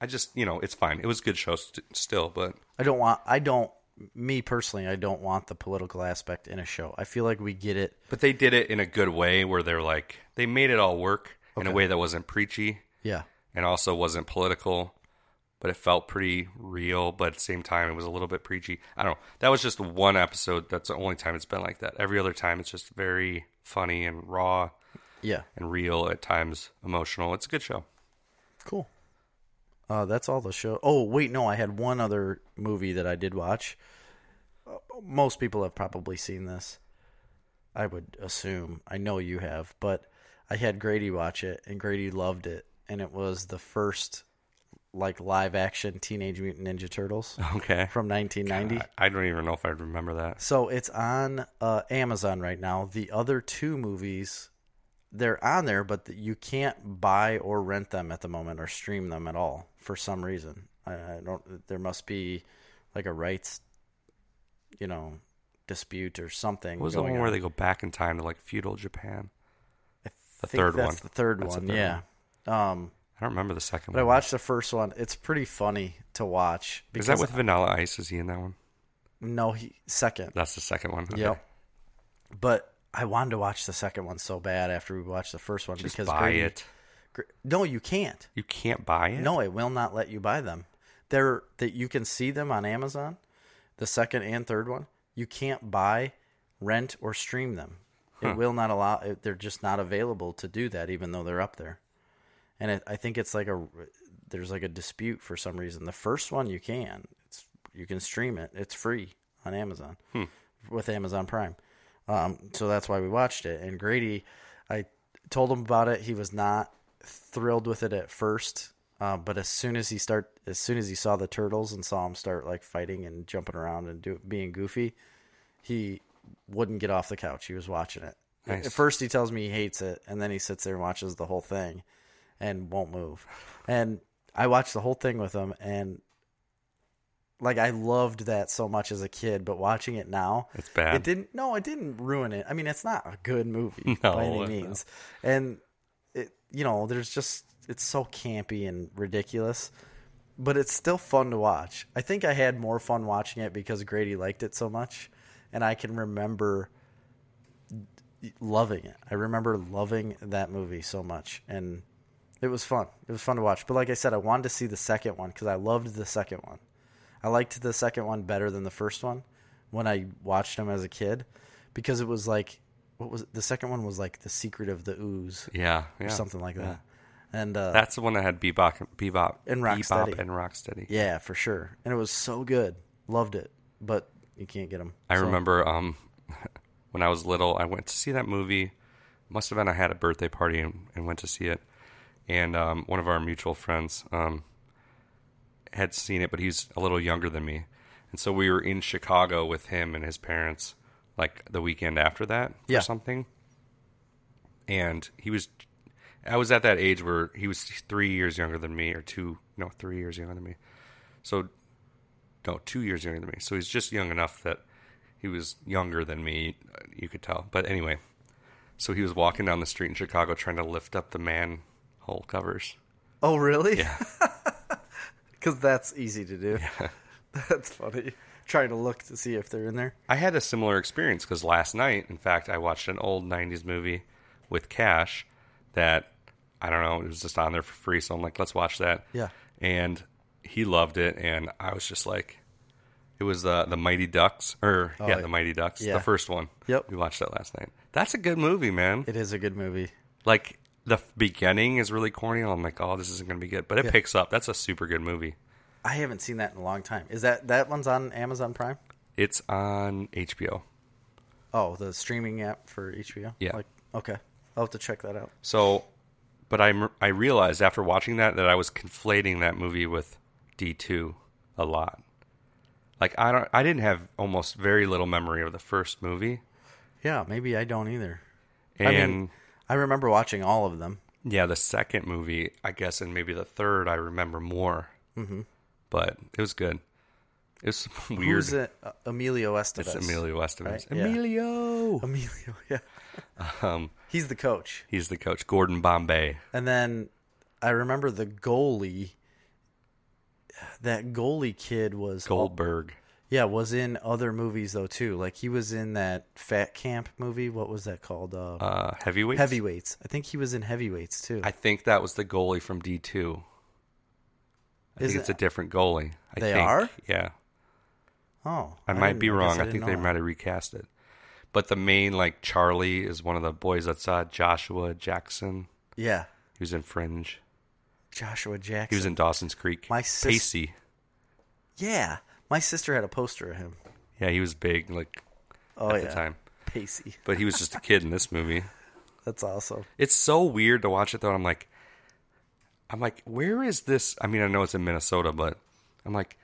S1: I just, you know, it's fine. It was a good show st- still, but
S3: I don't want. I don't. Me personally, I don't want the political aspect in a show. I feel like we get it.
S1: but they did it in a good way where they're like they made it all work in a way that wasn't preachy
S3: Yeah.
S1: and also wasn't political, but it felt pretty real. But at the same time, it was a little bit preachy. I don't know. That was just one episode. That's the only time it's been like that. Every other time, it's just very funny and raw
S3: Yeah.
S1: and real at times, emotional. It's a good show.
S3: Cool. Uh, that's all the show. Oh wait, no, I had one other movie that I did watch. Uh, Most people have probably seen this. I would assume. I know you have, but I had Grady watch it, and Grady loved it, and it was the first like live action Teenage Mutant Ninja Turtles
S1: Okay.
S3: from 1990.
S1: I- I don't even know if I remember that.
S3: So it's on uh, Amazon right now. The other two movies, they're on there, but th- you can't buy or rent them at the moment or stream them at all for some reason. I, I don't. There must be like a rights, you know, dispute or something.
S1: What was the
S3: going
S1: one where
S3: on.
S1: they go back in time to like feudal Japan?
S3: I
S1: the
S3: think
S1: third
S3: that's
S1: one.
S3: The third
S1: That's the
S3: one.
S1: third
S3: yeah. Um,
S1: I don't remember the second
S3: but I
S1: one.
S3: watched the first one. It's pretty funny to watch.
S1: Is
S3: Because
S1: that with Vanilla Ice? Is he in that one?
S3: no he second?
S1: That's the second one. Okay.
S3: Yep. But I wanted to watch the second one so bad after we watched the first one
S1: Just
S3: because
S1: buy
S3: Grady-
S1: it.
S3: Gr- No, you can't.
S1: You can't buy it.
S3: No, it will not let you buy them. They're that you can see them on Amazon, the second and third one. You can't buy, rent, or stream them. It will not allow. it- They're just not available to do that, even though they're up there. And it, I think it's like a there's like a dispute for some reason. The first one you can. It's you can stream it. It's free on Amazon
S1: Hmm.
S3: with Amazon Prime. Um, so that's why we watched it. And Grady, I told him about it. He was not thrilled with it at first, uh, but as soon as he start, as soon as he saw the turtles and saw him start like fighting and jumping around and do, being goofy, he wouldn't get off the couch. He was watching it.
S1: Nice.
S3: At first, he tells me he hates it, and then he sits there and watches the whole thing, and won't move. And I watched the whole thing with him, and like I loved that so much as a kid, but watching it now,
S1: It's bad.
S3: It didn't. No, it didn't ruin it. I mean, it's not a good movie
S1: No,
S3: by
S1: no.
S3: any means, and it you know, there's just it's so campy and ridiculous, but it's still fun to watch. I think I had more fun watching it because Grady liked it so much, and I can remember loving it. I remember loving that movie so much, and it was fun. It was fun to watch. But like I said, I wanted to see the second one because I loved the second one. I liked the second one better than the first one when I watched them as a kid because it was like what was it? the second one was like the secret of the ooze
S1: Yeah, yeah.
S3: or something like that. And uh,
S1: That's the one that had bebop, bebop,
S3: And
S1: bebop
S3: Rocksteady.
S1: and Rocksteady.
S3: yeah, for sure. And it was so good. Loved it. But you can't get them.
S1: I remember um, when I was little, I went to see that movie. Must have been I had a birthday party and, and went to see it. And um, one of our mutual friends um, had seen it, but he's a little younger than me. And so we were in Chicago with him and his parents, like the weekend after that
S3: Yeah.
S1: or something. And he was, I was at that age where he was three years younger than me, or two, no, three years younger than me. So no, two years younger than me. So he's just young enough that he was younger than me. uh, You could tell. But anyway, so he was walking down the street in Chicago trying to lift up the manhole covers.
S3: Oh, really? Yeah. Because that's easy to do. That's funny. Trying to look to see if they're in there.
S1: I had a similar experience because last night, in fact, I watched an old 90s movie with Cash that I don't know, it was just on there for free. So I'm like, let's watch that.
S3: Yeah.
S1: And he loved it. And I was just like, it was the, the Mighty Ducks, or yeah, the Mighty Ducks,
S3: Oh, yeah.
S1: the first one.
S3: Yep.
S1: We watched that last night. That's a good movie, man.
S3: It is a good movie.
S1: like the f- beginning is really corny. and I'm like, oh, this isn't going to be good, but it picks up. That's a super good movie.
S3: I haven't seen that in a long time. Is that that one's on Amazon Prime?
S1: It's on HBO.
S3: Oh, the streaming app for HBO.
S1: Yeah.
S3: Like okay, I'll have to check that out.
S1: So, but I m- I realized after watching that that I was conflating that movie with D2 a lot. Like I don't I didn't have almost very little memory of the first movie
S3: Yeah, maybe I don't either.
S1: and
S3: mean- I remember watching all of them.
S1: yeah, the second movie, I guess, and maybe the third I remember more. Mm-hmm. But it was good. It was weird.
S3: Who's it? Uh, Emilio Estevez.
S1: It's Emilio Estevez.
S3: Right? Yeah.
S1: Emilio.
S3: Emilio. Yeah. Um, he's the coach,
S1: He's the coach, Gordon Bombay.
S3: and then I remember the goalie. That goalie kid was
S1: Goldberg.
S3: yeah was in other movies though too. Like he was in that Fat Camp movie. What was that called? Uh,
S1: Uh, heavyweight.
S3: heavyweights. I think he was in Heavyweights too.
S1: I think that was the goalie from D two. I
S3: Is
S1: think
S3: it-
S1: it's a different goalie. I
S3: They
S1: think.
S3: are?
S1: Yeah,
S3: oh,
S1: I, might
S3: didn't-
S1: be
S3: guess
S1: wrong. I,
S3: didn't
S1: think
S3: know
S1: they
S3: that.
S1: might have recast it. But the main like Charlie is one of the boys that's uh, Joshua Jackson.
S3: Yeah,
S1: He was in Fringe.
S3: Joshua Jackson.
S1: He was in Dawson's Creek.
S3: My sis-
S1: Pacey.
S3: Yeah, my sister had a poster of him.
S1: Yeah, he was big like
S3: Oh
S1: at
S3: yeah,
S1: the time,
S3: Pacey.
S1: but he was just a kid in this movie.
S3: That's awesome.
S1: It's so weird to watch it though. and I'm like, I'm like, where is this? I mean, I know it's in Minnesota, but I'm like,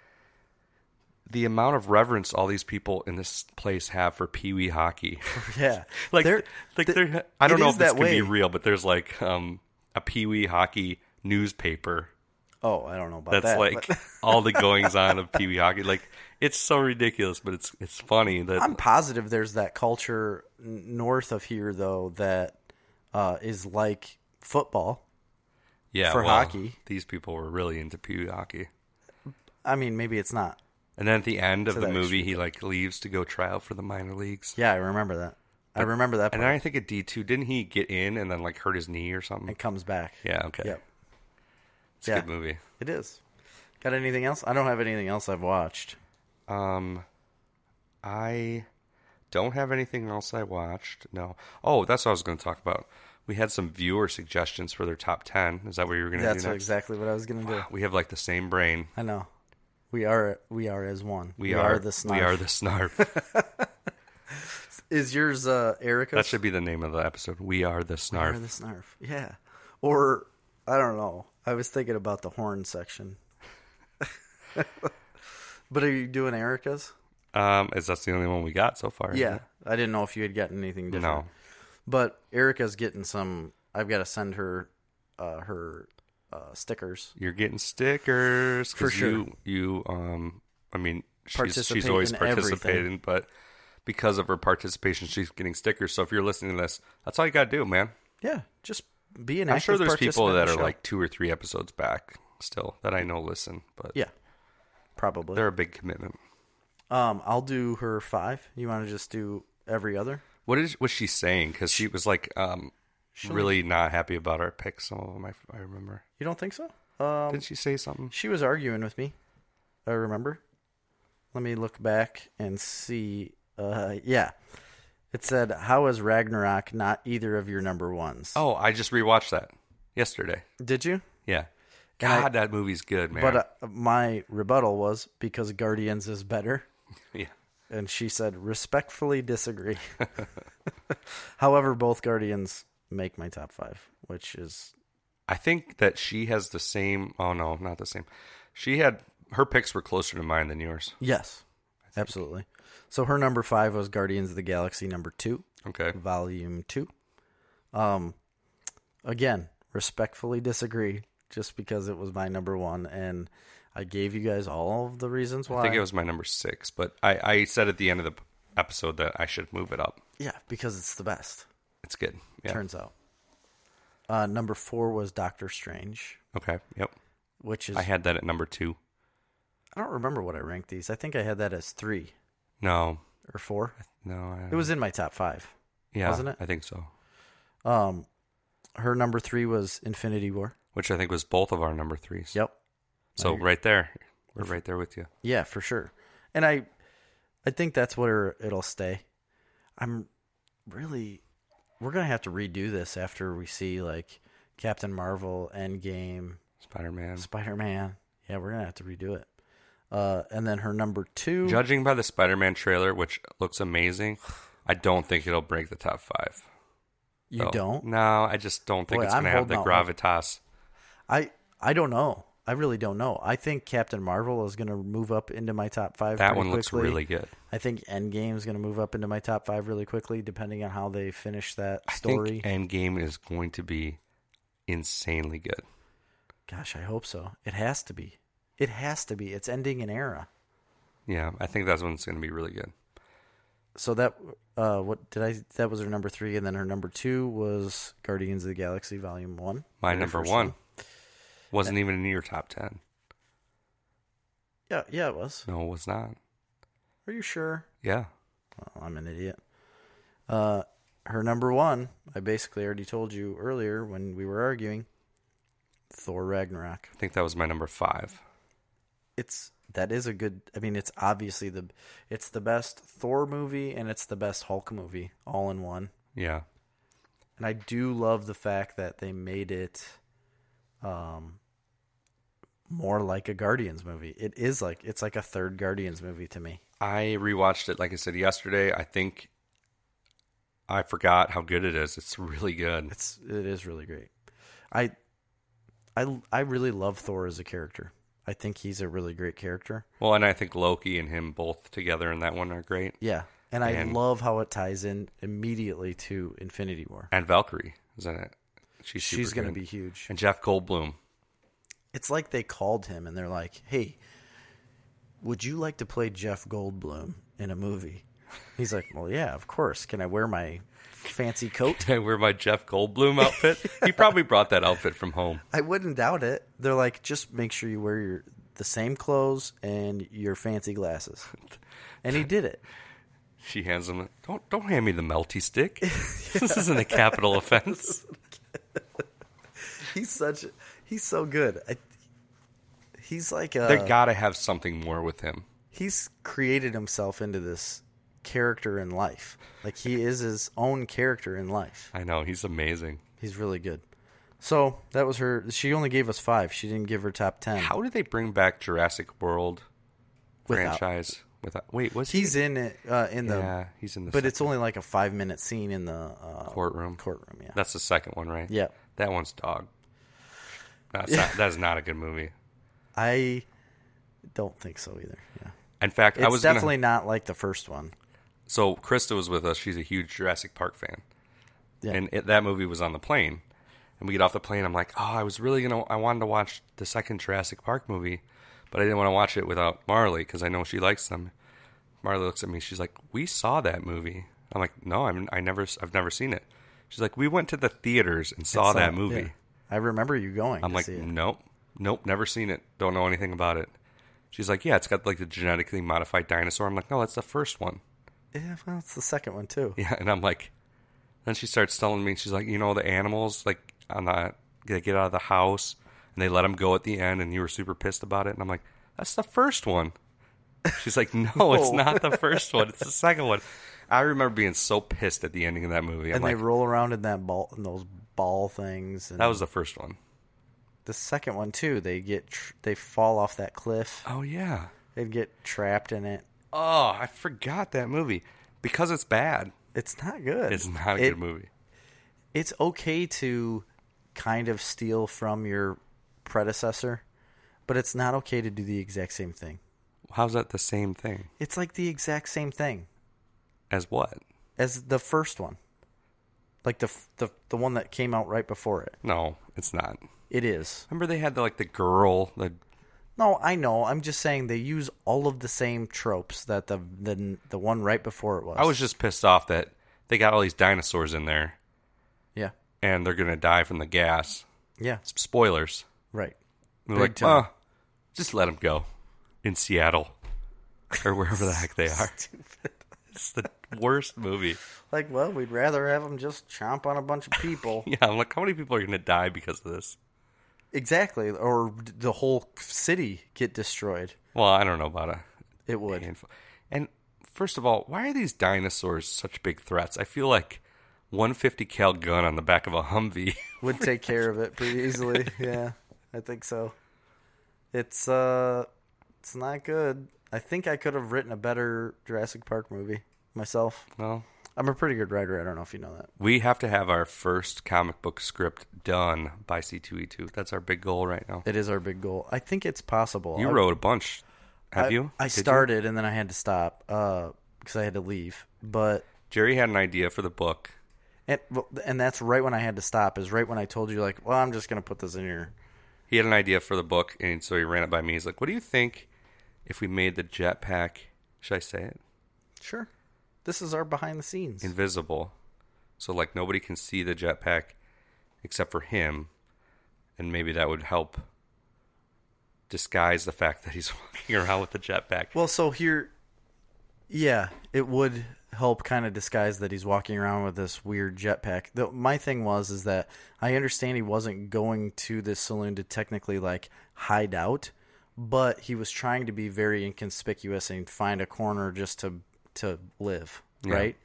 S1: the amount of reverence all these people in this place have for Pee Wee hockey.
S3: Yeah,
S1: like,
S3: They're-
S1: they're, like
S3: th-
S1: they're, I don't
S3: it
S1: know
S3: is
S1: if this
S3: that
S1: can
S3: way.
S1: be real, but there's like um, a Pee Wee hockey newspaper
S3: oh, I don't know about
S1: that's
S3: that.
S1: like
S3: but
S1: all the goings on of Pee Wee hockey. Like, it's so ridiculous, but it's it's funny that
S3: I'm positive there's that culture n- north of here though that uh, is like football.
S1: yeah,
S3: for
S1: well,
S3: hockey.
S1: these people were really into Pee Wee hockey.
S3: I mean, maybe it's not.
S1: And then at the end of the
S3: that
S1: movie, he like leaves to go try out for the minor leagues.
S3: Yeah, I remember that. I remember that.
S1: And
S3: Part.
S1: then I think at D two, didn't he get in and then like hurt his knee or something?
S3: It comes back.
S1: Yeah, okay.
S3: Yep.
S1: It's a
S3: yeah.
S1: good movie.
S3: It is. Got anything else? I don't have anything else I've watched.
S1: Um, I don't have anything else I watched. No. Oh, that's what I was going to talk about. We had some viewer suggestions for their top ten. Is that what you were going to do
S3: That's
S1: next?
S3: exactly what I was gonna do.
S1: We have like the same brain.
S3: I know. We are we are as one.
S1: We, are,
S3: the snarf.
S1: We are the snarf.
S3: Is yours uh, Erica?
S1: that should be the name of the episode. We are the
S3: Or
S1: snarf.
S3: the snarf. Yeah. Or I don't know. I was thinking about the horn section. but are you doing Erica's?
S1: um, is that's the only one we got so far?
S3: Yeah. I didn't know if you had gotten anything different.
S1: Mm-hmm. No.
S3: But Erica's getting some I've got to send her uh, her uh, stickers.
S1: you're getting stickers 'cause
S3: For sure.
S1: You, you, um, I mean, she's, she's
S3: Participate
S1: always
S3: in everything.
S1: participating, but because of her participation, she's getting stickers. So if you're listening to this, that's all you got to do, man.
S3: Yeah, just be an
S1: I'm
S3: active
S1: sure there's
S3: participant
S1: people
S3: in
S1: that
S3: the
S1: are
S3: show.
S1: like two or three episodes back still that I know listen, but
S3: Yeah. Probably.
S1: they're a big commitment.
S3: Um, I'll do her five. You want to just do every other?
S1: What is was she saying? Because she was like, um, really not happy about our picks. Some of them I, I remember.
S3: You don't think so? Um,
S1: Did she say something?
S3: she was arguing with me. I remember. Let me look back and see. Uh, yeah, it said, "How is Ragnarok not either of your number ones?"
S1: Oh, I just rewatched that yesterday.
S3: did you?
S1: Yeah. God, that movie's good, man.
S3: But uh, my rebuttal was because Guardians is better.
S1: yeah.
S3: And she said, respectfully disagree. However, both Guardians make my top five, which is,
S1: I think that she has the same. Oh no, not the same. She had her picks were closer to mine than yours.
S3: yes, absolutely. So her number five was Guardians of the Galaxy number two.
S1: Okay,
S3: volume two. Um, again, respectfully disagree, just because it was my number one, and I gave you guys all of the reasons why.
S1: I think it was my number six, but I, I said at the end of the episode that I should move it up.
S3: yeah, because it's the best.
S1: It's good. Yeah.
S3: Turns out. Uh, number four was Doctor Strange,
S1: Okay. Yep.
S3: which is
S1: I
S3: I,
S1: had that at number two.
S3: don't remember what I ranked these. I think I had that as three
S1: No.
S3: or four.
S1: No. I,
S3: It was in my top five.
S1: Yeah.
S3: wasn't it?
S1: I think so.
S3: Um, her number three was Infinity War.
S1: Which I think was both of our number threes.
S3: Yep.
S1: So right there, we're right there with you.
S3: Yeah, for sure. And I I think that's where it'll stay. I'm really we're going to have to redo this after we see like Captain Marvel, Endgame,
S1: Spider Man.
S3: Spider-Man. Yeah, we're going to have to redo it. Uh and then her number 2
S1: Judging by the Spider Man trailer, which looks amazing, I don't think it'll break the top five.
S3: you
S1: though.
S3: don't.
S1: No, I just don't think
S3: Boy,
S1: it's
S3: I'm
S1: going to have the
S3: holding out hope.
S1: gravitas.
S3: I I don't know. I really don't know. I think Captain Marvel is going to move up into my top 5
S1: That
S3: pretty
S1: one looks
S3: quickly.
S1: really good.
S3: I think Endgame is going to move up into my top 5 really quickly depending on how they finish that story.
S1: I think Endgame is going to be insanely good.
S3: Gosh, I hope so. It has to be. It has to be. It's ending an era.
S1: Yeah, I think that's when it's going to be really good.
S3: So that uh what did I that was her number 3 and then her number 2 was Guardians of the Galaxy Volume 1.
S1: My
S3: Very
S1: number
S3: first
S1: one, Wasn't even in your top ten.
S3: Yeah, yeah, it was.
S1: No, it was not.
S3: Are you sure?
S1: Yeah.
S3: Oh, I'm an idiot. Uh, her number one, I basically already told you earlier when we were arguing. Thor Ragnarok.
S1: I think that was my number five.
S3: It's that is a good. I mean, it's obviously the it's the best Thor movie and it's the best Hulk movie all in one.
S1: Yeah.
S3: And I do love the fact that they made it, um, more like a Guardians movie. It is like it's like a third Guardians movie to me.
S1: I rewatched it, like I said yesterday. I think I forgot how good it is. It's really good.
S3: It's it is really great. I I I really love Thor as a character. I think he's a really great character.
S1: Well, and I think Loki and him both together in that one are great.
S3: Yeah. And I
S1: And-
S3: love how it ties in immediately to Infinity War.
S1: And Valkyrie is in it. She's super
S3: She's going to
S1: good.
S3: be huge.
S1: And Jeff Goldblum.
S3: It's like they called him and they're like, "Hey, would you like to play Jeff Goldblum in a movie?" He's like, "Well, yeah, of course. Can I wear my fancy coat?"
S1: Did I wear my Jeff Goldblum outfit? he probably brought that outfit from home.
S3: I wouldn't doubt it. They're like, "Just make sure you wear your the same clothes and your fancy glasses." And he did it.
S1: She hands him. Don't don't hand me the melty stick. This isn't a capital offense.
S3: He's such he's so good. I, he's like a
S1: They gotta have something more with him.
S3: he's created himself into this character in life. Like he is his own character in life.
S1: I know he's amazing.
S3: He's really good. So that was her. She only gave us five. She didn't give her top ten.
S1: How did they bring back Jurassic World
S3: Without-
S1: franchise? Without wait, was
S3: He's in it uh, in
S1: he?
S3: the,
S1: yeah, he's in the.
S3: but it's
S1: second
S3: only like a five minute scene in the uh,
S1: courtroom.
S3: courtroom. Yeah,
S1: That's the second one, right?
S3: yeah.
S1: that one's dog. That's not, that's not a good movie.
S3: I don't think so either. Yeah,
S1: In fact, I
S3: it's
S1: was gonna-
S3: definitely not like the first one.
S1: so Krista was with us. She's a huge Jurassic Park fan,
S3: Yeah.
S1: and it, that movie was on the plane. And we get off the plane. I'm like, oh, I was really gonna. I wanted to watch the second Jurassic Park movie, but I didn't want to watch it without Marley because I know she likes them. Marley looks at me. She's like, we saw that movie. I'm like, no, I'm. I never. s- I've never seen it. She's like, we went to the theaters and saw
S3: So,
S1: that movie.
S3: uh, yeah. I remember you going.
S1: I'm
S3: to
S1: like, "Mm."
S3: see it.
S1: nope, nope, never seen it. Don't know anything about it. She's like, yeah, it's got like the genetically modified dinosaur. I'm like, no, that's the first one.
S3: yeah, well, it's the second one too.
S1: Yeah, and I'm like, then she starts telling me, she's like, you know, the animals, like, on the, they get out of the house and they let them go at the end, and you were super pissed about it. And I'm like, that's the first one. She's like, no, it's not the first one. It's the second one. I remember being so pissed at the ending of that movie. I'm
S3: and
S1: like,
S3: they roll around in that ball in those ball things. And
S1: that was the first one.
S3: the second one too. They get tr- they fall off that cliff.
S1: Oh, yeah.
S3: They get trapped in it.
S1: Oh, I forgot that movie because it's bad.
S3: It's not good.
S1: It's not a
S3: It-
S1: good movie.
S3: It's okay to kind of steal from your predecessor, but it's not okay to do the exact same thing.
S1: How's that the same thing
S3: It's like the exact same thing
S1: as what?
S3: as the first one. Like the f- the the one that came out right before it.
S1: No, it's not.
S3: It is.
S1: Remember they had the, like the girl, the
S3: No, I know. I'm just saying they use all of the same tropes that the the, the one right before it was.
S1: I was just pissed off that they got all these dinosaurs in there
S3: yeah.
S1: and they're gonna die from the gas.
S3: Yeah.
S1: Spoilers.
S3: Right.
S1: They're
S3: Big
S1: like,
S3: time.
S1: "Uh, just let them go in Seattle or wherever the heck they are. It's the worst movie.
S3: Like, well, we'd rather have them just chomp on a bunch of people.
S1: Yeah, I'm like, how many people are gonna die because of this?
S3: exactly. Or d- the whole city get destroyed.
S1: Well, I don't know about it.
S3: It would.
S1: handful. And first of all, why are these dinosaurs such big threats? I feel like 150 cal gun on the back of a Humvee.
S3: Would take care of it pretty easily. yeah. I think so. It's uh it's not good. I think I could have written a better Jurassic Park movie myself.
S1: well,
S3: I'm a pretty good writer. I don't know if you know that.
S1: we have to have our first comic book script done by C2E2. That's our big goal right now.
S3: It is our big goal. I think it's possible.
S1: You
S3: I-
S1: wrote a bunch. Have
S3: I,
S1: you?
S3: I
S1: Did you?
S3: started and then I had to stop uh because I had to leave. But
S1: Jerry had an idea for the book.
S3: And well, and that's right when I had to stop. Is right when I told you like, well, I'm just gonna put this in here.
S1: He had an idea for the book, and so he ran it by me. He's like, What do you think if we made the jetpack? Should I say it?
S3: Sure. This is our behind the scenes.
S1: invisible. So like nobody can see the jetpack except for him, and maybe that would help disguise the fact that he's walking around with a jetpack.
S3: Well, so here, yeah, it would help kind of disguise that he's walking around with this weird jetpack. The, my thing was is that I understand he wasn't going to this saloon to technically like hide out, but he was trying to be very inconspicuous and find a corner just to to live,
S1: Yeah.
S3: right?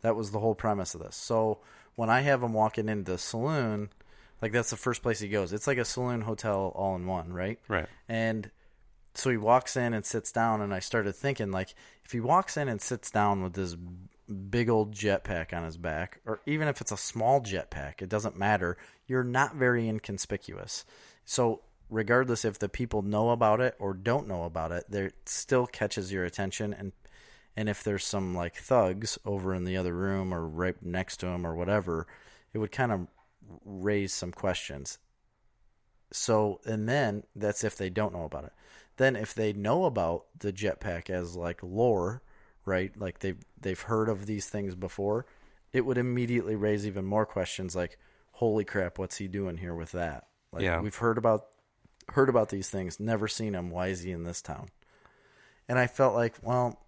S3: That was the whole premise of this. So when I have him walking into the saloon, like that's the first place he goes. It's like a saloon hotel all in one, right?
S1: Right.
S3: And so he walks in and sits down, and I started thinking, like, if he walks in and sits down with this big old jetpack on his back, or even if it's a small jetpack, it doesn't matter. You're not very inconspicuous. So, regardless if the people know about it or don't know about it, there it still catches your attention. And and if there's some like thugs over in the other room or right next to him or whatever, it would kind of raise some questions. So, and then that's if they don't know about it. Then if they know about the jetpack as like lore, right? Like they've they've heard of these things before, it would immediately raise even more questions like, holy crap, what's he doing here with that? Like
S1: Yeah.
S3: we've heard about heard about these things, never seen him. Why is he in this town? And I felt like, well,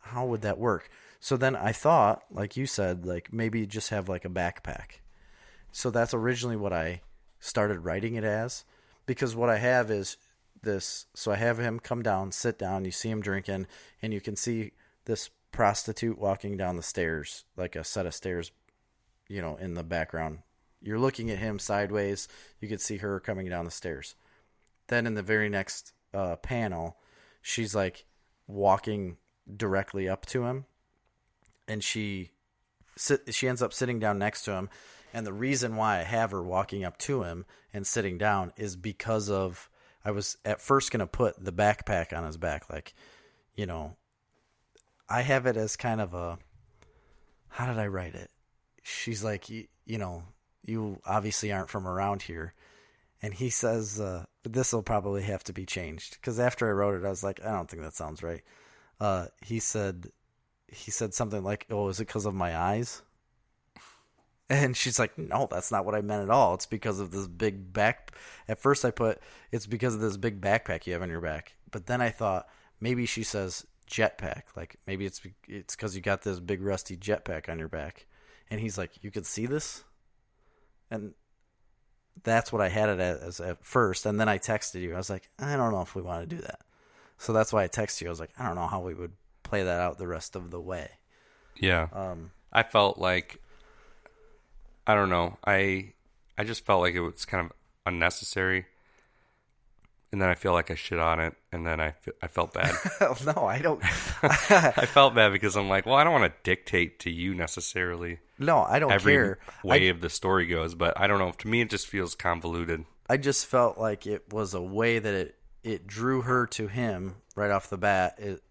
S3: how would that work? So then I thought, like you said, like maybe just have like a backpack. So that's originally what I started writing it as because what I have is this. So I have him come down, sit down, you see him drinking, and you can see this prostitute walking down the stairs, like a set of stairs, you know, in the background. You're looking at him sideways. You can see her coming down the stairs. Then in the very next uh, panel, she's like walking directly up to him and she sit, she ends up sitting down next to him and the reason why i have her walking up to him and sitting down is because of i was at first going to put the backpack on his back like you know i have it as kind of a how did i write it she's like you, you know you obviously aren't from around here and he says uh, this will probably have to be changed because after i wrote it i was like i don't think that sounds right uh, he said he said something like, "Oh, is it because of my eyes?" And she's like, "No, that's not what I meant at all. It's because of this big back." At first, I put it's because of this big backpack you have on your back, but then I thought maybe she says jetpack, like maybe it's be- it's because you got this big rusty jetpack on your back. And he's like, "You could see this," and that's what I had it as at first. And then I texted you. I was like, "I don't know if we want to do that." So that's why I texted you. I was like, "I don't know how we would play that out the rest of the way."
S1: Yeah.
S3: Um,
S1: I felt like I don't know. I I just felt like it was kind of unnecessary. And then I feel like I shit on it, and then I, fe- I felt bad.
S3: no, I don't.
S1: I felt bad because I'm like, well, I don't want to dictate to you necessarily
S3: No, I don't
S1: every
S3: care.
S1: way of the story goes, but I don't know. To me, it just feels convoluted.
S3: I just felt like it was a way that it it drew her to him right off the bat it,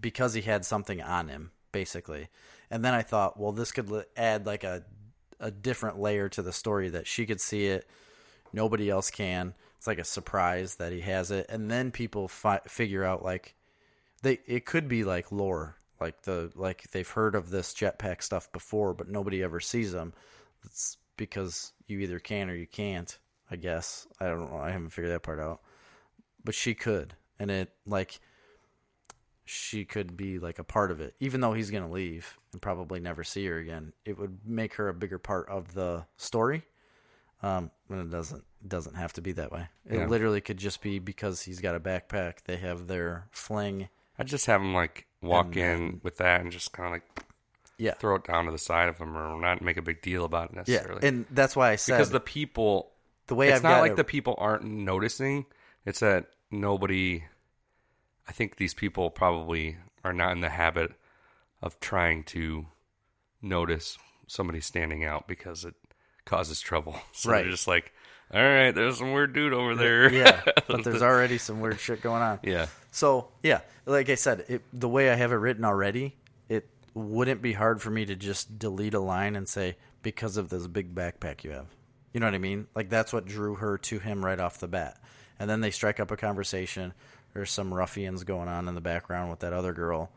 S3: because he had something on him basically. And then I thought, well, this could li- add like a a different layer to the story that she could see it, nobody else can. It's like a surprise that he has it, and then people fi- figure out like they it could be like lore like the like they've heard of this jetpack stuff before but nobody ever sees them it's because you either can or you can't i guess i don't know i haven't figured that part out but she could and it like she could be like a part of it even though he's going to leave and probably never see her again it would make her a bigger part of the story um and it doesn't it doesn't have to be that way it
S1: Yeah.
S3: literally could just be because he's got a backpack they have their fling
S1: I just have him like walk
S3: And
S1: in
S3: then-
S1: with that and just kind of like
S3: Yeah.
S1: throw it down to the side of him, or not make a big deal about it
S3: Yeah.
S1: necessarily.
S3: And that's why I said
S1: because
S3: the,
S1: the people
S3: way
S1: it's
S3: I've
S1: not
S3: got
S1: like
S3: it-
S1: the people aren't noticing. It's that nobody. I think these people probably are not in the habit of trying to notice somebody standing out because it causes trouble. So
S3: Right.
S1: they're just like, all right, there's some weird dude over there.
S3: Yeah. But there's already some weird shit going on.
S1: yeah.
S3: So yeah, like I said, it, the way I have it written already, it wouldn't be hard for me to just delete a line and say because of this big backpack you have. You know what I mean? Like that's what drew her to him right off the bat. And then they strike up a conversation. There's some ruffians going on in the background with that other girl.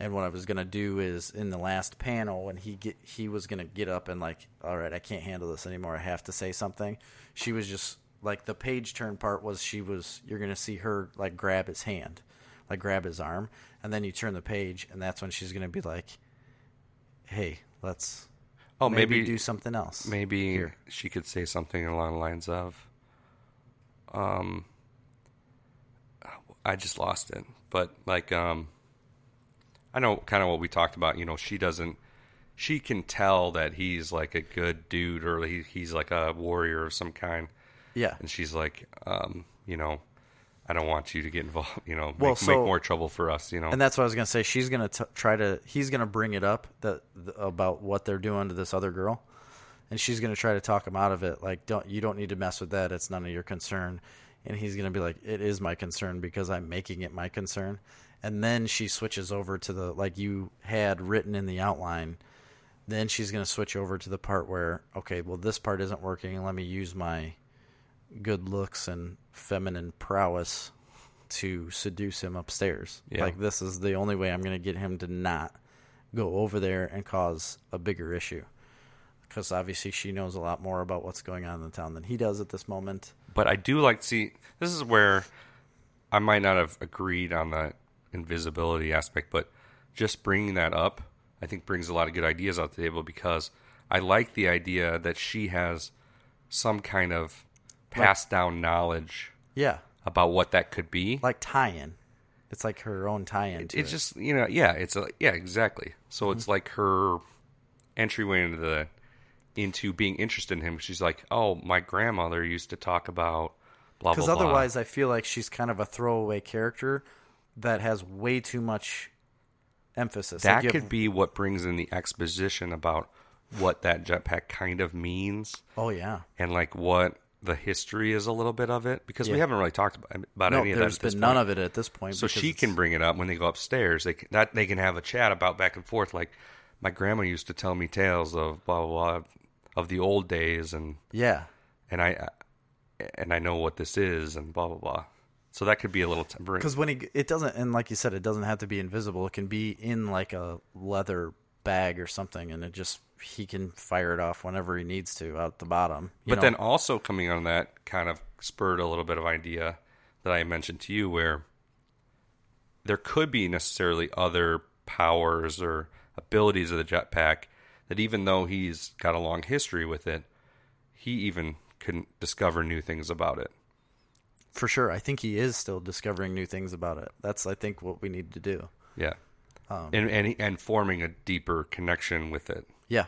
S3: And what I was gonna do is in the last panel when he get he was gonna get up and like, all right, I can't handle this anymore. I have to say something. She was just Like the page turn part was she was you're gonna see her like grab his hand, like grab his arm, and then you turn the page, and that's when she's gonna be like, "Hey, let's
S1: Oh,
S3: maybe,
S1: maybe
S3: do something else."
S1: Maybe she could say something along the lines of, um, I just lost it. But like, um, I know kind of what we talked about. You know, she doesn't. She can tell that he's like a good dude, or he, he's like a warrior of some kind.
S3: Yeah,
S1: And she's like, um, you know, I don't want you to get involved. You know, make,
S3: Well,
S1: make
S3: so-
S1: more trouble for us. You know,
S3: and that's what I was gonna say. She's gonna t- try to. He's gonna bring it up that th- about what they're doing to this other girl, and she's gonna try to talk him out of it. Like, don't you don't need to mess with that. It's none of your concern. And he's gonna be like, "It is my concern because I'm making it my concern." And then she switches over to the like you had written in the outline. Then she's gonna switch over to the part where okay, well this part isn't working. Let me use my good looks and feminine prowess to seduce him upstairs.
S1: Yeah.
S3: Like this is the only way I'm going to get him to not go over there and cause a bigger issue. Because obviously she knows a lot more about what's going on in the town than he does at this moment.
S1: but I do like to see this is where I might not have agreed on the invisibility aspect, but just bringing that up, I think brings a lot of good ideas out the table because I like the idea that she has some kind of passed down knowledge
S3: Yeah,
S1: about what that could be.
S3: like tie-in. It's like her own tie-in. To
S1: it's
S3: it. Mm-hmm.
S1: just you know yeah it's a yeah exactly so it's like her entryway into the into being interested in him she's like oh my grandmother used to talk about blah blah
S3: because
S1: blah
S3: otherwise I feel like she's kind of a throwaway character that has way too much emphasis.
S1: that
S3: Like, you have-
S1: could be what brings in the exposition about what that jetpack kind of means
S3: Oh yeah,
S1: and like what the history is a little bit of it because we
S3: Yeah.
S1: haven't really talked about, about
S3: no,
S1: any of that.
S3: there's
S1: At this
S3: been none
S1: point.
S3: of it at this point.
S1: So
S3: because
S1: she
S3: it's-
S1: can bring it up when they go upstairs. They can, that they can have a chat about back and forth. Like my grandma used to tell me tales of blah blah blah of the old days, and
S3: Yeah,
S1: and I and I know what this is, and blah blah blah. So that could be a little tempering.
S3: because when he it doesn't and like you said it doesn't have to be invisible it can be in like a leather bag or something and it just he can fire it off whenever he needs to out the bottom you
S1: But
S3: know?
S1: then also coming on that kind of spurred a little bit of idea that I mentioned to you where there could be necessarily other powers or abilities of the jetpack that even though he's got a long history with it, he even couldn't discover new things about it.
S3: for sure i think he is still discovering new things about it that's i think what we need to do
S1: Yeah.
S3: Um,
S1: and, and and forming a deeper connection with it.
S3: yeah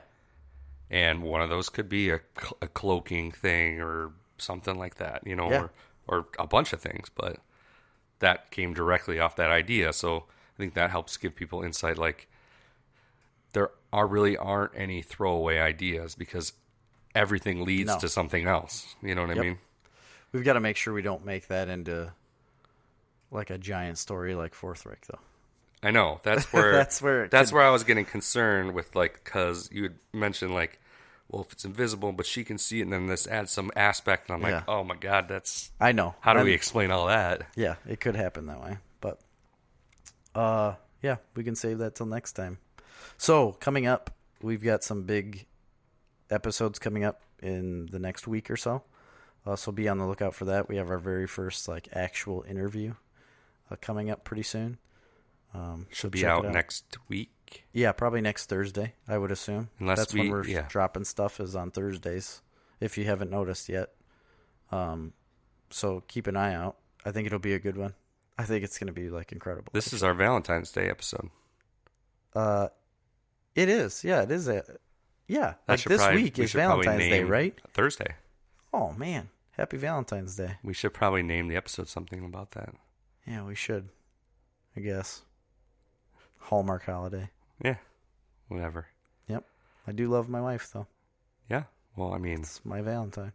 S1: and one of those could be a, cl- a cloaking thing or something like that, you know,
S3: Yeah.
S1: or, or a bunch of things. But that came directly off that idea, so I think that helps give people insight. Like there are really aren't any throwaway ideas because everything leads
S3: No.
S1: to something else. You know what I mean?
S3: we've got to make sure we don't make that into like a giant story like forthrick though
S1: I know that's where
S3: That's where it
S1: that's
S3: could-
S1: where I was getting concerned with like because you had mentioned like. Well, if it's invisible, but she can see it, and then this adds some aspect, and I'm like,
S3: Yeah.
S1: oh my god, that's
S3: i know
S1: how do
S3: I'm-
S1: we explain all that?
S3: yeah it could happen that way but uh yeah we can save that till next time so coming up we've got some big episodes coming up in the next week or so uh, so be on the lookout for that we have our very first like actual interview uh, coming up pretty soon um so
S1: Should be
S3: check
S1: out,
S3: it
S1: next week.
S3: yeah probably next thursday i would assume
S1: Unless
S3: that's
S1: we-
S3: when we're
S1: yeah.
S3: dropping stuff is on thursdays if you haven't noticed yet um so keep an eye out i think it'll be a good one i think it's going to be like incredible
S1: This is our Valentine's Day episode.
S3: uh it is yeah it is a yeah
S1: That
S3: like
S1: should
S3: this
S1: probably-
S3: week
S1: we
S3: is
S1: should probably
S3: valentine's day
S1: name
S3: right
S1: Thursday.
S3: oh man happy valentine's day
S1: We should probably name the episode something about that.
S3: yeah we should i guess hallmark holiday
S1: Yeah, whatever.
S3: yep i do love my wife though
S1: Yeah. Well, I mean,
S3: it's my valentine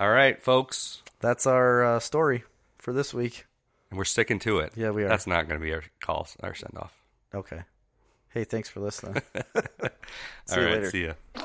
S1: all right, folks,
S3: that's our uh, story for this week
S1: and we're sticking to it.
S3: Yeah, we are.
S1: That's not going to be our call, our send off.
S3: Okay. Hey, thanks for listening.
S1: All
S3: you
S1: right,
S3: later.
S1: see ya.